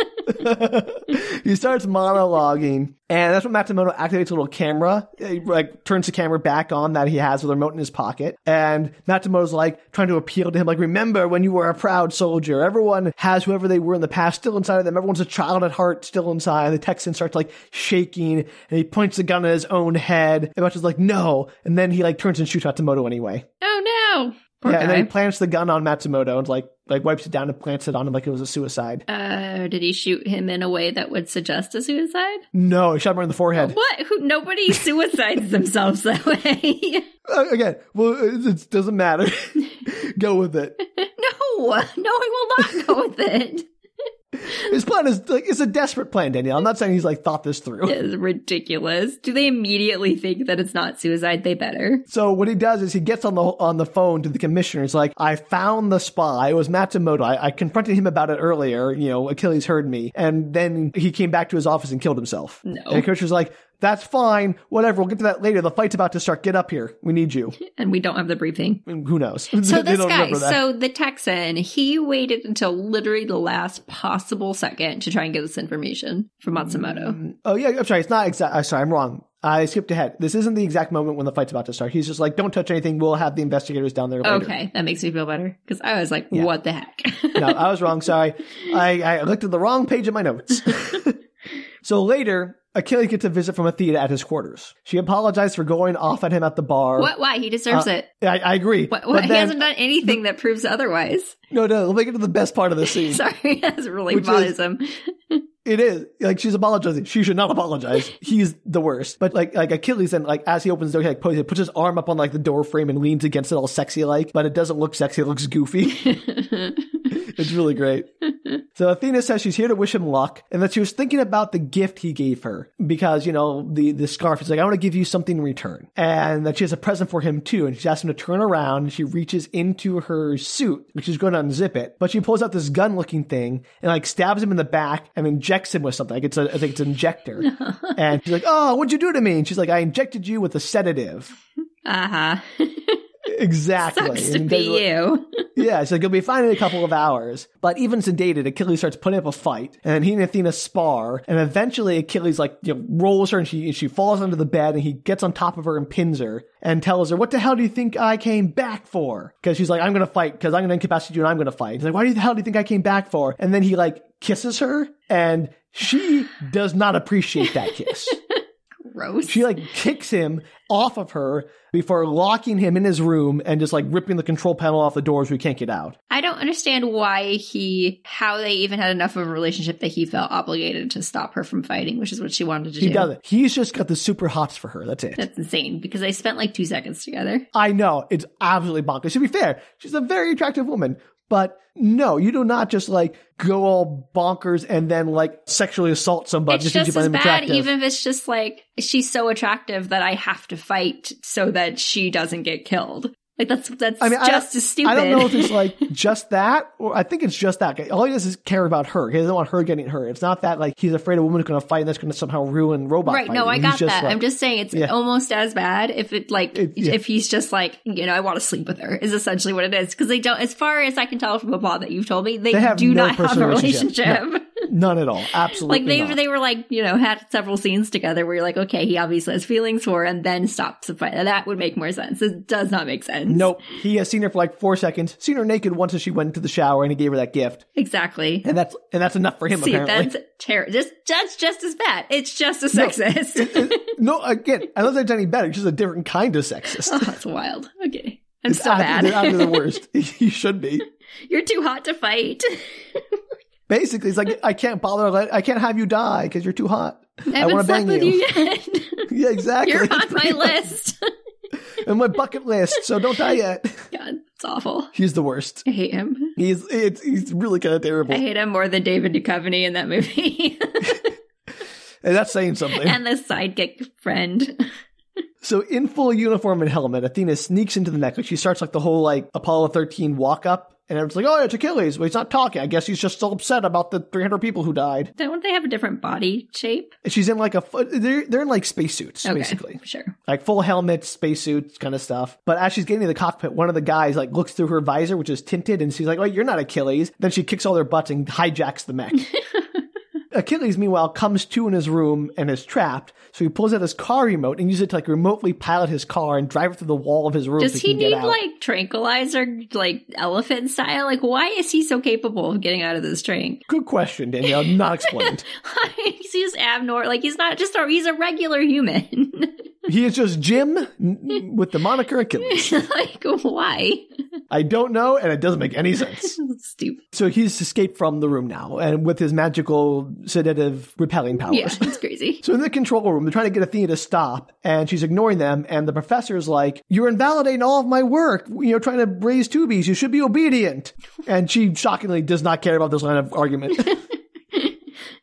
[SPEAKER 2] he starts monologuing, and that's when Matsumoto activates a little camera, eh, like turns the camera back on that he has with a remote in his pocket. And Matsumoto's like trying to appeal to him, like, remember when you were a proud soldier. Everyone has whoever they were in the past still inside of them. Everyone's a child at heart still inside. And the Texan starts like shaking, and he points the gun at his own head. And Matsumoto's like, no. And then he like turns and shoots Matsumoto anyway.
[SPEAKER 1] oh no. Poor
[SPEAKER 2] yeah, and then he
[SPEAKER 1] guy.
[SPEAKER 2] plants the gun on Matsumoto and like like wipes it down and plants it on him like it was a suicide.
[SPEAKER 1] Uh, did he shoot him in a way that would suggest a suicide?
[SPEAKER 2] No, he shot him right in the forehead.
[SPEAKER 1] What? Who, nobody suicides themselves that way.
[SPEAKER 2] Uh, again, well, it, it doesn't matter. Go with it.
[SPEAKER 1] no, no, I will not go with it.
[SPEAKER 2] His plan is like it's a desperate plan, Danielle. I'm not saying he's like thought this through.
[SPEAKER 1] It's ridiculous. Do they immediately think that it's not suicide? They better.
[SPEAKER 2] So what he does is he gets on the on the phone to the commissioner. He's like, "I found the spy. It was Matsumoto. I, I confronted him about it earlier. You know, Achilles heard me, and then he came back to his office and killed himself."
[SPEAKER 1] No.
[SPEAKER 2] And the commissioner's like, "That's fine. Whatever. We'll get to that later. The fight's about to start. Get up here. We need you."
[SPEAKER 1] And we don't have the briefing.
[SPEAKER 2] And who knows?
[SPEAKER 1] So
[SPEAKER 2] They
[SPEAKER 1] this
[SPEAKER 2] don't
[SPEAKER 1] guy,
[SPEAKER 2] remember that.
[SPEAKER 1] so the Texan, he waited until literally the last possible second to try and get this information from Matsumoto.
[SPEAKER 2] Oh yeah, I'm sorry. It's not exact. I'm sorry, I'm wrong. I skipped ahead. This isn't the exact moment when the fight's about to start. He's just like, "Don't touch anything. We'll have the investigators down there." Later.
[SPEAKER 1] Okay, that makes me feel better because I was like, "What the heck?"
[SPEAKER 2] no, I was wrong. Sorry, I, I looked at the wrong page of my notes. so later, Achilles gets a visit from Athena at his quarters. She apologized for going off at him at the bar.
[SPEAKER 1] what? Why? He deserves it.
[SPEAKER 2] I, I agree.
[SPEAKER 1] What,
[SPEAKER 2] uh, But
[SPEAKER 1] what? He
[SPEAKER 2] then-
[SPEAKER 1] hasn't done anything that proves otherwise.
[SPEAKER 2] no, no. Let me get to the best part of the scene.
[SPEAKER 1] Sorry, that's really
[SPEAKER 2] Which is-
[SPEAKER 1] bothersome.
[SPEAKER 2] It is like she's apologizing. She should not apologize. He's the worst. But like like Achilles and like as he opens the door, he like poses, puts his arm up on like the door frame and leans against it all sexy like. But it doesn't look sexy. It looks goofy. It's really great. so Athena says she's here to wish him luck and that she was thinking about the gift he gave her because, you know, the, the scarf is like, I want to give you something in return. And that she has a present for him too. And she's asked him to turn around and she reaches into her suit, which is going to unzip it. But she pulls out this gun looking thing and like stabs him in the back and injects him with something. Like it's a, I think it's an injector. and she's like, Oh, what'd you do to me? And she's like, I injected you with a sedative.
[SPEAKER 1] Uh huh.
[SPEAKER 2] Exactly.
[SPEAKER 1] Sucks to
[SPEAKER 2] And that's what-
[SPEAKER 1] be you.
[SPEAKER 2] yeah, so you'll be fine in a couple of hours. But even sedated, Achilles starts putting up a fight, and then he and Athena spar, and eventually Achilles like you know, rolls her, and she she falls under the bed, and he gets on top of her and pins her, and tells her, "What the hell do you think I came back for?" Because she's like, "I'm gonna fight, because I'm gonna incapacitate you, and I'm gonna fight." He's like, "Why do you the hell do you think I came back for?" And then he like kisses her, and she does not appreciate that kiss.
[SPEAKER 1] Gross.
[SPEAKER 2] She like kicks him off of her before locking him in his room and just like ripping the control panel off the door so he can't get out.
[SPEAKER 1] I don't understand why he, how they even had enough of a relationship that he felt obligated to stop her from fighting, which is what she wanted to
[SPEAKER 2] He
[SPEAKER 1] do.
[SPEAKER 2] doesn't. He's just got the super hots for her. That's it.
[SPEAKER 1] That's insane because they spent like two seconds together.
[SPEAKER 2] I know. It's absolutely bonkers. To be fair, she's a very attractive woman. But no, you do not just like go all bonkers and then like sexually assault somebody
[SPEAKER 1] it's just
[SPEAKER 2] because you find
[SPEAKER 1] as
[SPEAKER 2] them
[SPEAKER 1] bad,
[SPEAKER 2] attractive.
[SPEAKER 1] even if it's just like she's so attractive that I have to fight so that she doesn't get killed. Like that's that's
[SPEAKER 2] I mean, I don't-
[SPEAKER 1] just as stupid.
[SPEAKER 2] I don't know if it's like just that, or I think it's just that. All he does is care about her. He doesn't want her getting hurt. It's not that like he's afraid a woman's going to fight and that's going to somehow ruin robot.
[SPEAKER 1] Right, no,
[SPEAKER 2] fighting.
[SPEAKER 1] I
[SPEAKER 2] He's
[SPEAKER 1] got
[SPEAKER 2] just
[SPEAKER 1] that.
[SPEAKER 2] like-
[SPEAKER 1] I'm just saying it's
[SPEAKER 2] Yeah.
[SPEAKER 1] almost as bad if it like
[SPEAKER 2] It- yeah.
[SPEAKER 1] if he's just like, you know, I want to sleep with her is essentially what it is because they don't as far as I can tell from the plot that you've told me, they,
[SPEAKER 2] They have
[SPEAKER 1] do
[SPEAKER 2] no
[SPEAKER 1] not have a
[SPEAKER 2] personal
[SPEAKER 1] relationship.
[SPEAKER 2] relationship. none at all. Absolutely,
[SPEAKER 1] like they
[SPEAKER 2] not.
[SPEAKER 1] they were like, you know, had several scenes together where you're like, okay, he obviously has feelings for her and then stops the fight. That would make more sense. It does not make sense.
[SPEAKER 2] Nope. He has seen her for like four seconds, seen her naked once as she went into the shower and he gave her that gift.
[SPEAKER 1] Exactly.
[SPEAKER 2] And that's and that's enough for him
[SPEAKER 1] See,
[SPEAKER 2] apparently.
[SPEAKER 1] that's terrible. Just that's just as bad. It's just as
[SPEAKER 2] No.
[SPEAKER 1] sexist.
[SPEAKER 2] no, again, I don't think it's any better. It's just a different kind of sexist.
[SPEAKER 1] oh, that's wild. Okay. I'm
[SPEAKER 2] It's
[SPEAKER 1] so
[SPEAKER 2] after,
[SPEAKER 1] bad.
[SPEAKER 2] they're after the worst. he should be.
[SPEAKER 1] You're too hot to fight.
[SPEAKER 2] Basically, it's like I can't bother. Let, I can't have you die because you're too hot.
[SPEAKER 1] I
[SPEAKER 2] wanna
[SPEAKER 1] haven't slept
[SPEAKER 2] bang
[SPEAKER 1] with you,
[SPEAKER 2] you.
[SPEAKER 1] yet.
[SPEAKER 2] Yeah, exactly.
[SPEAKER 1] You're
[SPEAKER 2] That's
[SPEAKER 1] on my
[SPEAKER 2] pretty much-
[SPEAKER 1] list.
[SPEAKER 2] and my bucket list. So don't die yet.
[SPEAKER 1] God, it's awful.
[SPEAKER 2] He's the worst.
[SPEAKER 1] I hate him.
[SPEAKER 2] He's it's he's really kind of terrible,
[SPEAKER 1] I hate him more than David Duchovny in that movie,
[SPEAKER 2] and that's saying something.
[SPEAKER 1] and the sidekick friend.
[SPEAKER 2] So in full uniform and helmet, Athena sneaks into the neck. Like she starts like the whole like Apollo 13 walk up. And everyone's like, oh, it's Achilles. Well, he's not talking. I guess he's just so upset about the 300 people who died.
[SPEAKER 1] Don't they have a different body shape?
[SPEAKER 2] And she's in like a, fo- they're, they're in like spacesuits,
[SPEAKER 1] Okay,
[SPEAKER 2] basically.
[SPEAKER 1] sure.
[SPEAKER 2] Like full helmets, spacesuits, kind of stuff. But as she's getting to the cockpit, one of the guys like looks through her visor, which is tinted, and she's like, oh, you're not Achilles. Then she kicks all their butts and hijacks the mech. Achilles, meanwhile, comes to in his room and is trapped. So he pulls out his car remote and uses it to like remotely pilot his car and drive it through the wall of his room.
[SPEAKER 1] Does
[SPEAKER 2] so
[SPEAKER 1] he
[SPEAKER 2] can get
[SPEAKER 1] need
[SPEAKER 2] out.
[SPEAKER 1] like tranquilizer, like elephant style? Like, why is he so capable of getting out of this train?
[SPEAKER 2] Good question, Danielle. Not explained.
[SPEAKER 1] he's just abnormal. Like, he's not just a he's a regular human.
[SPEAKER 2] he is just Jim n- with the moniker Achilles.
[SPEAKER 1] like, why?
[SPEAKER 2] I don't know, and it doesn't make any sense.
[SPEAKER 1] Stupid.
[SPEAKER 2] So he's escaped from the room now, and with his magical sedative repelling powers.
[SPEAKER 1] Yeah, it's crazy.
[SPEAKER 2] So in the control room, they're trying to get Athena to stop, and she's ignoring them. And the professor's like, "You're invalidating all of my work. You know, trying to raise tubies. You should be obedient." And she shockingly does not care about this line of argument.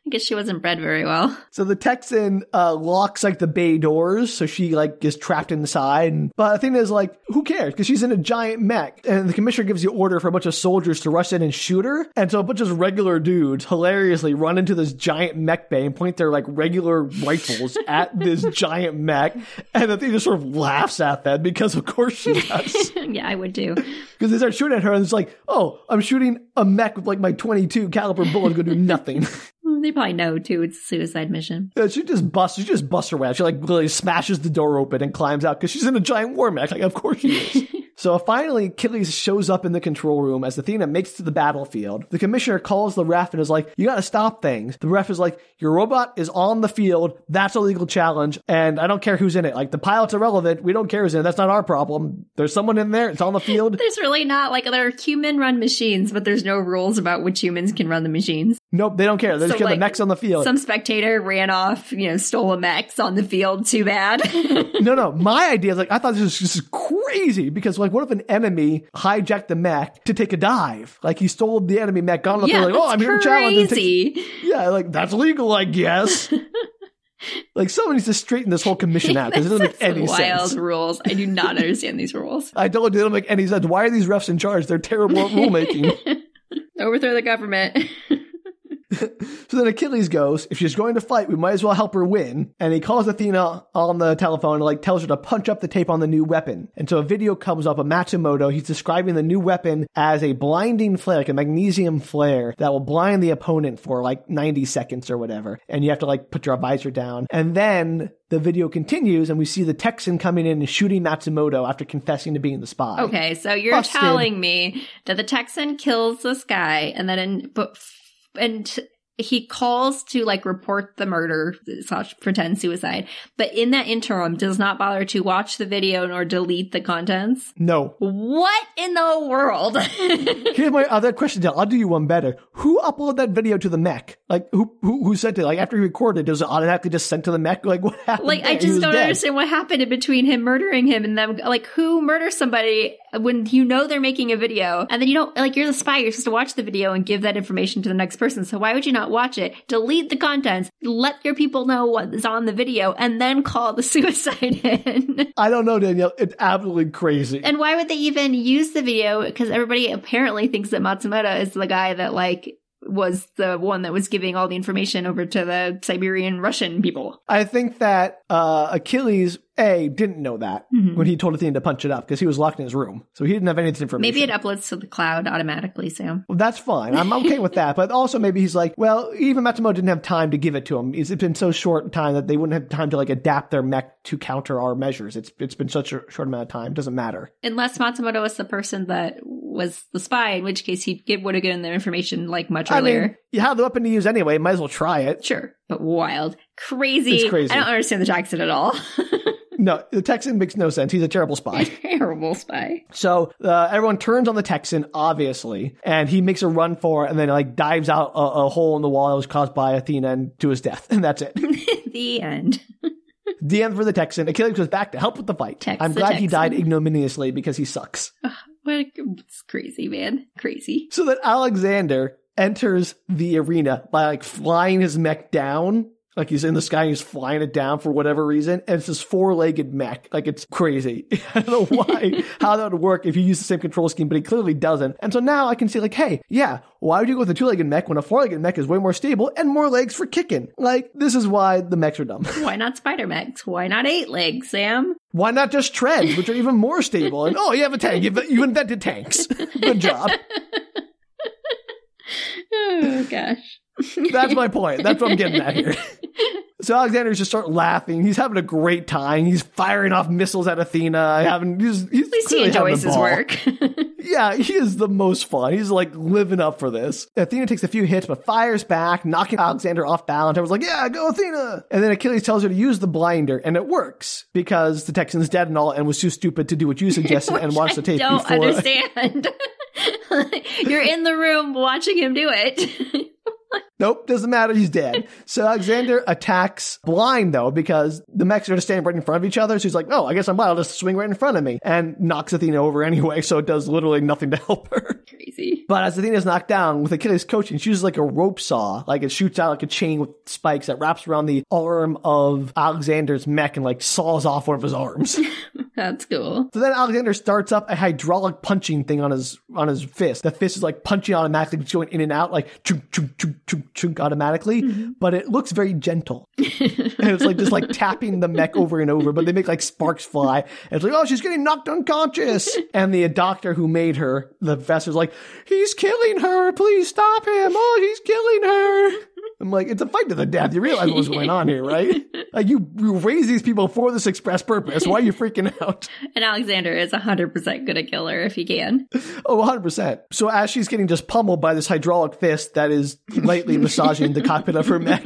[SPEAKER 1] I guess she wasn't bred very well.
[SPEAKER 2] so the Texan uh, locks like the bay doors, so she like is trapped inside. And, but Athena's like, "Who cares?" Because she's in a giant mech, and the commissioner gives the order for a bunch of soldiers to rush in and shoot her. And so a bunch of regular dudes hilariously run into this giant mech bay and point their like regular rifles at this giant mech, and Athena sort of laughs at them because of course she does.
[SPEAKER 1] yeah, I would too.
[SPEAKER 2] Because they start shooting at her, and it's like, "Oh, I'm shooting a mech with like my 22 caliber bullet, going to do nothing."
[SPEAKER 1] Mm, They probably know too. It's a suicide mission.
[SPEAKER 2] Yeah, she just busts. She just busts her way out. She like literally smashes the door open and climbs out because she's in a giant war mech. Like, of course she is. so finally, Achilles shows up in the control room as Athena makes it to the battlefield. The commissioner calls the ref and is like, "You got to stop things." The ref is like, "Your robot is on the field. That's a legal challenge, and I don't care who's in it. Like the pilot's irrelevant. We don't care who's in it. That's not our problem. There's someone in there. It's on the field.
[SPEAKER 1] There's really not like there are human run machines, but there's no rules about which humans can run the machines.
[SPEAKER 2] nope, they don't care. They just
[SPEAKER 1] So,
[SPEAKER 2] care
[SPEAKER 1] like,
[SPEAKER 2] the mech's on the field.
[SPEAKER 1] Some spectator ran off, you know, stole a mechs on the field. Too bad.
[SPEAKER 2] no, no. My idea is like, I thought this was this is crazy because like, what if an enemy hijacked the mech to take a dive? Like he stole the enemy mech, got up
[SPEAKER 1] yeah,
[SPEAKER 2] there, like, oh,
[SPEAKER 1] that's
[SPEAKER 2] I'm here to challenge. and take-
[SPEAKER 1] crazy.
[SPEAKER 2] yeah, like that's legal, I guess. like someone needs to straighten this whole commission out because it doesn't make
[SPEAKER 1] That's
[SPEAKER 2] any
[SPEAKER 1] wild
[SPEAKER 2] sense.
[SPEAKER 1] rules. I do not understand these rules.
[SPEAKER 2] I don't. It don't make any sense. Why are these refs in charge? They're terrible at rulemaking.
[SPEAKER 1] Overthrow the government.
[SPEAKER 2] So then Achilles goes, if she's going to fight, we might as well help her win. And he calls Athena on the telephone and like tells her to punch up the tape on the new weapon. And so a video comes up of Matsumoto. He's describing the new weapon as a blinding flare, like a magnesium flare that will blind the opponent for like 90 seconds or whatever. And you have to like put your visor down. And then the video continues and we see the Texan coming in and shooting Matsumoto after confessing to being the spy.
[SPEAKER 1] Okay, so you're
[SPEAKER 2] Busted.
[SPEAKER 1] telling me that the Texan kills this guy, and then in, but and t- he calls to like report the murder slash pretend suicide, but in that interim does not bother to watch the video nor delete the contents.
[SPEAKER 2] No.
[SPEAKER 1] What in the world?
[SPEAKER 2] Here's my other question, Del. I'll do you one better. Who uploaded that video to the mech? Like, who who, who sent it? Like, after he recorded, it was automatically just sent to the mech? Like, what happened?
[SPEAKER 1] like
[SPEAKER 2] there?
[SPEAKER 1] I
[SPEAKER 2] He
[SPEAKER 1] just
[SPEAKER 2] was
[SPEAKER 1] don't
[SPEAKER 2] dead.
[SPEAKER 1] understand what happened in between him murdering him and them. Like who murders somebody when you know they're making a video and then you don't like you're the spy. You're supposed to watch the video and give that information to the next person. So why would you not watch it? Delete the contents. Let your people know what is on the video and then call the suicide in.
[SPEAKER 2] I don't know, Danielle. It's absolutely crazy.
[SPEAKER 1] and why would they even use the video? Because everybody apparently thinks that Matsumoto is the guy that like was the one that was giving all the information over to the Siberian Russian people.
[SPEAKER 2] I think that uh, Achilles a didn't know that
[SPEAKER 1] Mhm.
[SPEAKER 2] when he told Athena to punch it up because he was locked in his room, so he didn't have any information.
[SPEAKER 1] Maybe it uploads to the cloud automatically, Sam.
[SPEAKER 2] Well, that's fine. I'm okay with that. But also, maybe he's like, well, even Matsumoto didn't have time to give it to him. It's been so short in time that they wouldn't have time to like adapt their mech to counter our measures. It's it's been such a short amount of time. Doesn't matter.
[SPEAKER 1] Unless Matsumoto was the person that was the spy, in which case he would have given the information like much earlier.
[SPEAKER 2] I mean, you have the weapon to use anyway. Might as well try it.
[SPEAKER 1] sure, but wild, crazy.
[SPEAKER 2] It's crazy.
[SPEAKER 1] I don't understand the Jackson at all.
[SPEAKER 2] No, the Texan makes no sense. He's a terrible spy.
[SPEAKER 1] Terrible spy.
[SPEAKER 2] so uh, everyone turns on the Texan, obviously, and he makes a run for it and then like dives out a, a hole in the wall that was caused by Athena and to his death. And that's it.
[SPEAKER 1] the end.
[SPEAKER 2] the end for the Texan. Achilles goes back to help with the fight.
[SPEAKER 1] Tex
[SPEAKER 2] I'm
[SPEAKER 1] the
[SPEAKER 2] glad he
[SPEAKER 1] Texan.
[SPEAKER 2] died ignominiously because he sucks.
[SPEAKER 1] What? a- It's crazy, man. Crazy.
[SPEAKER 2] So that Alexander enters the arena by like flying his mech down. Like he's in the sky, he's flying it down for whatever reason, and it's this four-legged mech. Like it's crazy. I don't know why, how that would work if you use the same control scheme, but he clearly doesn't. And so now I can see like, hey, yeah, why would you go with a two-legged mech when a four-legged mech is way more stable and more legs for kicking? Like this is why the mechs are dumb.
[SPEAKER 1] Why not Spider Max? Why not Eight Legs, Sam?
[SPEAKER 2] Why not just treads, which are even more stable? And oh, you have a tank. You've- You invented tanks. Good job.
[SPEAKER 1] Oh gosh.
[SPEAKER 2] That's my point. That's what I'm getting at here. So Alexander's just start laughing. He's having a great time. He's firing off missiles at Athena. Having he's, he's
[SPEAKER 1] At least he
[SPEAKER 2] clearly having
[SPEAKER 1] enjoys
[SPEAKER 2] a
[SPEAKER 1] his
[SPEAKER 2] ball.
[SPEAKER 1] work.
[SPEAKER 2] Yeah, he is the most fun. He's like living up for this. Athena takes a few hits but fires back, knocking Alexander off balance. Everyone's like, "Yeah, go Athena!" And then Achilles tells her to use the blinder, and it works because the Texan's dead and all, and was too stupid to do what you suggested and watch the tape
[SPEAKER 1] don't
[SPEAKER 2] before.
[SPEAKER 1] understand. You're in the room watching him do it.
[SPEAKER 2] Nope, doesn't matter. He's dead. So Alexander attacks blind though because the mechs are just standing right in front of each other. So he's like, "Oh, I guess I'm blind. I'll just swing right in front of me," and knocks Athena over anyway. So it does literally nothing to help her.
[SPEAKER 1] crazy.
[SPEAKER 2] But as Athena's knocked down with Achilles' coaching, she uses like a rope saw, like it shoots out like a chain with spikes that wraps around the arm of Alexander's mech and like saws off one of his arms.
[SPEAKER 1] That's cool.
[SPEAKER 2] So then Alexander starts up a hydraulic punching thing on his on his fist. The fist is like punching automatically, just going in and out, like chunk chunk chunk chunk chunk automatically. But it looks very gentle, and it's like just like tapping the mech over and over. But they make like sparks fly. And it's like, oh, she's getting knocked unconscious. And the doctor who made her, the professor's like, he's killing her. Please stop him. Oh, he's killing her. I'm like, it's a fight to the death. You realize what's going on here, right? Like you, you raise these people for this express purpose. Why are you freaking out?
[SPEAKER 1] And Alexander is 100% gonna kill her if he can.
[SPEAKER 2] Oh, 100%. So as she's getting just pummeled by this hydraulic fist that is lightly massaging the cockpit of her mech,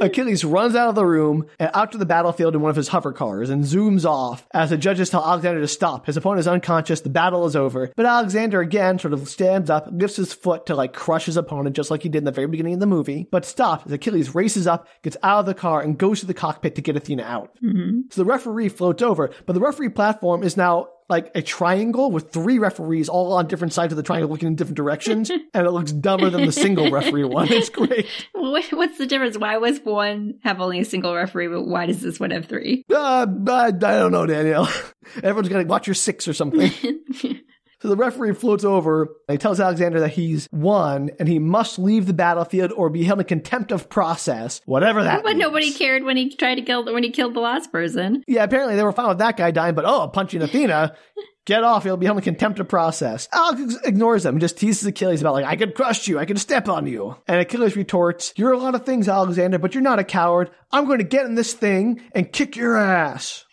[SPEAKER 2] Achilles runs out of the room and out to the battlefield in one of his hover cars and zooms off as the judges tell Alexander to stop. His opponent is unconscious, the battle is over. But Alexander again sort of stands up, lifts his foot to like crush his opponent, just like he did in the very beginning of the movie, but stops as Achilles races up, gets out of the car, and goes to the cockpit to get Athena out. So the referee floats over, but the referee platform is now like a triangle with three referees all on different sides of the triangle looking in different directions, and it looks dumber than the single referee one. It's great.
[SPEAKER 1] Wh- What's the difference? Why was one have only a single referee, but why does this one have three?
[SPEAKER 2] Uh, I, I don't know, Danielle. Everyone's got to watch your six or something. so the referee floats over and he tells Alexander that he's won and he must leave the battlefield or be held in contempt of process, whatever that
[SPEAKER 1] but
[SPEAKER 2] means.
[SPEAKER 1] nobody cared when he tried to kill when he killed the last person.
[SPEAKER 2] Yeah, apparently they were fine with that guy dying, but oh, punching Athena. Get off, he'll be held in contempt of process. Alex ignores him, and just teases Achilles about, like, I could crush you, I could step on you. And Achilles retorts, You're a lot of things, Alexander, but you're not a coward. I'm going to get in this thing and kick your ass.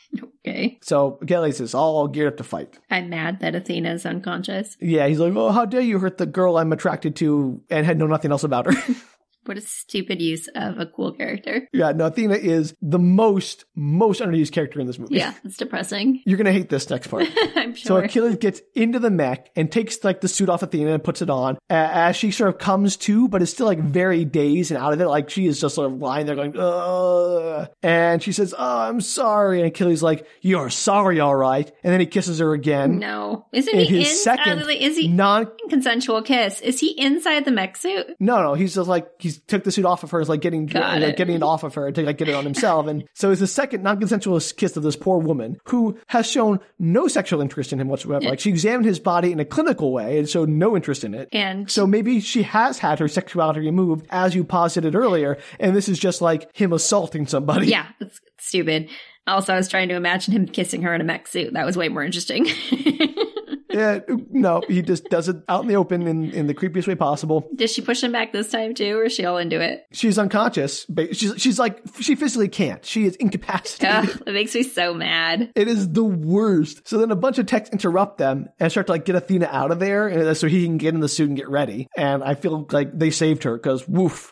[SPEAKER 1] Okay,
[SPEAKER 2] So Achilles is all geared up to fight.
[SPEAKER 1] I'm mad that Athena is unconscious.
[SPEAKER 2] Yeah, he's like, oh, how dare you hurt the girl I'm attracted to and had know nothing else about her.
[SPEAKER 1] What a stupid use of a cool character.
[SPEAKER 2] yeah, no, Athena is the most, most underused character in this movie.
[SPEAKER 1] Yeah, it's depressing.
[SPEAKER 2] You're going to hate this next part.
[SPEAKER 1] I'm
[SPEAKER 2] So
[SPEAKER 1] sure.
[SPEAKER 2] Achilles gets into the mech and takes like the suit off Athena and puts it on a- as she sort of comes to, but is still like very dazed and out of it. Like she is just sort of lying there going, Ugh. and she says, "Oh, I'm sorry." And Achilles like, "You're sorry, all right." And then he kisses her again.
[SPEAKER 1] no, isn't
[SPEAKER 2] In
[SPEAKER 1] he
[SPEAKER 2] his
[SPEAKER 1] in?
[SPEAKER 2] second
[SPEAKER 1] uh, is he
[SPEAKER 2] Non
[SPEAKER 1] consensual kiss? Is he inside the mech suit?
[SPEAKER 2] No, no, he's just like he's took the suit off of her, is like getting
[SPEAKER 1] Got
[SPEAKER 2] like
[SPEAKER 1] it.
[SPEAKER 2] getting it off of her to like get it on himself, and so it's the second non-consensual kiss of this poor woman who has shown no sexual interest in him whatsoever. Like she examined his body in a clinical way and showed no interest in it.
[SPEAKER 1] And
[SPEAKER 2] So maybe she has had her sexuality removed, as you posited earlier, and this is just like him assaulting somebody.
[SPEAKER 1] yeah, it's stupid. Also, I was trying to imagine him kissing her in a mech suit. That was way more interesting.
[SPEAKER 2] Yeah, no, he just does it out in the open in, in the creepiest way possible.
[SPEAKER 1] Did she push him back this time too, or is she all into it?
[SPEAKER 2] She's unconscious. but She's she's like she physically can't. She is incapacitated.
[SPEAKER 1] Ugh, it makes me so mad.
[SPEAKER 2] It is the worst. So then a bunch of techs interrupt them and start to like get Athena out of there and so he can get in the suit and get ready. And I feel like they saved her because woof,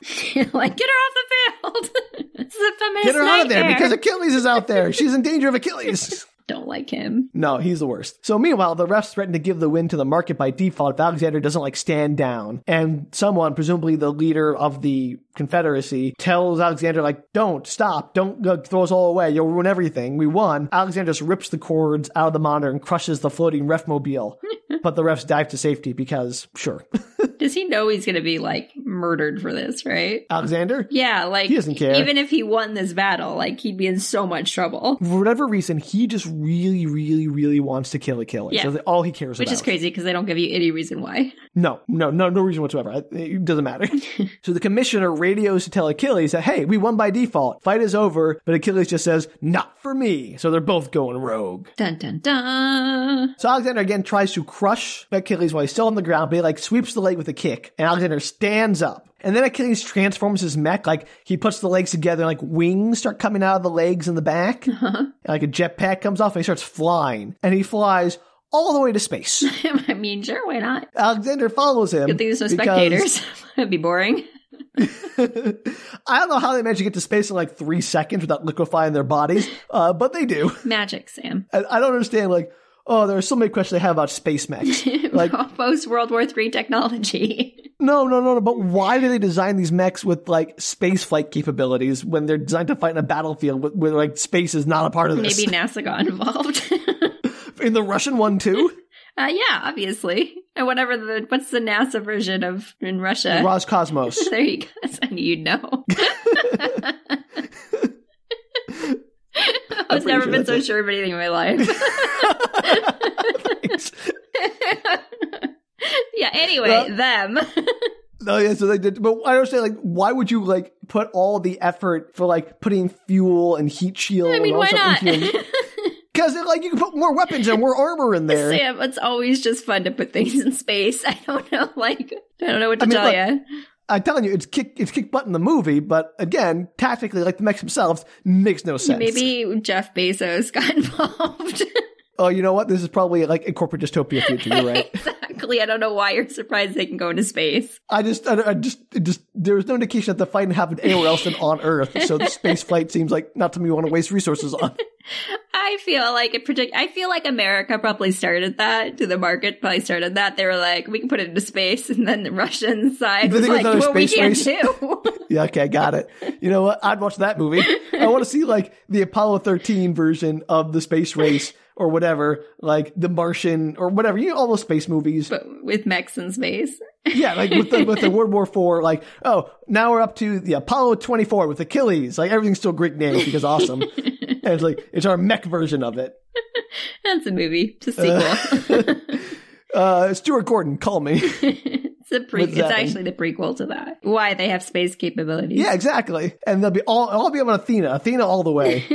[SPEAKER 1] like, get her off the field. this is a feminist
[SPEAKER 2] get her out of there
[SPEAKER 1] nightmare.
[SPEAKER 2] because Achilles is out there. She's in danger of Achilles.
[SPEAKER 1] Don't like him.
[SPEAKER 2] No, he's the worst. So meanwhile, the refs threaten to give the win to the market by default if Alexander doesn't like stand down. And someone, presumably the leader of the Confederacy, tells Alexander like, "Don't stop! Don't uh, throw us all away! You'll ruin everything. We won." Alexander just rips the cords out of the monitor and crushes the floating ref mobile. but the refs dive to safety because sure,
[SPEAKER 1] Does he know he's going to be like murdered for this, right?
[SPEAKER 2] Alexander.
[SPEAKER 1] Yeah, like
[SPEAKER 2] He doesn't care.
[SPEAKER 1] Even if he won this battle, like he'd be in so much trouble,
[SPEAKER 2] For whatever reason, he just really, really, really wants to kill Achilles.
[SPEAKER 1] Yeah.
[SPEAKER 2] That's all he cares
[SPEAKER 1] which
[SPEAKER 2] about.
[SPEAKER 1] is crazy because they don't give you any reason why.
[SPEAKER 2] No, no, no, no reason whatsoever. I- It doesn't matter. so the commissioner radios to tell Achilles that, hey, we won by default. Fight is over. But Achilles just says, not for me. So they're both going rogue.
[SPEAKER 1] Dun dun dun.
[SPEAKER 2] So Alexander again tries to crush Achilles while he's still on the ground, but he like sweeps the leg with a kick. And Alexander stands up. And then Achilles transforms his mech. Like he puts the legs together and like wings start coming out of the legs in the back.
[SPEAKER 1] Uh-huh.
[SPEAKER 2] And, like a jetpack comes off and he starts flying. And he flies all the way to space.
[SPEAKER 1] I mean, sure, why not?
[SPEAKER 2] Alexander follows him.
[SPEAKER 1] Good thing there's no
[SPEAKER 2] because-
[SPEAKER 1] spectators. That'd be boring.
[SPEAKER 2] I don't know how they managed to get to space in like three seconds without liquefying their bodies, uh, but they do.
[SPEAKER 1] Magic, Sam.
[SPEAKER 2] And I don't understand, like, oh, there are so many questions I have about space mechs. Like,
[SPEAKER 1] Post World War III technology.
[SPEAKER 2] no, no, no, no, but why do they design these mechs with like space flight capabilities when they're designed to fight in a battlefield where, where like space is not a part of this?
[SPEAKER 1] Maybe NASA got involved.
[SPEAKER 2] In the Russian one, too?
[SPEAKER 1] Uh, yeah, obviously. And whatever the what's the NASA version of in Russia?
[SPEAKER 2] Roscosmos.
[SPEAKER 1] there you go. I knew you'd know. I've
[SPEAKER 2] pretty
[SPEAKER 1] never been
[SPEAKER 2] sure that's
[SPEAKER 1] so
[SPEAKER 2] it.
[SPEAKER 1] sure of anything in my life. yeah. Anyway,
[SPEAKER 2] Well-
[SPEAKER 1] them.
[SPEAKER 2] No, yeah, so they did. But I don't say, like, why would you, like, put all the effort for, like, putting fuel and heat shield
[SPEAKER 1] I mean,
[SPEAKER 2] and all
[SPEAKER 1] why
[SPEAKER 2] that
[SPEAKER 1] not?
[SPEAKER 2] stuff into Because, like, you can put more weapons and more armor in there.
[SPEAKER 1] Sam, it's always just fun to put things in space. I don't know, like I don't know what to
[SPEAKER 2] I mean,
[SPEAKER 1] tell
[SPEAKER 2] look,
[SPEAKER 1] you.
[SPEAKER 2] I'm telling you, it's kick it's kick butt in the movie, but again, tactically, like the mechs themselves, makes no sense.
[SPEAKER 1] Maybe Jeff Bezos got involved.
[SPEAKER 2] Oh, you know what? This is probably like a corporate dystopia future. You're right.
[SPEAKER 1] exactly. Luckily, I don't know why you're surprised they can go into space.
[SPEAKER 2] I just, I, I just, it just there was no indication that the fight happened anywhere else than on Earth. So the space flight seems like not something you want to waste resources on.
[SPEAKER 1] I feel like it predict. I feel like America probably started that. To the market probably started that. They were like, we can put it into space, and then the Russian side
[SPEAKER 2] Did
[SPEAKER 1] was
[SPEAKER 2] they go
[SPEAKER 1] like,
[SPEAKER 2] another
[SPEAKER 1] what we
[SPEAKER 2] space
[SPEAKER 1] can't
[SPEAKER 2] race?
[SPEAKER 1] do.
[SPEAKER 2] Yeah, okay, I got it. You know what? I'd watch that movie. I want to see like the Apollo 13 version of the space race or whatever, like the Martian or whatever. You know, all those space movies.
[SPEAKER 1] but with mechs in space.
[SPEAKER 2] Yeah, like with the, with the World War Four, like oh, now we're up to the Apollo twenty four with Achilles. Like everything's still Greek names because awesome. and it's like it's our mech version of it.
[SPEAKER 1] That's a movie. It's a sequel.
[SPEAKER 2] Uh, uh, Stuart Gordon, call me.
[SPEAKER 1] it's a pre.
[SPEAKER 2] What's
[SPEAKER 1] It's
[SPEAKER 2] that mean?
[SPEAKER 1] actually the prequel to that. Why they have space capabilities.
[SPEAKER 2] Yeah, exactly. And they'll be all I'll be on Athena, Athena all the way.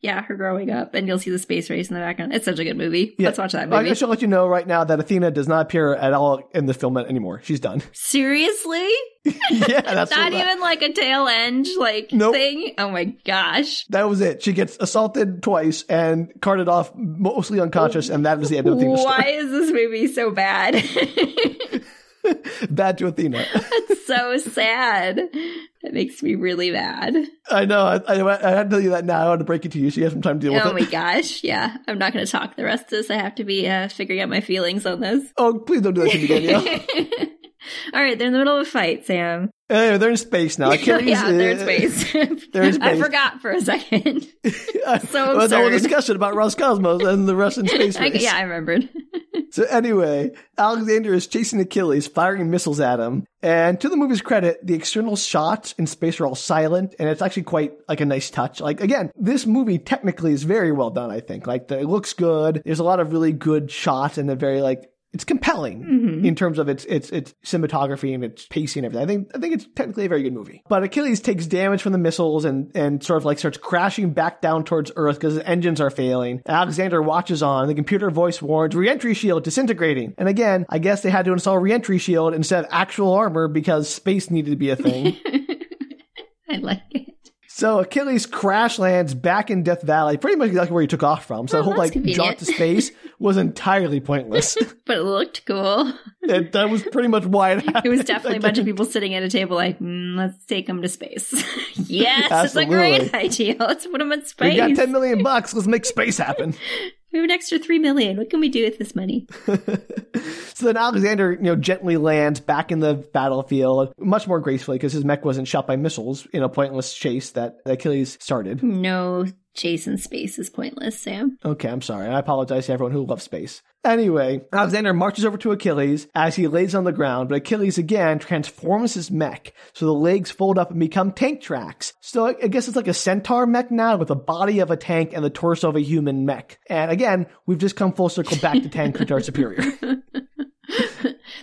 [SPEAKER 1] yeah, her growing up, and you'll see the space race in the background. It's such a good movie.
[SPEAKER 2] Yeah.
[SPEAKER 1] Let's watch that
[SPEAKER 2] I
[SPEAKER 1] movie.
[SPEAKER 2] should let you know right now that Athena does not appear at all in the film anymore. She's done.
[SPEAKER 1] Seriously,
[SPEAKER 2] yeah, that's
[SPEAKER 1] not
[SPEAKER 2] what that-
[SPEAKER 1] even like a tail end like
[SPEAKER 2] Nope.
[SPEAKER 1] thing. Oh my gosh.
[SPEAKER 2] That was it. She gets assaulted twice and carted off, mostly unconscious, and that was the end of Athena's
[SPEAKER 1] Why
[SPEAKER 2] story.
[SPEAKER 1] is this movie so bad?
[SPEAKER 2] Bad to Athena.
[SPEAKER 1] That's so sad. That makes me really mad.
[SPEAKER 2] I know. I, I, I had to tell you that now. I want to break it to you so you have some time to deal with
[SPEAKER 1] Oh
[SPEAKER 2] it.
[SPEAKER 1] my gosh. Yeah. I'm not going to talk the rest of this. I have to be uh, figuring out my feelings on this.
[SPEAKER 2] Oh, please don't do that to me, Danielle.
[SPEAKER 1] All right. They're in the middle of a fight, Sam.
[SPEAKER 2] anyway, they're in space now. Achilles,
[SPEAKER 1] yeah, they're in
[SPEAKER 2] uh,
[SPEAKER 1] space.
[SPEAKER 2] they're in
[SPEAKER 1] I
[SPEAKER 2] space. Oh,
[SPEAKER 1] forgot for a second. So
[SPEAKER 2] Well, the whole
[SPEAKER 1] absurd.
[SPEAKER 2] discussion about Roscosmos and the Russian space
[SPEAKER 1] I,
[SPEAKER 2] race.
[SPEAKER 1] yeah, I remembered.
[SPEAKER 2] So anyway, Alexander is chasing Achilles, firing missiles at him. And to the movie's credit, the external shots in space are all silent, and it's actually quite like a nice touch. Like again, this movie technically is very well done. I think like the, it looks good. There's a lot of really good shots and a very like it's compelling
[SPEAKER 1] Mm-hmm.
[SPEAKER 2] in terms of its its its cinematography and its pacing and everything. I think I think it's technically a very good movie. But Achilles takes damage from the missiles and and sort of like starts crashing back down towards Earth because his engines are failing. Alexander watches on. The computer voice warns reentry shield disintegrating. And again, I guess they had to install reentry shield instead of actual armor because space needed to be a thing.
[SPEAKER 1] I like it.
[SPEAKER 2] So Achilles crash lands back in Death Valley, pretty much exactly where he took off from. So
[SPEAKER 1] Oh,
[SPEAKER 2] the whole
[SPEAKER 1] that's
[SPEAKER 2] like
[SPEAKER 1] convenient.
[SPEAKER 2] jaunt to space was entirely pointless.
[SPEAKER 1] But it looked cool.
[SPEAKER 2] that, that was pretty much why it happened.
[SPEAKER 1] It was definitely a bunch of
[SPEAKER 2] Like,
[SPEAKER 1] people sitting at a table, like, mm, let's take them to space. yes, it's a great
[SPEAKER 2] Absolutely.
[SPEAKER 1] idea. Let's put them in
[SPEAKER 2] We got
[SPEAKER 1] space.
[SPEAKER 2] 10 million bucks. Let's make space happen.
[SPEAKER 1] We have an extra three million. What can we do with this money?
[SPEAKER 2] So then Alexander, you know, gently lands back in the battlefield, much more gracefully because his mech wasn't shot by missiles in a pointless chase that Achilles started.
[SPEAKER 1] No, Jason space is pointless, Sam.
[SPEAKER 2] Okay, I'm sorry. I apologize to everyone who loves space. Anyway, Alexander marches over to Achilles as he lays on the ground, but Achilles again transforms his mech so the legs fold up and become tank tracks. So I I guess it's like a centaur mech now with the body of a tank and the torso of a human mech. And again, we've just come full circle back to Tank Centaur Superior.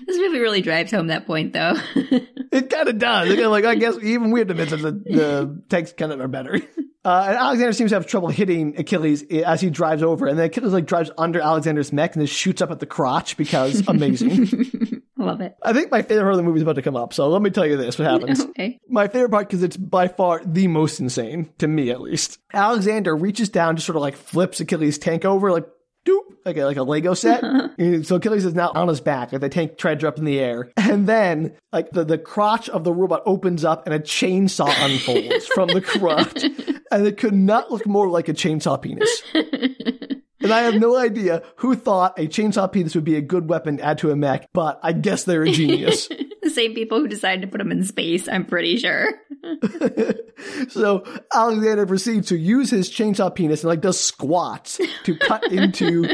[SPEAKER 1] This movie really drives home that point, though.
[SPEAKER 2] It kind of does. Again, like I guess even we admit that the, the tanks kind of are better. Uh, and Alexander seems to have trouble hitting Achilles eh, as he drives over, and then Achilles like drives under Alexander's mech and then shoots up at the crotch because amazing.
[SPEAKER 1] Love it.
[SPEAKER 2] I think my favorite part of the movie is about to come up, so let me tell you this: what happens?
[SPEAKER 1] Okay.
[SPEAKER 2] My favorite part because it's by far the most insane to me, at least. Alexander reaches down, just sort of like flips Achilles' tank over, like doop, like a, like a Lego set. And so Achilles is now on his back, like the tank treads up in the air, and then like the the crotch of the robot opens up and a chainsaw unfolds from the crotch, and it could not look more like a chainsaw penis. And I have no idea who thought a chainsaw penis would be a good weapon to add to a mech, but I guess they're a genius.
[SPEAKER 1] The same people who decided to put him in space, I'm pretty sure.
[SPEAKER 2] So Alexander proceeds to use his chainsaw penis and like does squats to cut into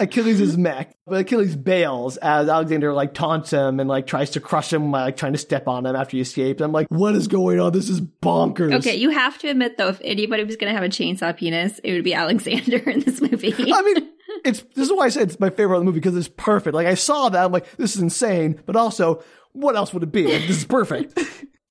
[SPEAKER 2] Achilles' mech. But Achilles bails as Alexander like taunts him and like tries to crush him by like trying to step on him after he escapes. I'm like, what is going on? This is bonkers.
[SPEAKER 1] Okay, you have to admit, though, if anybody was going to have a chainsaw penis, it would be Alexander in this movie.
[SPEAKER 2] I mean, it's this is why I said it's my favorite of the movie because it's perfect. Like I saw that, I'm like, this is insane, but also, what else would it be? Like, this is perfect.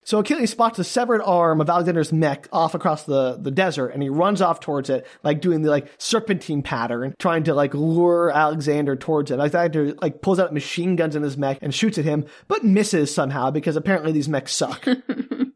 [SPEAKER 2] So Achilles spots a severed arm of Alexander's mech off across the, the desert, and he runs off towards it, like doing the like serpentine pattern, trying to like lure Alexander towards it. Alexander like pulls out machine guns in his mech and shoots at him, but misses somehow because apparently these mechs suck.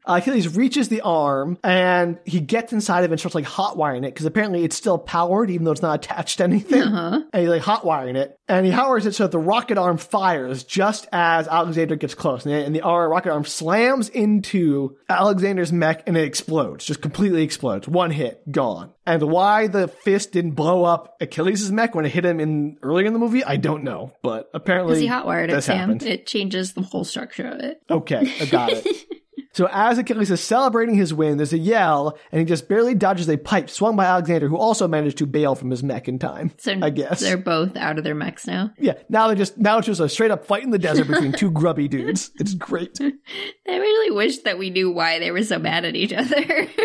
[SPEAKER 2] Achilles Uh, reaches the arm and he gets inside of it and starts like hotwiring it because apparently it's still powered even though it's not attached to anything.
[SPEAKER 1] Uh-huh.
[SPEAKER 2] And he's like hotwiring it and he hotwires it so that the rocket arm fires just as Alexander gets close. And the, and the arm, rocket arm slams into Alexander's mech and it explodes, just completely explodes. One hit, gone. And why the fist didn't blow up Achilles' mech when it hit him in earlier in the movie, I don't know. But apparently,
[SPEAKER 1] Because he hotwired it,
[SPEAKER 2] this
[SPEAKER 1] Sam.
[SPEAKER 2] happened.
[SPEAKER 1] It changes the whole structure of it.
[SPEAKER 2] Okay, I got it. so as Achilles is celebrating his win, there's a yell, and he just barely dodges a pipe swung by Alexander, who also managed to bail from his mech in time.
[SPEAKER 1] So
[SPEAKER 2] I guess.
[SPEAKER 1] they're both out of their mechs now.
[SPEAKER 2] Yeah, now they're just now it's just a straight up fight in the desert between two grubby dudes. It's great.
[SPEAKER 1] I really wish that we knew why they were so mad at each other.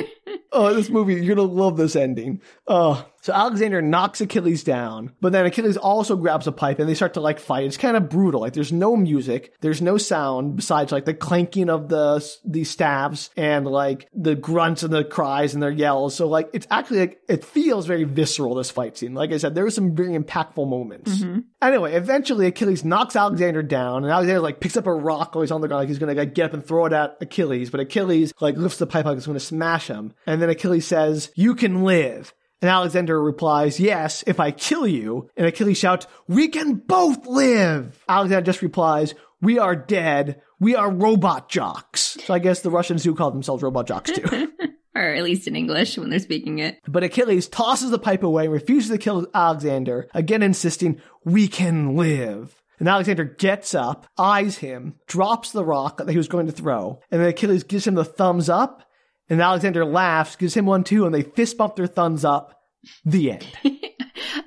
[SPEAKER 2] Oh, this movie, you're gonna love this ending. Oh. So Alexander knocks Achilles down, but then Achilles also grabs a pipe and they start to like fight. It's kind of brutal. Like there's no music, there's no sound besides like the clanking of the the staves and like the grunts and the cries and their yells. So like it's actually like it feels very visceral this fight scene. Like I said, there were some very impactful moments. Anyway, eventually Achilles knocks Alexander down, and Alexander like picks up a rock while he's on the ground, like he's gonna like, get up and throw it at Achilles, but Achilles like lifts the pipe like he's gonna smash him, and then Achilles says, "You can live." And Alexander replies, "Yes, if I kill you." And Achilles shouts, "We can both live." Alexander just replies, "We are dead. We are robot jocks." So I guess the Russians do call themselves robot jocks too.
[SPEAKER 1] or at least in English when they're speaking it.
[SPEAKER 2] But Achilles tosses the pipe away and refuses to kill Alexander, again insisting, We can live. And Alexander gets up, eyes him, drops the rock that he was going to throw, and then Achilles gives him the thumbs up, and Alexander laughs, gives him one too, and they fist bump their thumbs up. The end.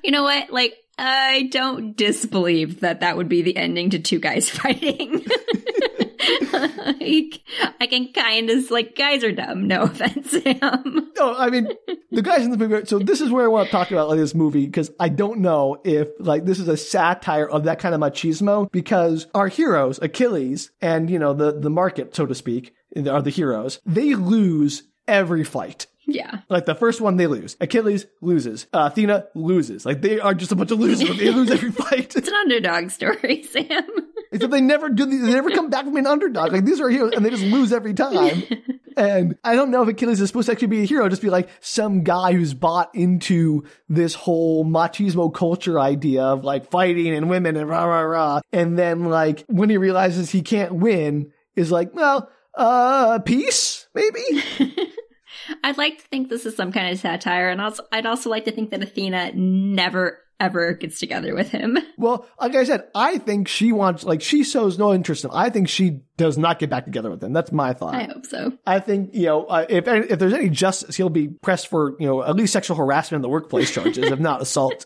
[SPEAKER 1] You know what? Like, I don't disbelieve that that would be the ending to two guys fighting. like, I can kind of, like, guys are dumb. No offense, Sam.
[SPEAKER 2] No, I mean the guys in the movie. So this is where I want to talk about like, this movie because I don't know if like this is a satire of that kind of machismo because our heroes Achilles and you know the the market so to speak are the heroes. They lose every fight.
[SPEAKER 1] Yeah.
[SPEAKER 2] Like the first one, they lose. Achilles loses. Uh, Athena loses. Like they are just a bunch of losers. They lose every fight.
[SPEAKER 1] It's an underdog story, Sam.
[SPEAKER 2] Except they never do. These, they never come back from an underdog. Like these are heroes, and they just lose every time. And I don't know if Achilles is supposed to actually be a hero, just be like some guy who's bought into this whole machismo culture idea of like fighting and women and rah rah rah. And then like when he realizes he can't win, is like, well, uh, peace maybe.
[SPEAKER 1] I'd like to think this is some kind of satire, and also, I'd also like to think that Athena never, ever gets together with him.
[SPEAKER 2] Well, like I said, I think she wants like she shows no interest in. I think she does not get back together with him. That's my thought.
[SPEAKER 1] I hope so.
[SPEAKER 2] I think you know uh, if if there's any justice, he'll be pressed for you know at least sexual harassment in the workplace charges, if not assault.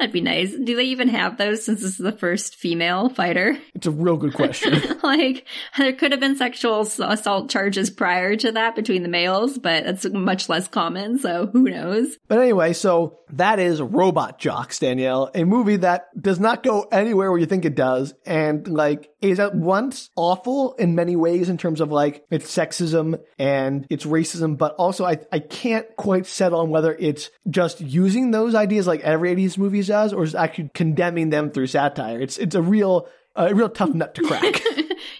[SPEAKER 1] That'd be nice. Do they even have those since this is the first female fighter?
[SPEAKER 2] It's a real good question.
[SPEAKER 1] like there could have been sexual ass- assault charges prior to that between the males but that's much less common so who knows
[SPEAKER 2] But anyway, so that is Robot Jocks, Danielle, a movie that does not go anywhere where you think it does, and like is at once awful in many ways in terms of like its sexism and its racism, but also I I can't quite settle on whether it's just using those ideas like every 80s movie does, or is actually condemning them through satire. It's it's a real a real tough nut to crack.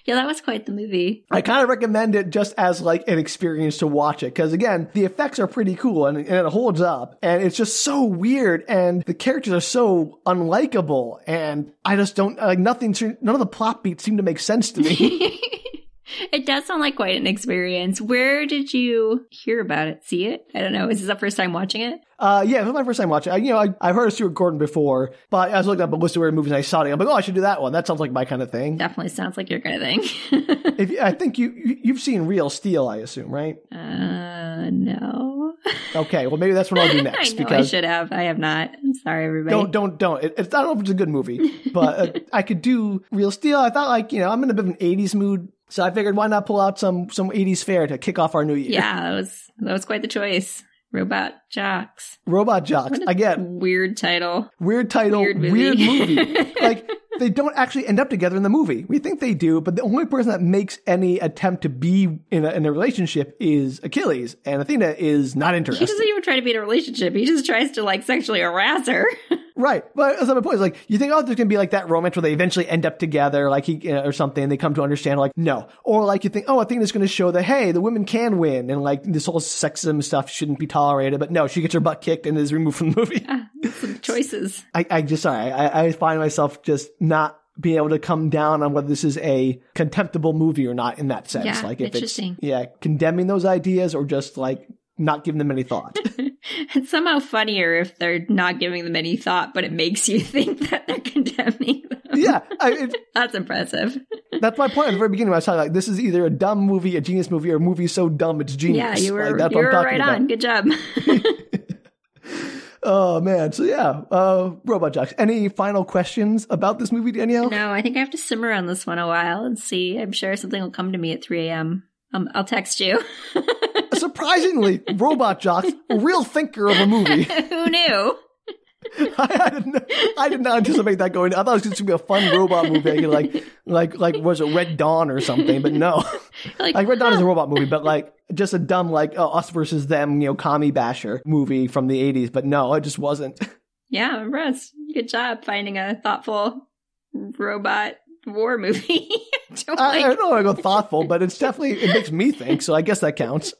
[SPEAKER 1] yeah that was quite the movie
[SPEAKER 2] I kind of recommend it just as like an experience to watch it because again, the effects are pretty cool and, and it holds up, and it's just so weird, and the characters are so unlikable, and I just don't like nothing. None of the plot beats seem to make sense to me.
[SPEAKER 1] it does sound like quite an experience where did you hear about it see it i don't know is this the first time watching it
[SPEAKER 2] uh, yeah, it was my first time watching. I, you know, I, I've heard of Stuart Gordon before, but I was looking up a list of weird movies and I saw it. And I'm like, oh, I should do that one. That sounds like my kind of thing.
[SPEAKER 1] definitely sounds like your kind of thing
[SPEAKER 2] If I think you you- you've seen Real Steel, I assume, right?
[SPEAKER 1] uh no
[SPEAKER 2] Okay, well maybe that's what I'll do
[SPEAKER 1] i
[SPEAKER 2] next
[SPEAKER 1] know i
[SPEAKER 2] because
[SPEAKER 1] should have i have not i'm sorry everybody
[SPEAKER 2] Don't, don't, don't. It, it's, I don't know if it's a good movie, but uh, I could do Real Steel. I thought, like, you know, I'm in a bit of an 80s mood, so I figured why not pull out some some 80s fare to kick off our new year?
[SPEAKER 1] yeah that was that was quite the choice robot jocks
[SPEAKER 2] Robot Jocks.
[SPEAKER 1] What a
[SPEAKER 2] Again,
[SPEAKER 1] weird title
[SPEAKER 2] weird title,
[SPEAKER 1] weird
[SPEAKER 2] weird
[SPEAKER 1] movie.
[SPEAKER 2] movie. like, they don't actually end up together in the movie. We think they do, but the only person that makes any attempt to be in a, in a relationship is Achilles, and Athena is not
[SPEAKER 1] He
[SPEAKER 2] interested.
[SPEAKER 1] doesn't even try to be in a relationship. He just tries to like sexually harass her.
[SPEAKER 2] Right. But that's not my point. It's like, you think, oh, there's going to be like that romance where they eventually end up together, like he, you know, or something, and they come to understand, like, no. Or like you think, oh, I think it's going to show that, hey, the women can win, and like this whole sexism stuff shouldn't be tolerated, but no, she gets her butt kicked and is removed from the movie.
[SPEAKER 1] Yeah, some choices.
[SPEAKER 2] I, I just, sorry, I, I find myself just not being able to come down on whether this is a contemptible movie or not in that sense.
[SPEAKER 1] Yeah,
[SPEAKER 2] like, if it's,
[SPEAKER 1] interesting.
[SPEAKER 2] yeah, condemning those ideas or just like not giving them any thought.
[SPEAKER 1] It's somehow funnier if they're not giving them any thought, but it makes you think that they're condemning them.
[SPEAKER 2] yeah. I, it,
[SPEAKER 1] That's impressive.
[SPEAKER 2] That's my point at the very beginning. When I was talking like this is either a dumb movie, a genius movie, or a movie so dumb it's genius.
[SPEAKER 1] Yeah, you were,
[SPEAKER 2] Like, that's
[SPEAKER 1] you
[SPEAKER 2] what
[SPEAKER 1] were
[SPEAKER 2] I'm talking
[SPEAKER 1] right
[SPEAKER 2] about.
[SPEAKER 1] on. Good job.
[SPEAKER 2] Oh man, so yeah, uh, Robot Jocks. Any final questions about this movie, Danielle?
[SPEAKER 1] no, I think I have to simmer on this one a while and see. I'm sure something will come to me at 3 a.m. Um, I'll text you.
[SPEAKER 2] Surprisingly, Robot Jocks, a real thinker of a movie.
[SPEAKER 1] Who knew?
[SPEAKER 2] I, I, didn't, I did not anticipate that going. I thought it was going to be a fun robot movie, like like like, like was it Red Dawn or something? But no,
[SPEAKER 1] Like,
[SPEAKER 2] like Red Dawn is a
[SPEAKER 1] huh.
[SPEAKER 2] robot movie, but like just a dumb like uh, us versus them, you know, commie basher movie from the '80s. But no, it just wasn't.
[SPEAKER 1] Yeah, I'm impressed. Good job finding a thoughtful robot war movie. Don't
[SPEAKER 2] I, I
[SPEAKER 1] like-
[SPEAKER 2] don't know. I go thoughtful, but it's definitely it makes me think. So I guess that counts.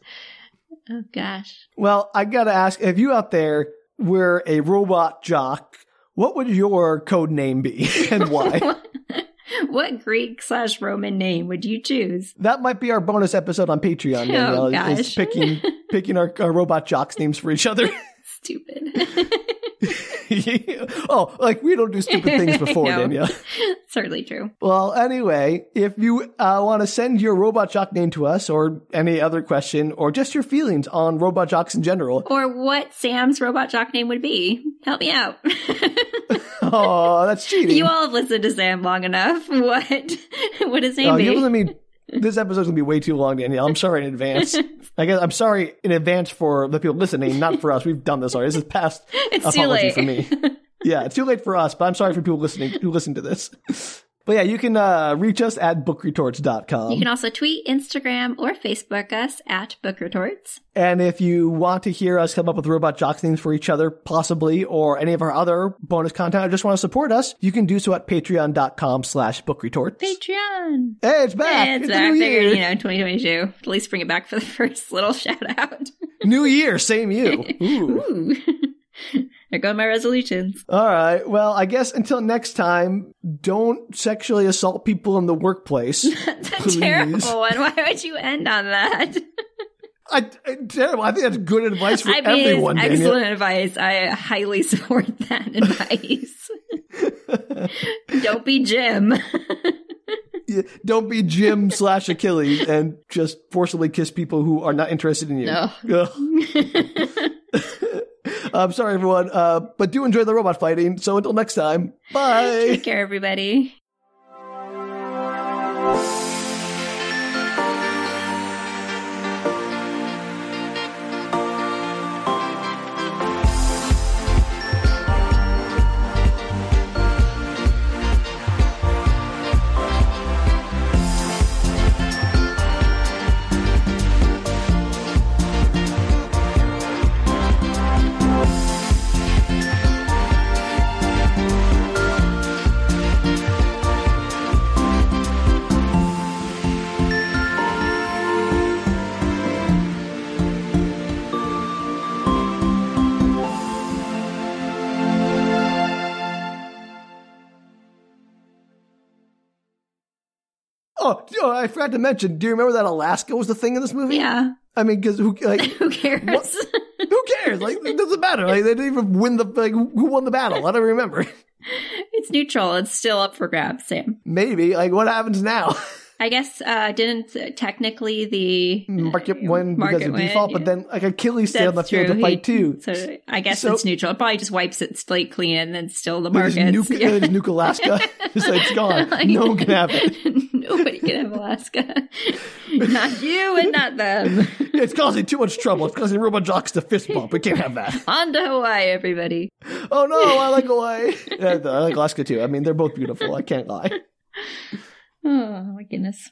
[SPEAKER 1] oh gosh.
[SPEAKER 2] Well, I gotta ask if you out there were a robot jock, what would your code name be and why?
[SPEAKER 1] what Greek slash Roman name would you choose?
[SPEAKER 2] that might be our bonus episode on Patreon. Danielle, is- is
[SPEAKER 1] Oh, gosh.
[SPEAKER 2] picking picking our, our robot jocks names for each other.
[SPEAKER 1] Stupid.
[SPEAKER 2] oh, like we don't do stupid things before,
[SPEAKER 1] No.
[SPEAKER 2] Danielle.
[SPEAKER 1] Certainly true.
[SPEAKER 2] Well, anyway, if you uh, want to send your robot jock name to us, or any other question, or just your feelings on robot jocks in general,
[SPEAKER 1] Or what Sam's robot jock name would be. Help me out.
[SPEAKER 2] oh, that's cheating.
[SPEAKER 1] you all have listened to Sam long enough. What would his name
[SPEAKER 2] Oh,
[SPEAKER 1] be?
[SPEAKER 2] you listen to me. This episode's gonna be way too long, Danielle. I'm sorry in advance. I guess I'm sorry in advance for the people listening, not for us. We've done this already. This is past
[SPEAKER 1] it's too
[SPEAKER 2] apology
[SPEAKER 1] late.
[SPEAKER 2] for me. Yeah, it's too late for us, but I'm sorry for people listening who listen to this. But yeah, you can uh, reach us at bookretorts.com.
[SPEAKER 1] You can also tweet, Instagram, or Facebook us at Book Retorts.
[SPEAKER 2] and if you want to hear us come up with robot jocks names for each other, possibly, or any of our other bonus content, or just want to support us, you can do so at patreon.com slash bookretorts.
[SPEAKER 1] Patreon.
[SPEAKER 2] hey, it's back!
[SPEAKER 1] It's
[SPEAKER 2] a
[SPEAKER 1] back.
[SPEAKER 2] new
[SPEAKER 1] Figured,
[SPEAKER 2] year!
[SPEAKER 1] you know, 2022. At least bring it back for the first little shout out.
[SPEAKER 2] New year, same you. Ooh.
[SPEAKER 1] Ooh. there go my resolutions.
[SPEAKER 2] All right. Well, I guess until next time, don't sexually assault people in the workplace.
[SPEAKER 1] That's a
[SPEAKER 2] Please.
[SPEAKER 1] terrible one. Why would you end on that?
[SPEAKER 2] I, I, terrible. I think that's good advice for
[SPEAKER 1] I mean,
[SPEAKER 2] everyone.
[SPEAKER 1] it's
[SPEAKER 2] Daniel.
[SPEAKER 1] excellent advice. I highly support that advice. Don't be Jim.
[SPEAKER 2] Yeah, Don't be Jim slash Achilles and just forcibly kiss people who are not interested in you.
[SPEAKER 1] No.
[SPEAKER 2] Ugh. I'm sorry, everyone. Uh, but do enjoy the robot fighting. So until next time, bye.
[SPEAKER 1] Take care, everybody.
[SPEAKER 2] Oh, oh, I forgot to mention. Do you remember that Alaska was the thing in this movie?
[SPEAKER 1] Yeah.
[SPEAKER 2] I mean, because who like
[SPEAKER 1] Who cares?
[SPEAKER 2] who cares? Like it doesn't matter. Like they didn't even win the like who won the battle. I don't remember.
[SPEAKER 1] It's neutral. It's still up for grabs, Sam.
[SPEAKER 2] Maybe like what happens now?
[SPEAKER 1] I guess uh, didn't technically the
[SPEAKER 2] Market win because
[SPEAKER 1] Market
[SPEAKER 2] of
[SPEAKER 1] win,
[SPEAKER 2] default,
[SPEAKER 1] yeah.
[SPEAKER 2] but then like Achilles stayed on the
[SPEAKER 1] That's
[SPEAKER 2] field
[SPEAKER 1] true.
[SPEAKER 2] to
[SPEAKER 1] He-
[SPEAKER 2] fight too.
[SPEAKER 1] So I guess
[SPEAKER 2] So-
[SPEAKER 1] it's neutral. It probably just wipes its slate clean and then still the
[SPEAKER 2] They just
[SPEAKER 1] markets.
[SPEAKER 2] nuke,
[SPEAKER 1] Yeah.
[SPEAKER 2] they just nuke Alaska. it's like it's gone. No one can have it.
[SPEAKER 1] Nobody can have Alaska. not you and not them.
[SPEAKER 2] It's causing too much trouble. It's causing robot jocks to fist bump. We can't have that.
[SPEAKER 1] On to Hawaii, everybody.
[SPEAKER 2] Oh no, I like Hawaii. Yeah, I like Alaska too. I mean, they're both beautiful. I can't lie.
[SPEAKER 1] Oh my goodness.